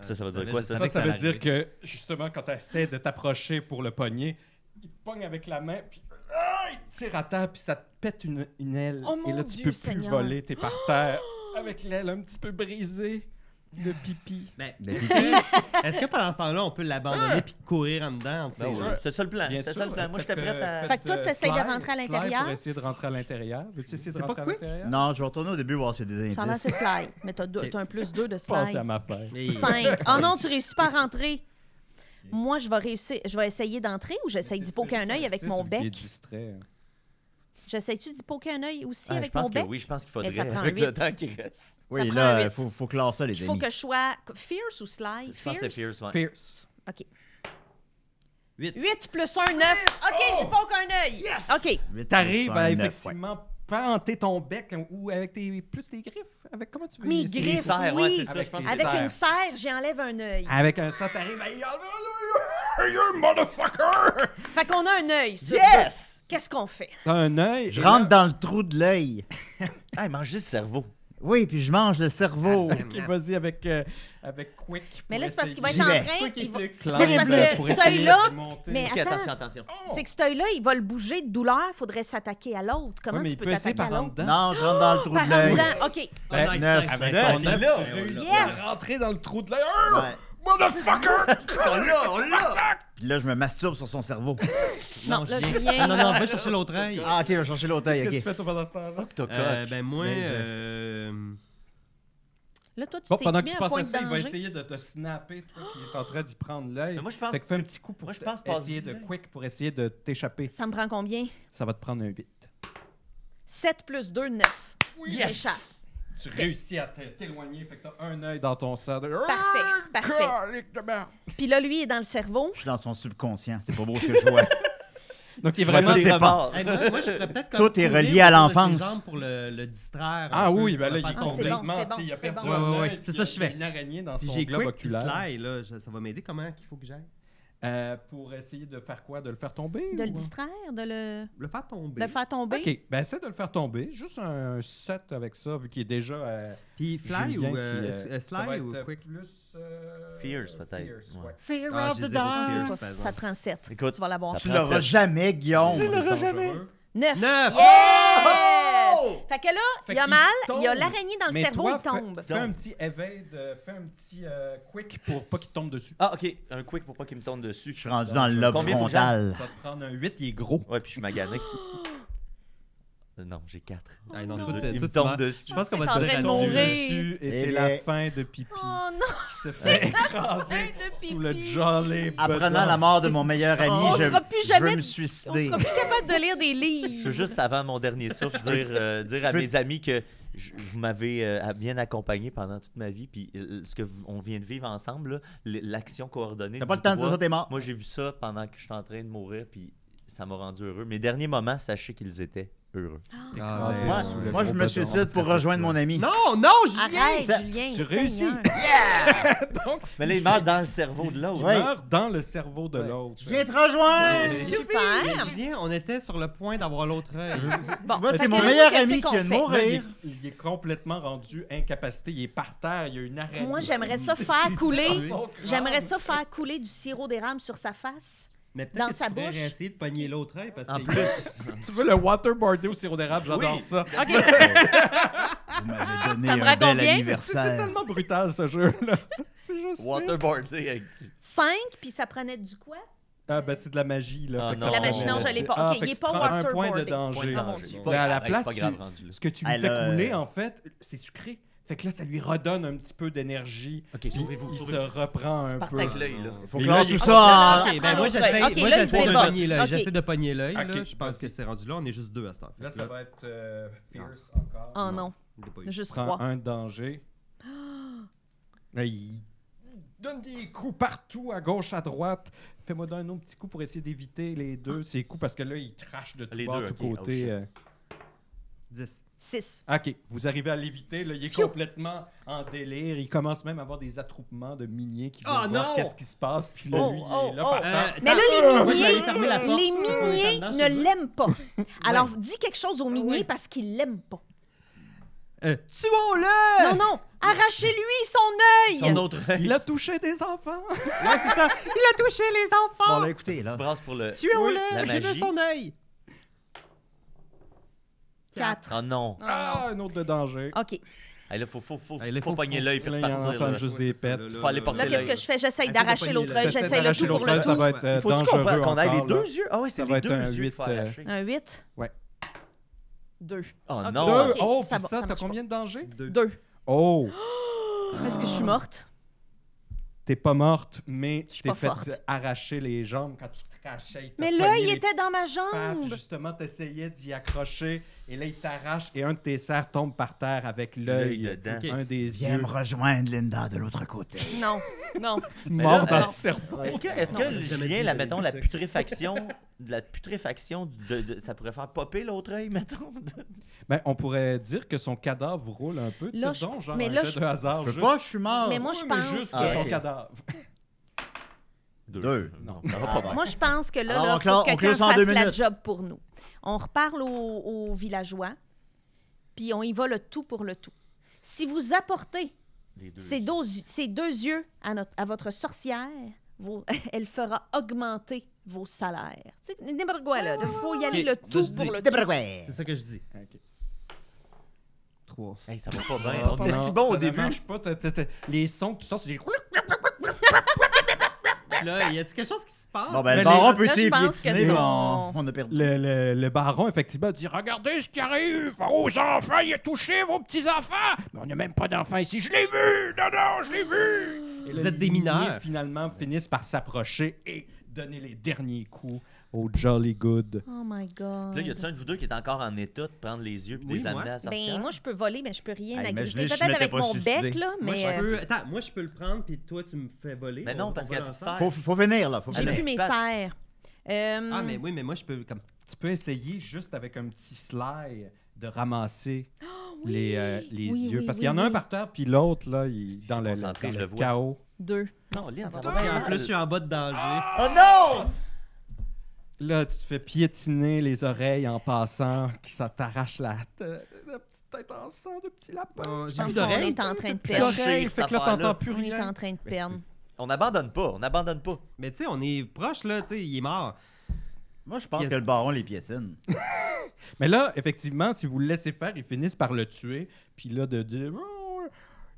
[SPEAKER 3] Ça, ça veut
[SPEAKER 8] Je
[SPEAKER 3] dire
[SPEAKER 8] savais,
[SPEAKER 3] quoi,
[SPEAKER 8] je
[SPEAKER 3] ça?
[SPEAKER 6] Ça,
[SPEAKER 8] savais
[SPEAKER 6] ça
[SPEAKER 8] que
[SPEAKER 6] veut
[SPEAKER 8] allait
[SPEAKER 6] dire que, justement, quand tu essaies de t'approcher pour le pogner, il te pogne avec la main, puis ah, il te tire à terre, puis ça te pète une, une aile.
[SPEAKER 5] Oh, mon
[SPEAKER 6] et là, tu
[SPEAKER 5] Dieu,
[SPEAKER 6] peux plus
[SPEAKER 5] Seigneur.
[SPEAKER 6] voler, t'es par terre, avec l'aile un petit peu brisée de pipi.
[SPEAKER 8] Mais
[SPEAKER 2] Ben,
[SPEAKER 8] est-ce que pendant ce temps-là, on peut
[SPEAKER 6] Hein?
[SPEAKER 8] l'abandonner puis courir en dedans? entre
[SPEAKER 3] Ben
[SPEAKER 8] ses
[SPEAKER 3] oui,
[SPEAKER 8] jambes?
[SPEAKER 3] C'est ça le plan.
[SPEAKER 6] Bien
[SPEAKER 3] C'est
[SPEAKER 6] sûr,
[SPEAKER 3] ça le plan. Moi,
[SPEAKER 6] faites,
[SPEAKER 3] j'étais prête
[SPEAKER 6] euh,
[SPEAKER 3] à.
[SPEAKER 5] Fait que toi,
[SPEAKER 6] faites,
[SPEAKER 5] t'essayes de
[SPEAKER 6] slide,
[SPEAKER 5] rentrer à
[SPEAKER 6] slide
[SPEAKER 5] l'intérieur?
[SPEAKER 6] pour essayer de rentrer à l'intérieur. Veux-tu essayer de
[SPEAKER 8] C'est pas
[SPEAKER 6] rentrer à
[SPEAKER 8] quick?
[SPEAKER 6] l'intérieur?
[SPEAKER 2] Non, je vais retourner au début voir s'il y a des
[SPEAKER 5] Ça a l'air,
[SPEAKER 2] indices.
[SPEAKER 5] c'est slide. Mais t'as deux- t'as un plus deux de
[SPEAKER 6] Pensez à
[SPEAKER 5] slide.
[SPEAKER 6] ma faire.
[SPEAKER 8] Mais-
[SPEAKER 5] 5. Oh non, tu réussis pas à rentrer. Moi, je vais réussir. Je vais essayer d'entrer ou j'essaye d'y poquer un œil avec mon bec?
[SPEAKER 6] euh,
[SPEAKER 5] J'essaye-tu d'y poquer un œil aussi
[SPEAKER 3] Ah, je
[SPEAKER 5] avec
[SPEAKER 3] pense
[SPEAKER 5] mon
[SPEAKER 3] que
[SPEAKER 5] bec?
[SPEAKER 3] oui, je pense qu'il
[SPEAKER 5] Mais
[SPEAKER 3] faudrait
[SPEAKER 5] ça prend
[SPEAKER 3] avec
[SPEAKER 5] huit.
[SPEAKER 3] le temps qui reste.
[SPEAKER 5] Ça
[SPEAKER 2] Oui,
[SPEAKER 5] prend
[SPEAKER 2] là,
[SPEAKER 5] un
[SPEAKER 2] il
[SPEAKER 5] huit.
[SPEAKER 2] faut, faut clore ça, les
[SPEAKER 5] Il faut
[SPEAKER 2] amis.
[SPEAKER 5] que je sois fierce ou slide?
[SPEAKER 3] Je pense que c'est Fierce, ouais.
[SPEAKER 6] Fierce.
[SPEAKER 5] 8 plus 1, 9. OK, j'y
[SPEAKER 3] Oh!
[SPEAKER 5] poke un œil. OK.
[SPEAKER 2] Huit, plus
[SPEAKER 6] T'arrives
[SPEAKER 2] un,
[SPEAKER 5] hein,
[SPEAKER 6] à
[SPEAKER 2] neuf, ouais.
[SPEAKER 6] effectivement penter ton bec ou avec tes, plus tes griffes. Avec comment tu veux
[SPEAKER 5] Mes
[SPEAKER 6] essayer
[SPEAKER 5] griffes,
[SPEAKER 3] serres, ouais,
[SPEAKER 5] oui.
[SPEAKER 3] c'est ça, je pense que
[SPEAKER 5] Avec
[SPEAKER 3] c'est
[SPEAKER 5] une serre, j'y enlève un œil.
[SPEAKER 3] Ah.
[SPEAKER 6] Avec un saut, t'arrives à y aller. You motherfucker!
[SPEAKER 5] Fait qu'on a un œil. sur
[SPEAKER 3] Yes!
[SPEAKER 5] deux. Qu'est-ce qu'on fait?
[SPEAKER 6] T'as un œil.
[SPEAKER 2] Je rentre dans le trou de l'œil.
[SPEAKER 3] Ah, mange juste le cerveau.
[SPEAKER 2] Oui, puis je mange le cerveau.
[SPEAKER 8] ben.
[SPEAKER 6] Ok, vas-y avec, euh, avec Quick.
[SPEAKER 5] Mais là, c'est parce qu'il va
[SPEAKER 6] qu'il
[SPEAKER 5] être en
[SPEAKER 2] J'y vais.
[SPEAKER 5] train. il va-
[SPEAKER 6] va.
[SPEAKER 5] Mais c'est parce que cet œil-là- Mais
[SPEAKER 3] Ok,
[SPEAKER 5] attends,
[SPEAKER 3] attention, attention.
[SPEAKER 5] c'est que cet œil-là, il va le bouger de douleur. faudrait s'attaquer à l'autre. Comment
[SPEAKER 6] mais
[SPEAKER 5] tu
[SPEAKER 6] il
[SPEAKER 5] peux
[SPEAKER 6] peut essayer
[SPEAKER 5] t'attaquer à
[SPEAKER 6] par en
[SPEAKER 5] l'autre?
[SPEAKER 6] dedans.
[SPEAKER 2] Non, je rentre dans le trou
[SPEAKER 5] Par
[SPEAKER 2] de
[SPEAKER 5] en
[SPEAKER 2] l'œil.
[SPEAKER 5] dedans. OK.
[SPEAKER 2] Ben, neuf,
[SPEAKER 6] Avec
[SPEAKER 2] neuf.
[SPEAKER 6] son œil,
[SPEAKER 3] là.
[SPEAKER 6] tu réussis
[SPEAKER 5] Yes!
[SPEAKER 6] à rentrer dans le trou de l'œil. You
[SPEAKER 2] Ouais.
[SPEAKER 6] Motherfucker!
[SPEAKER 3] On l'a, on l'a!
[SPEAKER 2] Puis là, je me masturbe sur son cerveau.
[SPEAKER 5] Non,
[SPEAKER 8] je
[SPEAKER 5] là,
[SPEAKER 8] viens.
[SPEAKER 5] Julien,
[SPEAKER 8] Non,
[SPEAKER 5] là-
[SPEAKER 8] non, va chercher l'autre œil.
[SPEAKER 2] Ah, ok, je vais chercher l'autre
[SPEAKER 6] Qu'est-ce que
[SPEAKER 2] œil.
[SPEAKER 6] tu
[SPEAKER 2] ok.
[SPEAKER 6] fais toi pendant ce temps-là?
[SPEAKER 8] Euh, ben moi,
[SPEAKER 6] Mais je-
[SPEAKER 8] euh,
[SPEAKER 5] Là, toi, tu
[SPEAKER 6] Bon,
[SPEAKER 5] t'es
[SPEAKER 6] pendant que
[SPEAKER 5] mis
[SPEAKER 6] tu
[SPEAKER 5] un
[SPEAKER 6] passes
[SPEAKER 5] point
[SPEAKER 6] à
[SPEAKER 5] de
[SPEAKER 6] ça, il va
[SPEAKER 5] danger.
[SPEAKER 6] essayer de te snapper, toi qui est en train d'y prendre l'œil.
[SPEAKER 3] Mais moi, je pense
[SPEAKER 6] Fait que fais un petit coup pour
[SPEAKER 3] moi, je pense
[SPEAKER 6] t- essayer
[SPEAKER 3] passer
[SPEAKER 6] de
[SPEAKER 3] l'œil.
[SPEAKER 6] quick pour essayer de t'échapper.
[SPEAKER 5] Ça me prend combien?
[SPEAKER 6] Ça va te prendre un 8.
[SPEAKER 5] 7 plus 2, 9.
[SPEAKER 3] Yes!
[SPEAKER 6] Tu réussis à t- t'éloigner, fait que t'as un œil dans ton sang. de- Ah,
[SPEAKER 5] Parfait, parfait.
[SPEAKER 6] Colique de merde.
[SPEAKER 5] Puis là, lui, il est dans le cerveau.
[SPEAKER 2] Je suis dans son subconscient. C'est pas beau ce que je vois.
[SPEAKER 6] Donc il est
[SPEAKER 2] Vraiment
[SPEAKER 6] vraiment
[SPEAKER 2] des
[SPEAKER 6] dépendant.
[SPEAKER 3] remords.
[SPEAKER 8] hey, moi, moi, je pourrais peut-être comme
[SPEAKER 2] Tout est
[SPEAKER 8] courir
[SPEAKER 2] relié à
[SPEAKER 8] autour de ses
[SPEAKER 2] l'enfance.
[SPEAKER 8] jambes Pour le, le distraire.
[SPEAKER 6] Ah
[SPEAKER 8] un peu,
[SPEAKER 6] oui, ben
[SPEAKER 8] pour
[SPEAKER 6] là,
[SPEAKER 8] le
[SPEAKER 6] il est
[SPEAKER 8] faire
[SPEAKER 5] Ah, c'est bon,
[SPEAKER 6] complètement.
[SPEAKER 5] c'est bon,
[SPEAKER 6] tu sais, il a
[SPEAKER 5] c'est
[SPEAKER 6] perdu
[SPEAKER 5] bon.
[SPEAKER 6] un
[SPEAKER 8] Ouais, ouais,
[SPEAKER 6] œil,
[SPEAKER 8] ouais,
[SPEAKER 6] puis
[SPEAKER 8] c'est
[SPEAKER 6] il
[SPEAKER 8] ça
[SPEAKER 6] a-
[SPEAKER 8] que je fais.
[SPEAKER 6] il y a Une araignée dans
[SPEAKER 8] Si
[SPEAKER 6] son
[SPEAKER 8] j'ai
[SPEAKER 6] globe
[SPEAKER 8] quick puis
[SPEAKER 6] oculaire.
[SPEAKER 8] slide, là, je- ça va m'aider. Comment qu'il faut que j'aille?
[SPEAKER 6] Euh, pour essayer de faire quoi De le faire tomber
[SPEAKER 5] De le
[SPEAKER 6] ou-
[SPEAKER 5] distraire, de le,
[SPEAKER 8] Le faire tomber.
[SPEAKER 5] de le faire tomber.
[SPEAKER 6] Ok, ben essaie de le faire tomber. Juste un 7 avec ça, vu qu'il est déjà. euh,
[SPEAKER 8] Puis fly
[SPEAKER 6] Julien
[SPEAKER 8] ou euh,
[SPEAKER 6] qui, euh,
[SPEAKER 8] s- euh,
[SPEAKER 6] ça va
[SPEAKER 8] slide ou
[SPEAKER 6] être
[SPEAKER 8] quick?
[SPEAKER 6] plus. euh,
[SPEAKER 3] Fierce, peut-être.
[SPEAKER 6] fierce,
[SPEAKER 3] Ouais.
[SPEAKER 6] ouais.
[SPEAKER 2] Fear
[SPEAKER 8] Ah,
[SPEAKER 2] of
[SPEAKER 8] j'ai
[SPEAKER 2] the
[SPEAKER 8] zéro
[SPEAKER 5] Ah,
[SPEAKER 8] fear.
[SPEAKER 2] dark.
[SPEAKER 8] Pierce,
[SPEAKER 5] ça
[SPEAKER 8] par
[SPEAKER 5] ça te rend 7.
[SPEAKER 3] Écoute,
[SPEAKER 5] tu vas l'avoir.
[SPEAKER 3] ça
[SPEAKER 2] Tu l'auras jamais, Guillaume.
[SPEAKER 6] C'est
[SPEAKER 3] l'auras
[SPEAKER 6] dangereux.
[SPEAKER 3] jamais.
[SPEAKER 5] 9.
[SPEAKER 8] Neuf!
[SPEAKER 5] Yeah! Fait que là,
[SPEAKER 6] Oh! Fait
[SPEAKER 5] il y a
[SPEAKER 6] qu'il
[SPEAKER 5] mal, il y a
[SPEAKER 6] tombe.
[SPEAKER 5] l'araignée dans le
[SPEAKER 6] Mais
[SPEAKER 5] cerveau,
[SPEAKER 6] toi,
[SPEAKER 5] il tombe.
[SPEAKER 6] Fais, fais un petit evade, euh, fais un petit euh, quick pour pas qu'il tombe dessus.
[SPEAKER 3] Ah, ok, un quick pour pas qu'il me tombe dessus.
[SPEAKER 2] Je suis rendu dans le lobe
[SPEAKER 3] Combien faut que
[SPEAKER 2] frontal.
[SPEAKER 6] Ça va te prendre un 8, il est gros.
[SPEAKER 3] Ouais, puis je suis magané. Euh, non, j'ai 4.
[SPEAKER 8] Ah, non,
[SPEAKER 5] non.
[SPEAKER 8] tout, euh,
[SPEAKER 3] Il
[SPEAKER 8] tout
[SPEAKER 3] me tombe
[SPEAKER 8] va-
[SPEAKER 3] dessus.
[SPEAKER 8] Je pense
[SPEAKER 5] Ah,
[SPEAKER 8] qu'on va
[SPEAKER 5] c'est
[SPEAKER 8] te
[SPEAKER 5] en
[SPEAKER 8] donner
[SPEAKER 5] train de
[SPEAKER 8] la
[SPEAKER 5] mourir.
[SPEAKER 8] nouvelle.
[SPEAKER 6] Dessus, et
[SPEAKER 2] Eh
[SPEAKER 6] c'est
[SPEAKER 2] bien.
[SPEAKER 6] la fin de Pipi
[SPEAKER 5] Oh non,
[SPEAKER 6] qui se fait écraser
[SPEAKER 5] de pipi.
[SPEAKER 6] sous le Jolly
[SPEAKER 2] Apprenant
[SPEAKER 6] Buddy.
[SPEAKER 2] la mort de mon meilleur ami,
[SPEAKER 5] On
[SPEAKER 2] je,
[SPEAKER 5] sera plus
[SPEAKER 2] je
[SPEAKER 5] jamais-
[SPEAKER 2] veux me
[SPEAKER 5] on ne
[SPEAKER 2] suicider.
[SPEAKER 5] sera plus capable de lire des
[SPEAKER 3] Je veux
[SPEAKER 5] livres.
[SPEAKER 3] juste, avant mon dernier souffle, dire, euh, dire à
[SPEAKER 2] Je veux-
[SPEAKER 3] mes amis que je- vous m'avez euh, bien accompagné pendant toute ma vie. Puis euh, ce qu'on vient de vivre ensemble, là, l- l'action coordonnée.
[SPEAKER 2] T'as pas le
[SPEAKER 3] du
[SPEAKER 2] temps de dire
[SPEAKER 3] droit,
[SPEAKER 2] ça, t'es mort.
[SPEAKER 3] Moi, j'ai vu ça pendant que j'étais en train de mourir, puis ça m'a rendu heureux. Mes derniers moments, sachez qu'ils étaient heureux.
[SPEAKER 8] Ah,
[SPEAKER 6] Écrasé
[SPEAKER 8] ouais.
[SPEAKER 6] sous le
[SPEAKER 2] Moi, je
[SPEAKER 6] gros
[SPEAKER 2] me
[SPEAKER 6] bedon.
[SPEAKER 2] suicide pour rejoindre mon ami.
[SPEAKER 8] Non, non,
[SPEAKER 5] Ah.
[SPEAKER 8] Julien!
[SPEAKER 5] Arrête,
[SPEAKER 2] ça-
[SPEAKER 5] Julien.
[SPEAKER 6] tu réussis.
[SPEAKER 5] Seigneur.
[SPEAKER 3] Mais là, il meurt dans le cerveau de l'autre.
[SPEAKER 6] Il
[SPEAKER 2] Ouais.
[SPEAKER 6] meurt dans le cerveau de
[SPEAKER 2] Ouais.
[SPEAKER 6] l'autre.
[SPEAKER 2] Je viens te rejoindre!
[SPEAKER 8] Mais
[SPEAKER 5] Super.
[SPEAKER 8] Julien, on était sur le point d'avoir l'autre œil.
[SPEAKER 5] Bon,
[SPEAKER 2] Moi,
[SPEAKER 5] parce
[SPEAKER 2] c'est
[SPEAKER 5] que
[SPEAKER 2] mon
[SPEAKER 5] là,
[SPEAKER 2] meilleur
[SPEAKER 5] qu'est-ce
[SPEAKER 2] ami qui
[SPEAKER 5] qu'on
[SPEAKER 2] vient de
[SPEAKER 5] fait?
[SPEAKER 6] Là, il, est,
[SPEAKER 2] mourir.
[SPEAKER 6] il est complètement rendu incapacité. Il est par terre. Il y a une araignée.
[SPEAKER 5] Moi, j'aimerais ça
[SPEAKER 6] C'est-
[SPEAKER 5] faire
[SPEAKER 6] c'est-
[SPEAKER 5] couler.
[SPEAKER 6] c'est son crâne.
[SPEAKER 5] J'aimerais ça faire couler du sirop d'érable sur sa face.
[SPEAKER 8] Mais peut-être
[SPEAKER 5] Dans
[SPEAKER 8] que
[SPEAKER 5] sa
[SPEAKER 8] tu pourrais
[SPEAKER 5] bouche.
[SPEAKER 8] essayer de pogner l'autre œil parce que.
[SPEAKER 3] En plus,
[SPEAKER 6] Tu veux le waterboarder au sirop d'érable? J'adore
[SPEAKER 3] Oui.
[SPEAKER 6] ça.
[SPEAKER 5] OK.
[SPEAKER 2] Vous m'avez donné
[SPEAKER 5] Ah, Ça me
[SPEAKER 2] un bel
[SPEAKER 5] rend combien?
[SPEAKER 6] C'est c'est
[SPEAKER 2] anniversaire.
[SPEAKER 6] tellement brutal, ce jeu-là. C'est juste ça.
[SPEAKER 3] waterboarding avec du-
[SPEAKER 5] 5, puis ça prenait du quoi?
[SPEAKER 6] Ah, ben, c'est de la magie, là.
[SPEAKER 3] Ah,
[SPEAKER 6] Fait que
[SPEAKER 3] non.
[SPEAKER 6] ça
[SPEAKER 3] La
[SPEAKER 6] va
[SPEAKER 3] magie, non,
[SPEAKER 6] laisser.
[SPEAKER 3] je l'ai
[SPEAKER 5] pas.
[SPEAKER 6] Ah,
[SPEAKER 5] Ok,
[SPEAKER 6] fait
[SPEAKER 5] il
[SPEAKER 6] que
[SPEAKER 5] est
[SPEAKER 6] tu
[SPEAKER 5] pas
[SPEAKER 6] prends un point de
[SPEAKER 5] waterboarding.
[SPEAKER 3] Point
[SPEAKER 6] danger.
[SPEAKER 3] de
[SPEAKER 5] Ah, mon
[SPEAKER 3] danger.
[SPEAKER 5] Dieu.
[SPEAKER 3] C'est
[SPEAKER 6] Mais à la
[SPEAKER 3] grave, hey,
[SPEAKER 6] place,
[SPEAKER 3] c'est pas grave
[SPEAKER 6] tu-
[SPEAKER 3] rendu là.
[SPEAKER 6] Ce que tu lui
[SPEAKER 2] Ah,
[SPEAKER 6] fais
[SPEAKER 2] là,
[SPEAKER 6] couler,
[SPEAKER 2] euh,
[SPEAKER 6] en fait, c'est sucré. Fait que là, ça lui redonne un petit peu d'énergie.
[SPEAKER 3] Ok, sauvez-vous.
[SPEAKER 6] Il se
[SPEAKER 3] sauvez-vous.
[SPEAKER 6] reprend un
[SPEAKER 3] Partez
[SPEAKER 6] peu.
[SPEAKER 3] avec l'œil, là.
[SPEAKER 2] Faut
[SPEAKER 8] Mais
[SPEAKER 2] clore
[SPEAKER 8] là,
[SPEAKER 2] tout
[SPEAKER 8] il-
[SPEAKER 2] ça en...
[SPEAKER 5] Ah,
[SPEAKER 8] Ok, ben,
[SPEAKER 5] prends
[SPEAKER 8] moi,
[SPEAKER 5] l'autre
[SPEAKER 8] j'essaie
[SPEAKER 5] œil. Ok,
[SPEAKER 8] moi,
[SPEAKER 5] là, il
[SPEAKER 8] j'essaie
[SPEAKER 5] se
[SPEAKER 8] de
[SPEAKER 5] débat.
[SPEAKER 8] pogner l'œil.
[SPEAKER 5] Ok.
[SPEAKER 8] J'essaie de pogner l'œil.
[SPEAKER 6] Ok,
[SPEAKER 8] là. Je pense
[SPEAKER 6] vas-y.
[SPEAKER 8] que c'est rendu là. On est juste deux à cette heure. Fait
[SPEAKER 6] Là,
[SPEAKER 8] que
[SPEAKER 6] ça
[SPEAKER 8] là,
[SPEAKER 6] va être euh, fierce encore.
[SPEAKER 5] Oh non,
[SPEAKER 8] on l'a pas eu.
[SPEAKER 5] juste
[SPEAKER 6] prend
[SPEAKER 5] 3.
[SPEAKER 6] un danger.
[SPEAKER 3] Ah!
[SPEAKER 6] Là, il donne des coups partout, à gauche, à droite. Fais-moi donner un autre petit coup pour essayer d'éviter les deux, ces coups, parce que là, il trash de tous
[SPEAKER 3] Ah. Les
[SPEAKER 6] bords,
[SPEAKER 3] deux,
[SPEAKER 6] tous
[SPEAKER 3] ok. Oh,
[SPEAKER 6] côtés.
[SPEAKER 3] shit.
[SPEAKER 6] euh.
[SPEAKER 8] 10.
[SPEAKER 5] 6.
[SPEAKER 6] Ah, OK, vous arrivez à l'éviter. Là, il est complètement en délire. Il commence même à avoir des attroupements de miniers qui
[SPEAKER 8] Oh,
[SPEAKER 6] vont voir
[SPEAKER 8] non!
[SPEAKER 6] qu'est-ce qui se passe. Puis là,
[SPEAKER 5] Oh,
[SPEAKER 6] lui,
[SPEAKER 5] oh,
[SPEAKER 6] il est là
[SPEAKER 5] oh.
[SPEAKER 6] par terre.
[SPEAKER 5] Mais là, les
[SPEAKER 8] Moi, Ah, j'allais
[SPEAKER 5] miniers,
[SPEAKER 8] fermer la porte.
[SPEAKER 5] les
[SPEAKER 8] Parce qu'on est
[SPEAKER 5] miniers
[SPEAKER 8] en dedans,
[SPEAKER 5] ne
[SPEAKER 8] chez eux.
[SPEAKER 5] l'aiment pas. Alors, dis quelque chose aux miniers parce qu'ils l'aiment pas.
[SPEAKER 8] Euh, Tuons-le!
[SPEAKER 5] Non, non, arrachez-lui son œil!
[SPEAKER 3] Ton autre œil.
[SPEAKER 6] Il a touché des enfants.
[SPEAKER 8] Ouais, c'est ça. Il a touché les
[SPEAKER 2] Bon,
[SPEAKER 8] enfants!
[SPEAKER 2] là, écoutez, là.
[SPEAKER 3] Tu brasses pour le.
[SPEAKER 8] Tuons-le!
[SPEAKER 3] La
[SPEAKER 8] J'ai vu
[SPEAKER 3] magie.
[SPEAKER 8] son œil!
[SPEAKER 5] 4.
[SPEAKER 3] Oh non.
[SPEAKER 6] Ah, un autre de danger.
[SPEAKER 5] OK.
[SPEAKER 3] Hey, là, faut, faut, faut,
[SPEAKER 8] Hey, là,
[SPEAKER 3] faut
[SPEAKER 8] faut-
[SPEAKER 3] pogner
[SPEAKER 8] faut-
[SPEAKER 3] l'œil puis
[SPEAKER 6] Là, il en
[SPEAKER 3] repartir.
[SPEAKER 6] entend
[SPEAKER 3] là.
[SPEAKER 6] juste
[SPEAKER 8] Ouais,
[SPEAKER 6] des
[SPEAKER 8] c'est Ah, ça,
[SPEAKER 6] pètes.
[SPEAKER 8] là,
[SPEAKER 3] Faut aller porter
[SPEAKER 5] Là, qu'est-ce que je fais? J'essaye d'arracher l'autre œil.
[SPEAKER 8] Essaye
[SPEAKER 5] J'essaye ben, le
[SPEAKER 6] d'arracher
[SPEAKER 5] tout pour
[SPEAKER 6] l'autre œil,
[SPEAKER 5] le
[SPEAKER 6] ça
[SPEAKER 5] tout.
[SPEAKER 6] va être euh,
[SPEAKER 3] Faut-tu qu'on
[SPEAKER 6] dangereux
[SPEAKER 3] qu'on aille les
[SPEAKER 6] encore, là.
[SPEAKER 3] deux yeux? Ah ouais, c'est
[SPEAKER 6] Ça
[SPEAKER 3] les
[SPEAKER 6] va être
[SPEAKER 3] deux
[SPEAKER 6] un
[SPEAKER 3] yeux qu'il
[SPEAKER 6] huit,
[SPEAKER 3] faut
[SPEAKER 6] euh,
[SPEAKER 3] arracher.
[SPEAKER 8] Ah,
[SPEAKER 5] Un 8.
[SPEAKER 6] Ouais.
[SPEAKER 5] 2.
[SPEAKER 3] Oh
[SPEAKER 5] Ok.
[SPEAKER 3] non.
[SPEAKER 6] Deux.
[SPEAKER 5] Ah, ok,
[SPEAKER 6] oh,
[SPEAKER 5] ça
[SPEAKER 6] puis
[SPEAKER 5] va,
[SPEAKER 6] ça,
[SPEAKER 5] ça
[SPEAKER 6] t'as
[SPEAKER 5] marche
[SPEAKER 6] combien de dangers?
[SPEAKER 5] 2.
[SPEAKER 6] Oh,
[SPEAKER 5] Est-ce que je suis morte?
[SPEAKER 6] t'es pas morte, mais tu
[SPEAKER 5] suis
[SPEAKER 6] t'es
[SPEAKER 5] pas
[SPEAKER 6] fait
[SPEAKER 5] forte.
[SPEAKER 6] arracher les jambes quand il te crachait. il t'a
[SPEAKER 5] Mais
[SPEAKER 6] pogné
[SPEAKER 5] l'œil
[SPEAKER 6] les
[SPEAKER 5] était dans ma
[SPEAKER 6] pattes,
[SPEAKER 5] jambe.
[SPEAKER 6] Justement, t'essayais d'y accrocher et là, il t'arrache et un de tes serres tombe par terre avec
[SPEAKER 3] L'œil
[SPEAKER 6] l'œil.
[SPEAKER 3] dedans.
[SPEAKER 6] Ok. Un des
[SPEAKER 2] Viens
[SPEAKER 6] yeux
[SPEAKER 2] me rejoindre, Linda, de l'autre côté.
[SPEAKER 5] Non, non.
[SPEAKER 3] là,
[SPEAKER 6] mort dans
[SPEAKER 5] alors-
[SPEAKER 6] le cerveau.
[SPEAKER 3] Est-ce que, est-ce que
[SPEAKER 8] Non,
[SPEAKER 3] le
[SPEAKER 8] j'avais
[SPEAKER 3] Julien,
[SPEAKER 8] dit
[SPEAKER 3] la,
[SPEAKER 8] le-
[SPEAKER 3] mettons, la putréfaction de la putréfaction, de, de- ça pourrait faire popper l'autre œil, mettons.
[SPEAKER 6] Ben, on pourrait dire que son cadavre roule un peu.
[SPEAKER 5] Là,
[SPEAKER 6] Tire donc,
[SPEAKER 5] je-
[SPEAKER 6] genre,
[SPEAKER 5] mais
[SPEAKER 6] hein, un
[SPEAKER 5] là,
[SPEAKER 6] jet
[SPEAKER 5] je-
[SPEAKER 6] de hasard.
[SPEAKER 2] Je peux
[SPEAKER 6] juste.
[SPEAKER 2] pas, je suis mort.
[SPEAKER 5] Mais moi, je
[SPEAKER 6] Ouais,
[SPEAKER 5] pense
[SPEAKER 6] juste
[SPEAKER 5] que-
[SPEAKER 6] ton cadavre.
[SPEAKER 3] Deux.
[SPEAKER 2] Deux.
[SPEAKER 3] Non, Ah, ça va pas mal.
[SPEAKER 5] Moi, je pense que là,
[SPEAKER 2] Alors,
[SPEAKER 5] là,
[SPEAKER 2] on
[SPEAKER 5] faut
[SPEAKER 2] clôt- on
[SPEAKER 5] que quelqu'un
[SPEAKER 2] clôt ça en
[SPEAKER 5] fasse
[SPEAKER 2] deux
[SPEAKER 5] la
[SPEAKER 2] minutes.
[SPEAKER 5] job pour nous. On reparle aux, aux villageois, puis on y va le tout pour le tout. Si vous apportez
[SPEAKER 3] Les deux.
[SPEAKER 5] ces deux, ces deux yeux à, notre- à votre sorcière, vos- elle fera augmenter vos salaires. Tu sais, n'importe quoi, là. Il faut y aller
[SPEAKER 8] Ok,
[SPEAKER 5] le
[SPEAKER 8] ça,
[SPEAKER 5] tout
[SPEAKER 8] je dis.
[SPEAKER 5] pour le
[SPEAKER 9] De
[SPEAKER 5] tout.
[SPEAKER 9] Broadway.
[SPEAKER 8] C'est ça que je dis.
[SPEAKER 6] Ok.
[SPEAKER 8] 3.
[SPEAKER 3] Hey, ça va pas bien. Ah, On était
[SPEAKER 6] Non,
[SPEAKER 3] si bon
[SPEAKER 6] ça
[SPEAKER 3] au
[SPEAKER 6] ne
[SPEAKER 3] début.
[SPEAKER 6] marche pas. T'as- t'as- t'as- Les sons que tu sors, c'est des.
[SPEAKER 8] Là, y a-tu quelque chose qui se passe?
[SPEAKER 2] Bon, ben,
[SPEAKER 6] Mais
[SPEAKER 2] le baron
[SPEAKER 6] les-
[SPEAKER 2] peut
[SPEAKER 5] là,
[SPEAKER 2] tirer
[SPEAKER 5] je pense que
[SPEAKER 2] piétiner,
[SPEAKER 5] c'est-
[SPEAKER 2] mais on, on a perdu.
[SPEAKER 6] Le, le- le baron, effectivement, dit Regardez ce qui arrive aux enfants, il a touché vos petits-enfants Mais on n'a même pas d'enfants ici. Je l'ai vu Non, non, je l'ai vu Et
[SPEAKER 8] Vous
[SPEAKER 6] là,
[SPEAKER 8] êtes des
[SPEAKER 6] les
[SPEAKER 8] mineurs.
[SPEAKER 6] niais, finalement, finissent par s'approcher et donner les derniers coups au Jolly Good.
[SPEAKER 5] Oh my God.
[SPEAKER 3] Là, y a-tu un de vous deux qui est encore en état de prendre les yeux et de
[SPEAKER 8] Oui,
[SPEAKER 3] les
[SPEAKER 8] moi.
[SPEAKER 3] amener à la sorcière?
[SPEAKER 5] Ben, moi, je peux voler, mais je peux rien
[SPEAKER 2] Hey,
[SPEAKER 5] agripper.
[SPEAKER 2] imaginez, je
[SPEAKER 5] Peut-être
[SPEAKER 2] m'étais
[SPEAKER 5] avec
[SPEAKER 2] pas
[SPEAKER 5] mon
[SPEAKER 2] suicidé.
[SPEAKER 5] bec, là,
[SPEAKER 8] Moi,
[SPEAKER 5] mais
[SPEAKER 8] je
[SPEAKER 5] euh,
[SPEAKER 8] peux... Attends, moi, je peux le prendre, puis toi, tu me fais voler.
[SPEAKER 3] Mais non,
[SPEAKER 8] On-
[SPEAKER 3] parce
[SPEAKER 8] on va
[SPEAKER 3] qu'elle
[SPEAKER 8] dans
[SPEAKER 3] te
[SPEAKER 8] le
[SPEAKER 3] sert.
[SPEAKER 2] Faut, faut venir, là. Faut
[SPEAKER 5] j'ai
[SPEAKER 2] finir.
[SPEAKER 5] plus mes
[SPEAKER 3] Pat-
[SPEAKER 5] serres. Euh,
[SPEAKER 8] Ah, mais oui, mais moi, je peux comme...
[SPEAKER 6] Tu peux essayer juste avec un petit sly de ramasser les, euh, les
[SPEAKER 5] Oh, Oui,
[SPEAKER 6] yeux.
[SPEAKER 5] oui,
[SPEAKER 6] Parce
[SPEAKER 5] oui,
[SPEAKER 6] qu'il y en a un
[SPEAKER 5] oui.
[SPEAKER 6] par terre, puis l'autre, là, il,
[SPEAKER 3] C'est
[SPEAKER 6] dans le,
[SPEAKER 3] concentré,
[SPEAKER 6] dans
[SPEAKER 3] je
[SPEAKER 6] le
[SPEAKER 3] le vois.
[SPEAKER 6] chaos.
[SPEAKER 5] Deux.
[SPEAKER 3] Non, Lynn,
[SPEAKER 5] Ça va
[SPEAKER 3] ça va
[SPEAKER 5] pas
[SPEAKER 3] pas
[SPEAKER 8] Et en
[SPEAKER 3] mal.
[SPEAKER 8] plus, je suis en bas de danger.
[SPEAKER 3] Oh non!
[SPEAKER 6] Là, tu te fais piétiner les oreilles en passant, qui ça t'arrache la, te- la petite tête en sang de petit lapin.
[SPEAKER 8] Oh, j'ai
[SPEAKER 5] Je pense
[SPEAKER 8] plus
[SPEAKER 5] qu'on
[SPEAKER 8] d'oreilles.
[SPEAKER 5] est en train de
[SPEAKER 6] Petit
[SPEAKER 5] perdre.
[SPEAKER 3] Clocher,
[SPEAKER 6] oreille,
[SPEAKER 3] cette
[SPEAKER 6] fait que là,
[SPEAKER 3] affaire-là.
[SPEAKER 6] t'entends plus
[SPEAKER 5] On est
[SPEAKER 6] rien.
[SPEAKER 5] en train de perdre.
[SPEAKER 3] On n'abandonne pas, on n'abandonne pas.
[SPEAKER 8] Mais tu sais, on est proche, là, tu sais, il est mort.
[SPEAKER 2] Moi, je pense
[SPEAKER 8] Yes.
[SPEAKER 2] que le baron les piétine.
[SPEAKER 6] Mais là, effectivement, si vous le laissez faire, ils finissent par le tuer. Puis là, de dire Oh,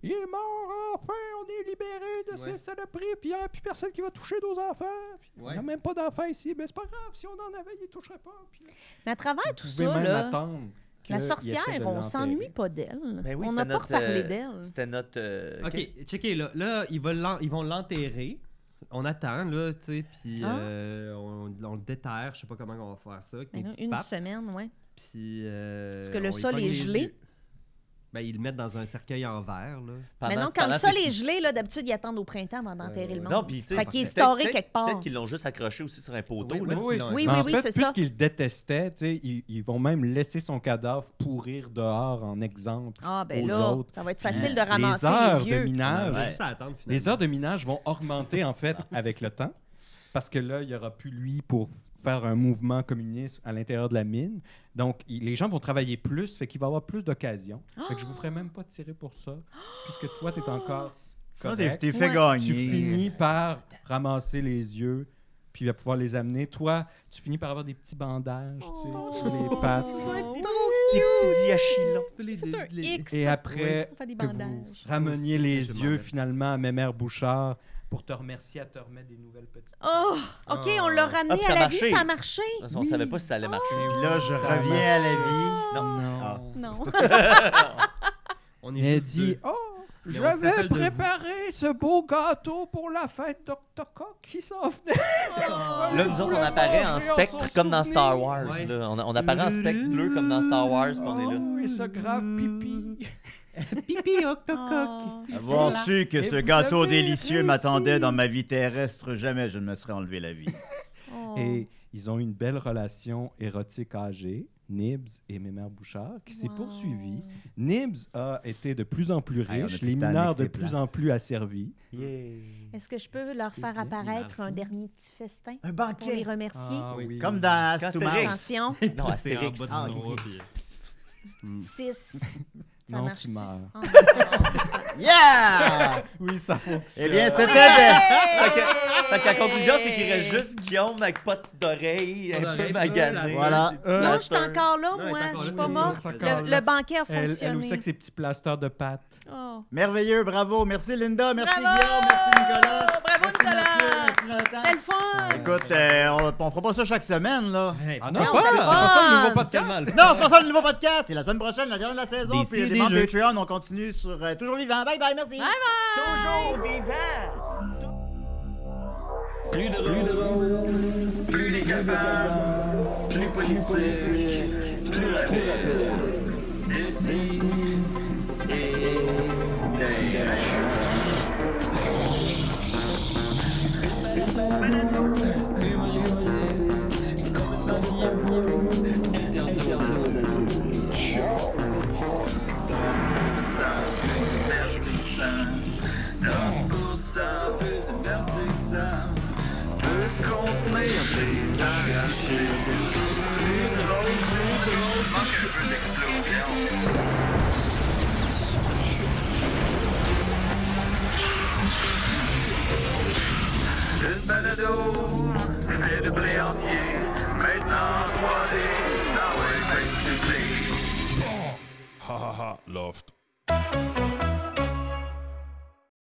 [SPEAKER 6] il est mort, enfin, on est libéré de
[SPEAKER 8] Ouais.
[SPEAKER 6] cette saloperie, puis il n'y a plus personne qui va toucher nos enfants. Puis
[SPEAKER 8] Ouais.
[SPEAKER 6] Il n'y a même pas d'enfants ici. Mais c'est pas grave, si on en avait, ils ne toucheraient pas. Puis là,
[SPEAKER 5] Mais à travers tout
[SPEAKER 6] vous pouvez
[SPEAKER 5] ça,
[SPEAKER 6] même
[SPEAKER 5] là,
[SPEAKER 6] attendre. que
[SPEAKER 5] la
[SPEAKER 6] ils essaient
[SPEAKER 5] sorcière,
[SPEAKER 6] de
[SPEAKER 5] on
[SPEAKER 6] l'enterrer.
[SPEAKER 5] s'ennuie pas d'elle.
[SPEAKER 3] Ben oui,
[SPEAKER 5] on
[SPEAKER 3] c'était
[SPEAKER 5] n'a pas
[SPEAKER 3] notre,
[SPEAKER 5] reparlé
[SPEAKER 3] euh,
[SPEAKER 5] d'elle.
[SPEAKER 3] C'était notre. euh,
[SPEAKER 8] OK, checké, là. Là, ils, veulent l'en- ils vont l'enterrer. On attend, là, tu sais, puis
[SPEAKER 5] Ah.
[SPEAKER 8] euh, on, on le déterre. Je sais pas comment on va faire ça. avec des
[SPEAKER 5] Ben là,
[SPEAKER 8] petites
[SPEAKER 5] Une
[SPEAKER 8] papes,
[SPEAKER 5] semaine, ouais.
[SPEAKER 8] Puis. euh,
[SPEAKER 5] Parce que le
[SPEAKER 8] on y
[SPEAKER 5] sol
[SPEAKER 8] pogne
[SPEAKER 5] est
[SPEAKER 8] les
[SPEAKER 5] gelé.
[SPEAKER 8] yeux. Ben, ils le mettent dans un cercueil en verre, là.
[SPEAKER 3] pendant-
[SPEAKER 5] Maintenant, quand le
[SPEAKER 3] pendant
[SPEAKER 5] sol
[SPEAKER 3] ces-
[SPEAKER 5] est gelé, là, d'habitude, ils attendent au printemps avant d'enterrer le
[SPEAKER 8] ouais.
[SPEAKER 5] monde.
[SPEAKER 3] Non, puis tu sais,
[SPEAKER 5] Fait qu'il est
[SPEAKER 3] peut-être-
[SPEAKER 5] storé
[SPEAKER 3] peut-être-
[SPEAKER 5] quelque part.
[SPEAKER 3] Peut-être qu'ils l'ont juste accroché aussi sur un poteau.
[SPEAKER 8] Oui, oui,
[SPEAKER 3] là.
[SPEAKER 6] oui.
[SPEAKER 8] oui.
[SPEAKER 5] Oui,
[SPEAKER 6] Mais en
[SPEAKER 5] oui,
[SPEAKER 6] fait,
[SPEAKER 5] c'est ça.
[SPEAKER 6] puisqu'ils le détestaient, tu sais, ils, ils vont même laisser son cadavre pourrir dehors en exemple.
[SPEAKER 5] Ah, ben
[SPEAKER 6] aux
[SPEAKER 5] là,
[SPEAKER 6] autres.
[SPEAKER 5] ça va être facile de
[SPEAKER 6] les
[SPEAKER 5] ramasser les
[SPEAKER 6] heures de
[SPEAKER 5] yeux.
[SPEAKER 6] minage,
[SPEAKER 8] Ouais. Juste à attendre, finalement.
[SPEAKER 6] les heures de minage vont augmenter en fait avec le temps, parce que là, il n'y aura plus lui pour faire un mouvement communiste à l'intérieur de la mine. Donc, il- les gens vont travailler plus, fait qu'il va y avoir plus d'occasions. Fait que je vous ferai même pas tirer pour ça, puisque toi, tu es encore
[SPEAKER 2] Ça, t'es
[SPEAKER 6] correct.
[SPEAKER 2] t'es fait
[SPEAKER 5] Ouais.
[SPEAKER 2] gagner.
[SPEAKER 6] Tu finis par ramasser les yeux, puis va pouvoir les amener. Toi, tu finis par avoir des petits bandages, tu sais, sur les pattes.
[SPEAKER 5] Oh,
[SPEAKER 3] Les petits diachylons.
[SPEAKER 8] Tu peux les-
[SPEAKER 5] un
[SPEAKER 8] les-
[SPEAKER 5] X.
[SPEAKER 6] Et après
[SPEAKER 5] On fait des
[SPEAKER 6] que vous
[SPEAKER 5] bandages.
[SPEAKER 6] rameniez les
[SPEAKER 8] je m'en
[SPEAKER 6] yeux
[SPEAKER 8] rappelle.
[SPEAKER 6] finalement à Mémère Bouchard pour te remercier, à te remettre des nouvelles petites.
[SPEAKER 5] Oh, OK, on l'a ramené
[SPEAKER 3] Ah, puis
[SPEAKER 5] à
[SPEAKER 3] ça
[SPEAKER 5] la
[SPEAKER 3] a
[SPEAKER 5] vie,
[SPEAKER 3] marché.
[SPEAKER 5] ça a marché.
[SPEAKER 3] Parce qu'on savait pas si ça allait marcher.
[SPEAKER 2] Puis là, je
[SPEAKER 6] Ça
[SPEAKER 2] reviens à la vie.
[SPEAKER 3] Non.
[SPEAKER 6] Non.
[SPEAKER 2] Ah.
[SPEAKER 5] Non.
[SPEAKER 8] On est
[SPEAKER 6] Elle
[SPEAKER 8] juste
[SPEAKER 6] dit
[SPEAKER 8] deux.
[SPEAKER 6] Oh,
[SPEAKER 8] Mais
[SPEAKER 6] je
[SPEAKER 8] on s'appelle
[SPEAKER 6] vais
[SPEAKER 8] de vous.
[SPEAKER 6] préparer ce beau gâteau pour la fête d'Octocock qui s'en venait.
[SPEAKER 3] Là, nous autres, on apparaît en spectre comme dans Star Wars.
[SPEAKER 8] Ouais.
[SPEAKER 3] là. On, on apparaît en spectre bleu comme dans Star Wars, puis on est là.
[SPEAKER 6] Oh, et ce grave pipi.
[SPEAKER 3] ben.
[SPEAKER 8] Pipi, Octococ.
[SPEAKER 5] Oh.
[SPEAKER 2] Avoir
[SPEAKER 5] Voilà.
[SPEAKER 2] su que
[SPEAKER 6] Et
[SPEAKER 2] ce
[SPEAKER 6] vous
[SPEAKER 2] gâteau
[SPEAKER 6] avez
[SPEAKER 2] délicieux
[SPEAKER 6] réussi.
[SPEAKER 2] m'attendait dans ma vie terrestre, jamais je ne me serais enlevé la vie.
[SPEAKER 5] Oh.
[SPEAKER 6] Et ils ont eu une belle relation érotique âgée, Nibs et Mémère Bouchard, qui s'est
[SPEAKER 5] Wow.
[SPEAKER 6] poursuivie. Nibs a été de plus en plus
[SPEAKER 2] Hey, on a
[SPEAKER 6] riche,
[SPEAKER 2] plus
[SPEAKER 6] les
[SPEAKER 2] de temps,
[SPEAKER 6] mineurs
[SPEAKER 2] Nick,
[SPEAKER 6] de
[SPEAKER 2] c'est
[SPEAKER 6] plus
[SPEAKER 2] plate.
[SPEAKER 6] en plus asservis.
[SPEAKER 5] Est-ce que je peux leur faire
[SPEAKER 8] bien,
[SPEAKER 5] apparaître
[SPEAKER 8] Marco.
[SPEAKER 5] un dernier petit festin
[SPEAKER 3] Un
[SPEAKER 5] pour les
[SPEAKER 3] banquet.
[SPEAKER 5] remercier?
[SPEAKER 6] Ah oui.
[SPEAKER 2] Comme dans
[SPEAKER 3] Quand
[SPEAKER 2] As to
[SPEAKER 3] t'es
[SPEAKER 2] Mouth.
[SPEAKER 3] riche.
[SPEAKER 5] Attention,
[SPEAKER 3] Non,
[SPEAKER 8] C'est en
[SPEAKER 3] Astérix.
[SPEAKER 6] Ah,
[SPEAKER 8] bas de nos bras, puis- euh,
[SPEAKER 5] 6.
[SPEAKER 6] Non, tu meurs.
[SPEAKER 5] Oh
[SPEAKER 2] Yeah!
[SPEAKER 6] Oui, ça fonctionne.
[SPEAKER 2] eh bien, c'était de...
[SPEAKER 3] ben, Fait que, fait que la conclusion, c'est qu'il reste juste Guillaume avec pas d'oreille,
[SPEAKER 8] Pas
[SPEAKER 3] un peu
[SPEAKER 8] d'oreille, là,
[SPEAKER 3] magané.
[SPEAKER 8] là.
[SPEAKER 2] Voilà.
[SPEAKER 6] Euh,
[SPEAKER 5] Non,
[SPEAKER 3] Blaster.
[SPEAKER 5] je suis encore là,
[SPEAKER 8] Non, elle est
[SPEAKER 5] moi.
[SPEAKER 8] encore
[SPEAKER 5] Je suis
[SPEAKER 8] là,
[SPEAKER 5] pas
[SPEAKER 8] elle est
[SPEAKER 5] morte.
[SPEAKER 6] encore là.
[SPEAKER 5] Le, le banquet a
[SPEAKER 6] Elle, elle
[SPEAKER 5] fonctionné.
[SPEAKER 6] aussi avec ses petits plasteurs de pattes.
[SPEAKER 5] Oh.
[SPEAKER 2] Merveilleux, bravo. Merci Linda, merci
[SPEAKER 5] Bravo!
[SPEAKER 2] Guillaume, merci Nicolas.
[SPEAKER 5] Bravo,
[SPEAKER 2] merci
[SPEAKER 5] Nicolas.
[SPEAKER 2] Mathieu, merci Jonathan.
[SPEAKER 5] C'était le
[SPEAKER 3] Oh
[SPEAKER 5] fun!
[SPEAKER 2] Écoute, euh, on, on fera pas ça chaque semaine, là.
[SPEAKER 8] Hey,
[SPEAKER 6] Ah non,
[SPEAKER 5] Non,
[SPEAKER 6] pas!
[SPEAKER 5] c'est
[SPEAKER 6] C'est
[SPEAKER 5] le
[SPEAKER 6] pas ça le nouveau
[SPEAKER 5] fun.
[SPEAKER 6] podcast!
[SPEAKER 2] Non, c'est pas ça le nouveau podcast. C'est la semaine prochaine, la dernière de la saison.
[SPEAKER 8] Des
[SPEAKER 2] Puis les
[SPEAKER 8] des
[SPEAKER 2] membres
[SPEAKER 8] jeux.
[SPEAKER 2] Patreon, on continue sur euh, Toujours Vivant. Bye bye, merci.
[SPEAKER 3] Toujours vivant!
[SPEAKER 1] Plus de rôle, plus les cabanes, plus politique, plus rapide. D'ici et d'ailleurs. Humoristique, les arracher. Plus drôle, plus drôle. Manque un peu d'explosion. Une balado, fait de blé entier. Maintenant, 3D, dans le texte
[SPEAKER 10] Ha ha ha, loft.